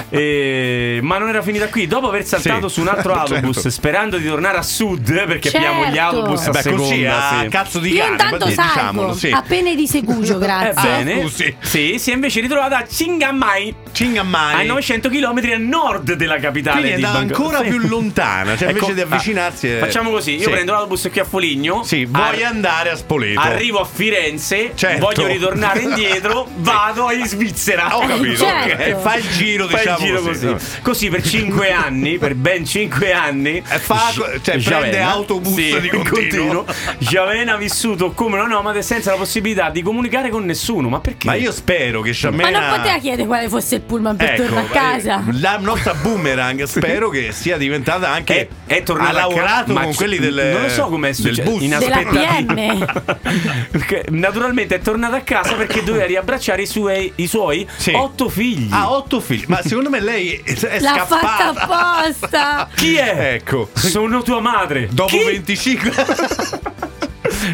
[SPEAKER 4] E- Ma non era finita qui. Dopo aver saltato
[SPEAKER 5] Sì.
[SPEAKER 4] su un altro
[SPEAKER 5] Certo.
[SPEAKER 4] autobus, sperando di tornare a sud, perché
[SPEAKER 6] Certo.
[SPEAKER 4] abbiamo gli autobus
[SPEAKER 5] Eh
[SPEAKER 4] a
[SPEAKER 5] beh,
[SPEAKER 4] seconda.
[SPEAKER 5] così a
[SPEAKER 4] sì.
[SPEAKER 5] cazzo di
[SPEAKER 6] Io
[SPEAKER 5] cane,
[SPEAKER 6] intanto
[SPEAKER 5] di-
[SPEAKER 6] salgo. Ah.
[SPEAKER 5] diciamolo, sì.
[SPEAKER 6] Appena di Segugio,
[SPEAKER 4] Eh,
[SPEAKER 6] grazie.
[SPEAKER 4] bene.
[SPEAKER 5] scusi.
[SPEAKER 4] Sì, si è invece ritrovata a Chingamai, a
[SPEAKER 5] Cingamani.
[SPEAKER 4] 900 km a nord della capitale
[SPEAKER 5] Quindi è
[SPEAKER 4] Ah, di
[SPEAKER 5] andata
[SPEAKER 4] Bangkok.
[SPEAKER 5] ancora
[SPEAKER 4] Sì.
[SPEAKER 5] più lontana, cioè
[SPEAKER 4] Ecco,
[SPEAKER 5] invece di
[SPEAKER 4] ah,
[SPEAKER 5] avvicinarsi. è-
[SPEAKER 4] Facciamo così, io
[SPEAKER 5] Sì.
[SPEAKER 4] prendo l'autobus qui a Foligno.
[SPEAKER 5] Sì, vuoi
[SPEAKER 4] ar-
[SPEAKER 5] andare a Spoleto.
[SPEAKER 4] Arrivo a Firenze,
[SPEAKER 5] Certo.
[SPEAKER 4] voglio ritornare indietro, vado in Svizzera. Cioè,
[SPEAKER 5] Ho capito.
[SPEAKER 6] Certo.
[SPEAKER 5] ok. Fa il giro,
[SPEAKER 4] Eh, Fai il
[SPEAKER 5] diciamo
[SPEAKER 4] giro
[SPEAKER 5] così.
[SPEAKER 4] così. Così per 5 anni, per ben 5 anni.
[SPEAKER 5] E fa- cioè, prende autobus
[SPEAKER 4] sì,
[SPEAKER 5] di continuo.
[SPEAKER 4] Giavena ha vissuto come una nomade senza la possibilità di comunicare con nessuno. Ma perché?
[SPEAKER 5] Ma io spero che
[SPEAKER 6] Ma
[SPEAKER 5] Sciamena
[SPEAKER 6] non poteva chiedere quale fosse il pullman per
[SPEAKER 5] Ecco,
[SPEAKER 6] tornare a casa.
[SPEAKER 5] eh, La nostra boomerang spero che sia diventata anche.
[SPEAKER 4] è, è tornata
[SPEAKER 5] ha
[SPEAKER 4] a ca-
[SPEAKER 5] lavorato
[SPEAKER 4] ma
[SPEAKER 5] con
[SPEAKER 4] c-
[SPEAKER 5] quelli del.
[SPEAKER 4] non lo so com'è
[SPEAKER 5] del
[SPEAKER 4] successo
[SPEAKER 5] bus.
[SPEAKER 6] Della
[SPEAKER 4] inaspettato
[SPEAKER 6] PM.
[SPEAKER 4] Perché naturalmente è tornata a casa perché doveva riabbracciare i suoi, i suoi
[SPEAKER 5] Sì. Ah, oh,
[SPEAKER 4] otto figli
[SPEAKER 5] Ha otto figli. Ma secondo me lei è è
[SPEAKER 6] L'ha fatta
[SPEAKER 5] scappata.
[SPEAKER 6] apposta.
[SPEAKER 4] chi è?
[SPEAKER 5] Ecco.
[SPEAKER 4] sono tua madre
[SPEAKER 5] Dopo
[SPEAKER 4] Chi?
[SPEAKER 5] 25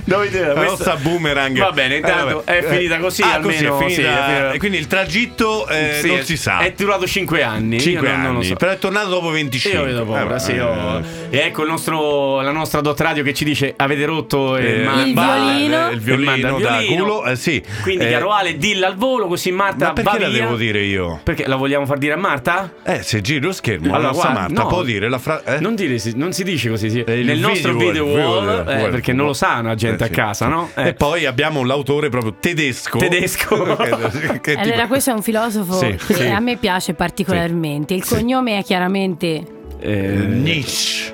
[SPEAKER 4] No, idea,
[SPEAKER 5] la
[SPEAKER 4] questa-
[SPEAKER 5] nostra boomerang.
[SPEAKER 4] va bene
[SPEAKER 5] Eh,
[SPEAKER 4] intanto
[SPEAKER 5] vabbè.
[SPEAKER 4] è finita così
[SPEAKER 5] Ah,
[SPEAKER 4] almeno
[SPEAKER 5] così è finita.
[SPEAKER 4] sì, è
[SPEAKER 5] E quindi il tragitto eh,
[SPEAKER 4] Sì,
[SPEAKER 5] non
[SPEAKER 4] è-
[SPEAKER 5] si sa.
[SPEAKER 4] è durato 5 anni
[SPEAKER 5] 5
[SPEAKER 4] io non-
[SPEAKER 5] anni,
[SPEAKER 4] non lo so.
[SPEAKER 5] però è tornato dopo 25.
[SPEAKER 4] Io vedo paura,
[SPEAKER 5] Eh,
[SPEAKER 4] sì,
[SPEAKER 5] eh,
[SPEAKER 4] io- E ecco il nostro, la nostra dot radio che ci dice avete rotto e
[SPEAKER 5] eh,
[SPEAKER 4] manda-
[SPEAKER 6] Il
[SPEAKER 5] va-
[SPEAKER 6] violino.
[SPEAKER 5] il
[SPEAKER 4] E manda
[SPEAKER 5] violino
[SPEAKER 4] il
[SPEAKER 5] da
[SPEAKER 4] violino.
[SPEAKER 5] culo, eh, sì.
[SPEAKER 4] Quindi,
[SPEAKER 5] Eh,
[SPEAKER 4] caro Ale, dilla al volo, così Marta
[SPEAKER 5] Ma perché
[SPEAKER 4] va
[SPEAKER 5] la
[SPEAKER 4] via.
[SPEAKER 5] devo dire io?
[SPEAKER 4] Perché la vogliamo far dire a Marta?
[SPEAKER 5] Eh, se giro lo schermo,
[SPEAKER 4] Allora,
[SPEAKER 5] allora, nostra
[SPEAKER 4] guarda,
[SPEAKER 5] Marta
[SPEAKER 4] no.
[SPEAKER 5] può dire la frase. Eh?
[SPEAKER 4] Non, dire si- non si dice così. sì.
[SPEAKER 5] Eh, il
[SPEAKER 4] Nel nostro video
[SPEAKER 5] video
[SPEAKER 4] wall,
[SPEAKER 5] wall,
[SPEAKER 4] eh,
[SPEAKER 5] wall, wall,
[SPEAKER 4] perché non lo sa una gente
[SPEAKER 5] Eh,
[SPEAKER 4] a
[SPEAKER 5] sì.
[SPEAKER 4] casa, no? Eh.
[SPEAKER 5] E poi abbiamo l'autore proprio tedesco.
[SPEAKER 4] Tedesco.
[SPEAKER 5] che, che tipo-
[SPEAKER 6] Allora, questo è un filosofo
[SPEAKER 5] Sì,
[SPEAKER 6] che
[SPEAKER 5] sì.
[SPEAKER 6] a me piace particolarmente. Il cognome è chiaramente.
[SPEAKER 4] Eh,
[SPEAKER 5] Nietzsche.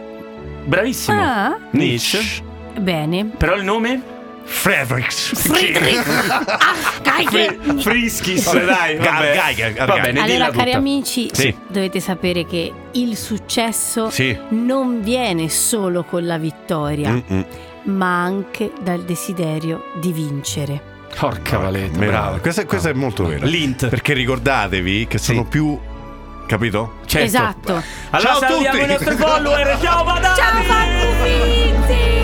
[SPEAKER 4] bravissimo.
[SPEAKER 6] Ah,
[SPEAKER 4] Nietzsche.
[SPEAKER 6] bene.
[SPEAKER 4] Però il nome?
[SPEAKER 5] Fredericks.
[SPEAKER 6] Friedrich Ah, Archaiche.
[SPEAKER 4] Friskis,
[SPEAKER 5] Vabbè.
[SPEAKER 4] dai. Vabbè.
[SPEAKER 5] Argaica, argaica.
[SPEAKER 4] Va bene, dilla
[SPEAKER 6] Allora,
[SPEAKER 4] tutta.
[SPEAKER 6] cari amici,
[SPEAKER 5] Sì.
[SPEAKER 6] dovete sapere che il successo
[SPEAKER 5] Sì. Mm,
[SPEAKER 6] non viene solo con la vittoria,
[SPEAKER 4] Ah,
[SPEAKER 5] Mm-mm.
[SPEAKER 6] ma anche dal desiderio di vincere.
[SPEAKER 4] Porca valetta,
[SPEAKER 5] Meno male.
[SPEAKER 4] bravo.
[SPEAKER 5] Questa, questa è molto vera.
[SPEAKER 4] L'int.
[SPEAKER 5] Perché ricordatevi che sono più. Capito?
[SPEAKER 4] Certo.
[SPEAKER 6] Esatto.
[SPEAKER 4] Allora
[SPEAKER 5] Ciao a
[SPEAKER 4] salutiamo
[SPEAKER 5] tutti.
[SPEAKER 4] i nostri follower. Ciao, Badani.
[SPEAKER 6] Ciao Fancufinzi!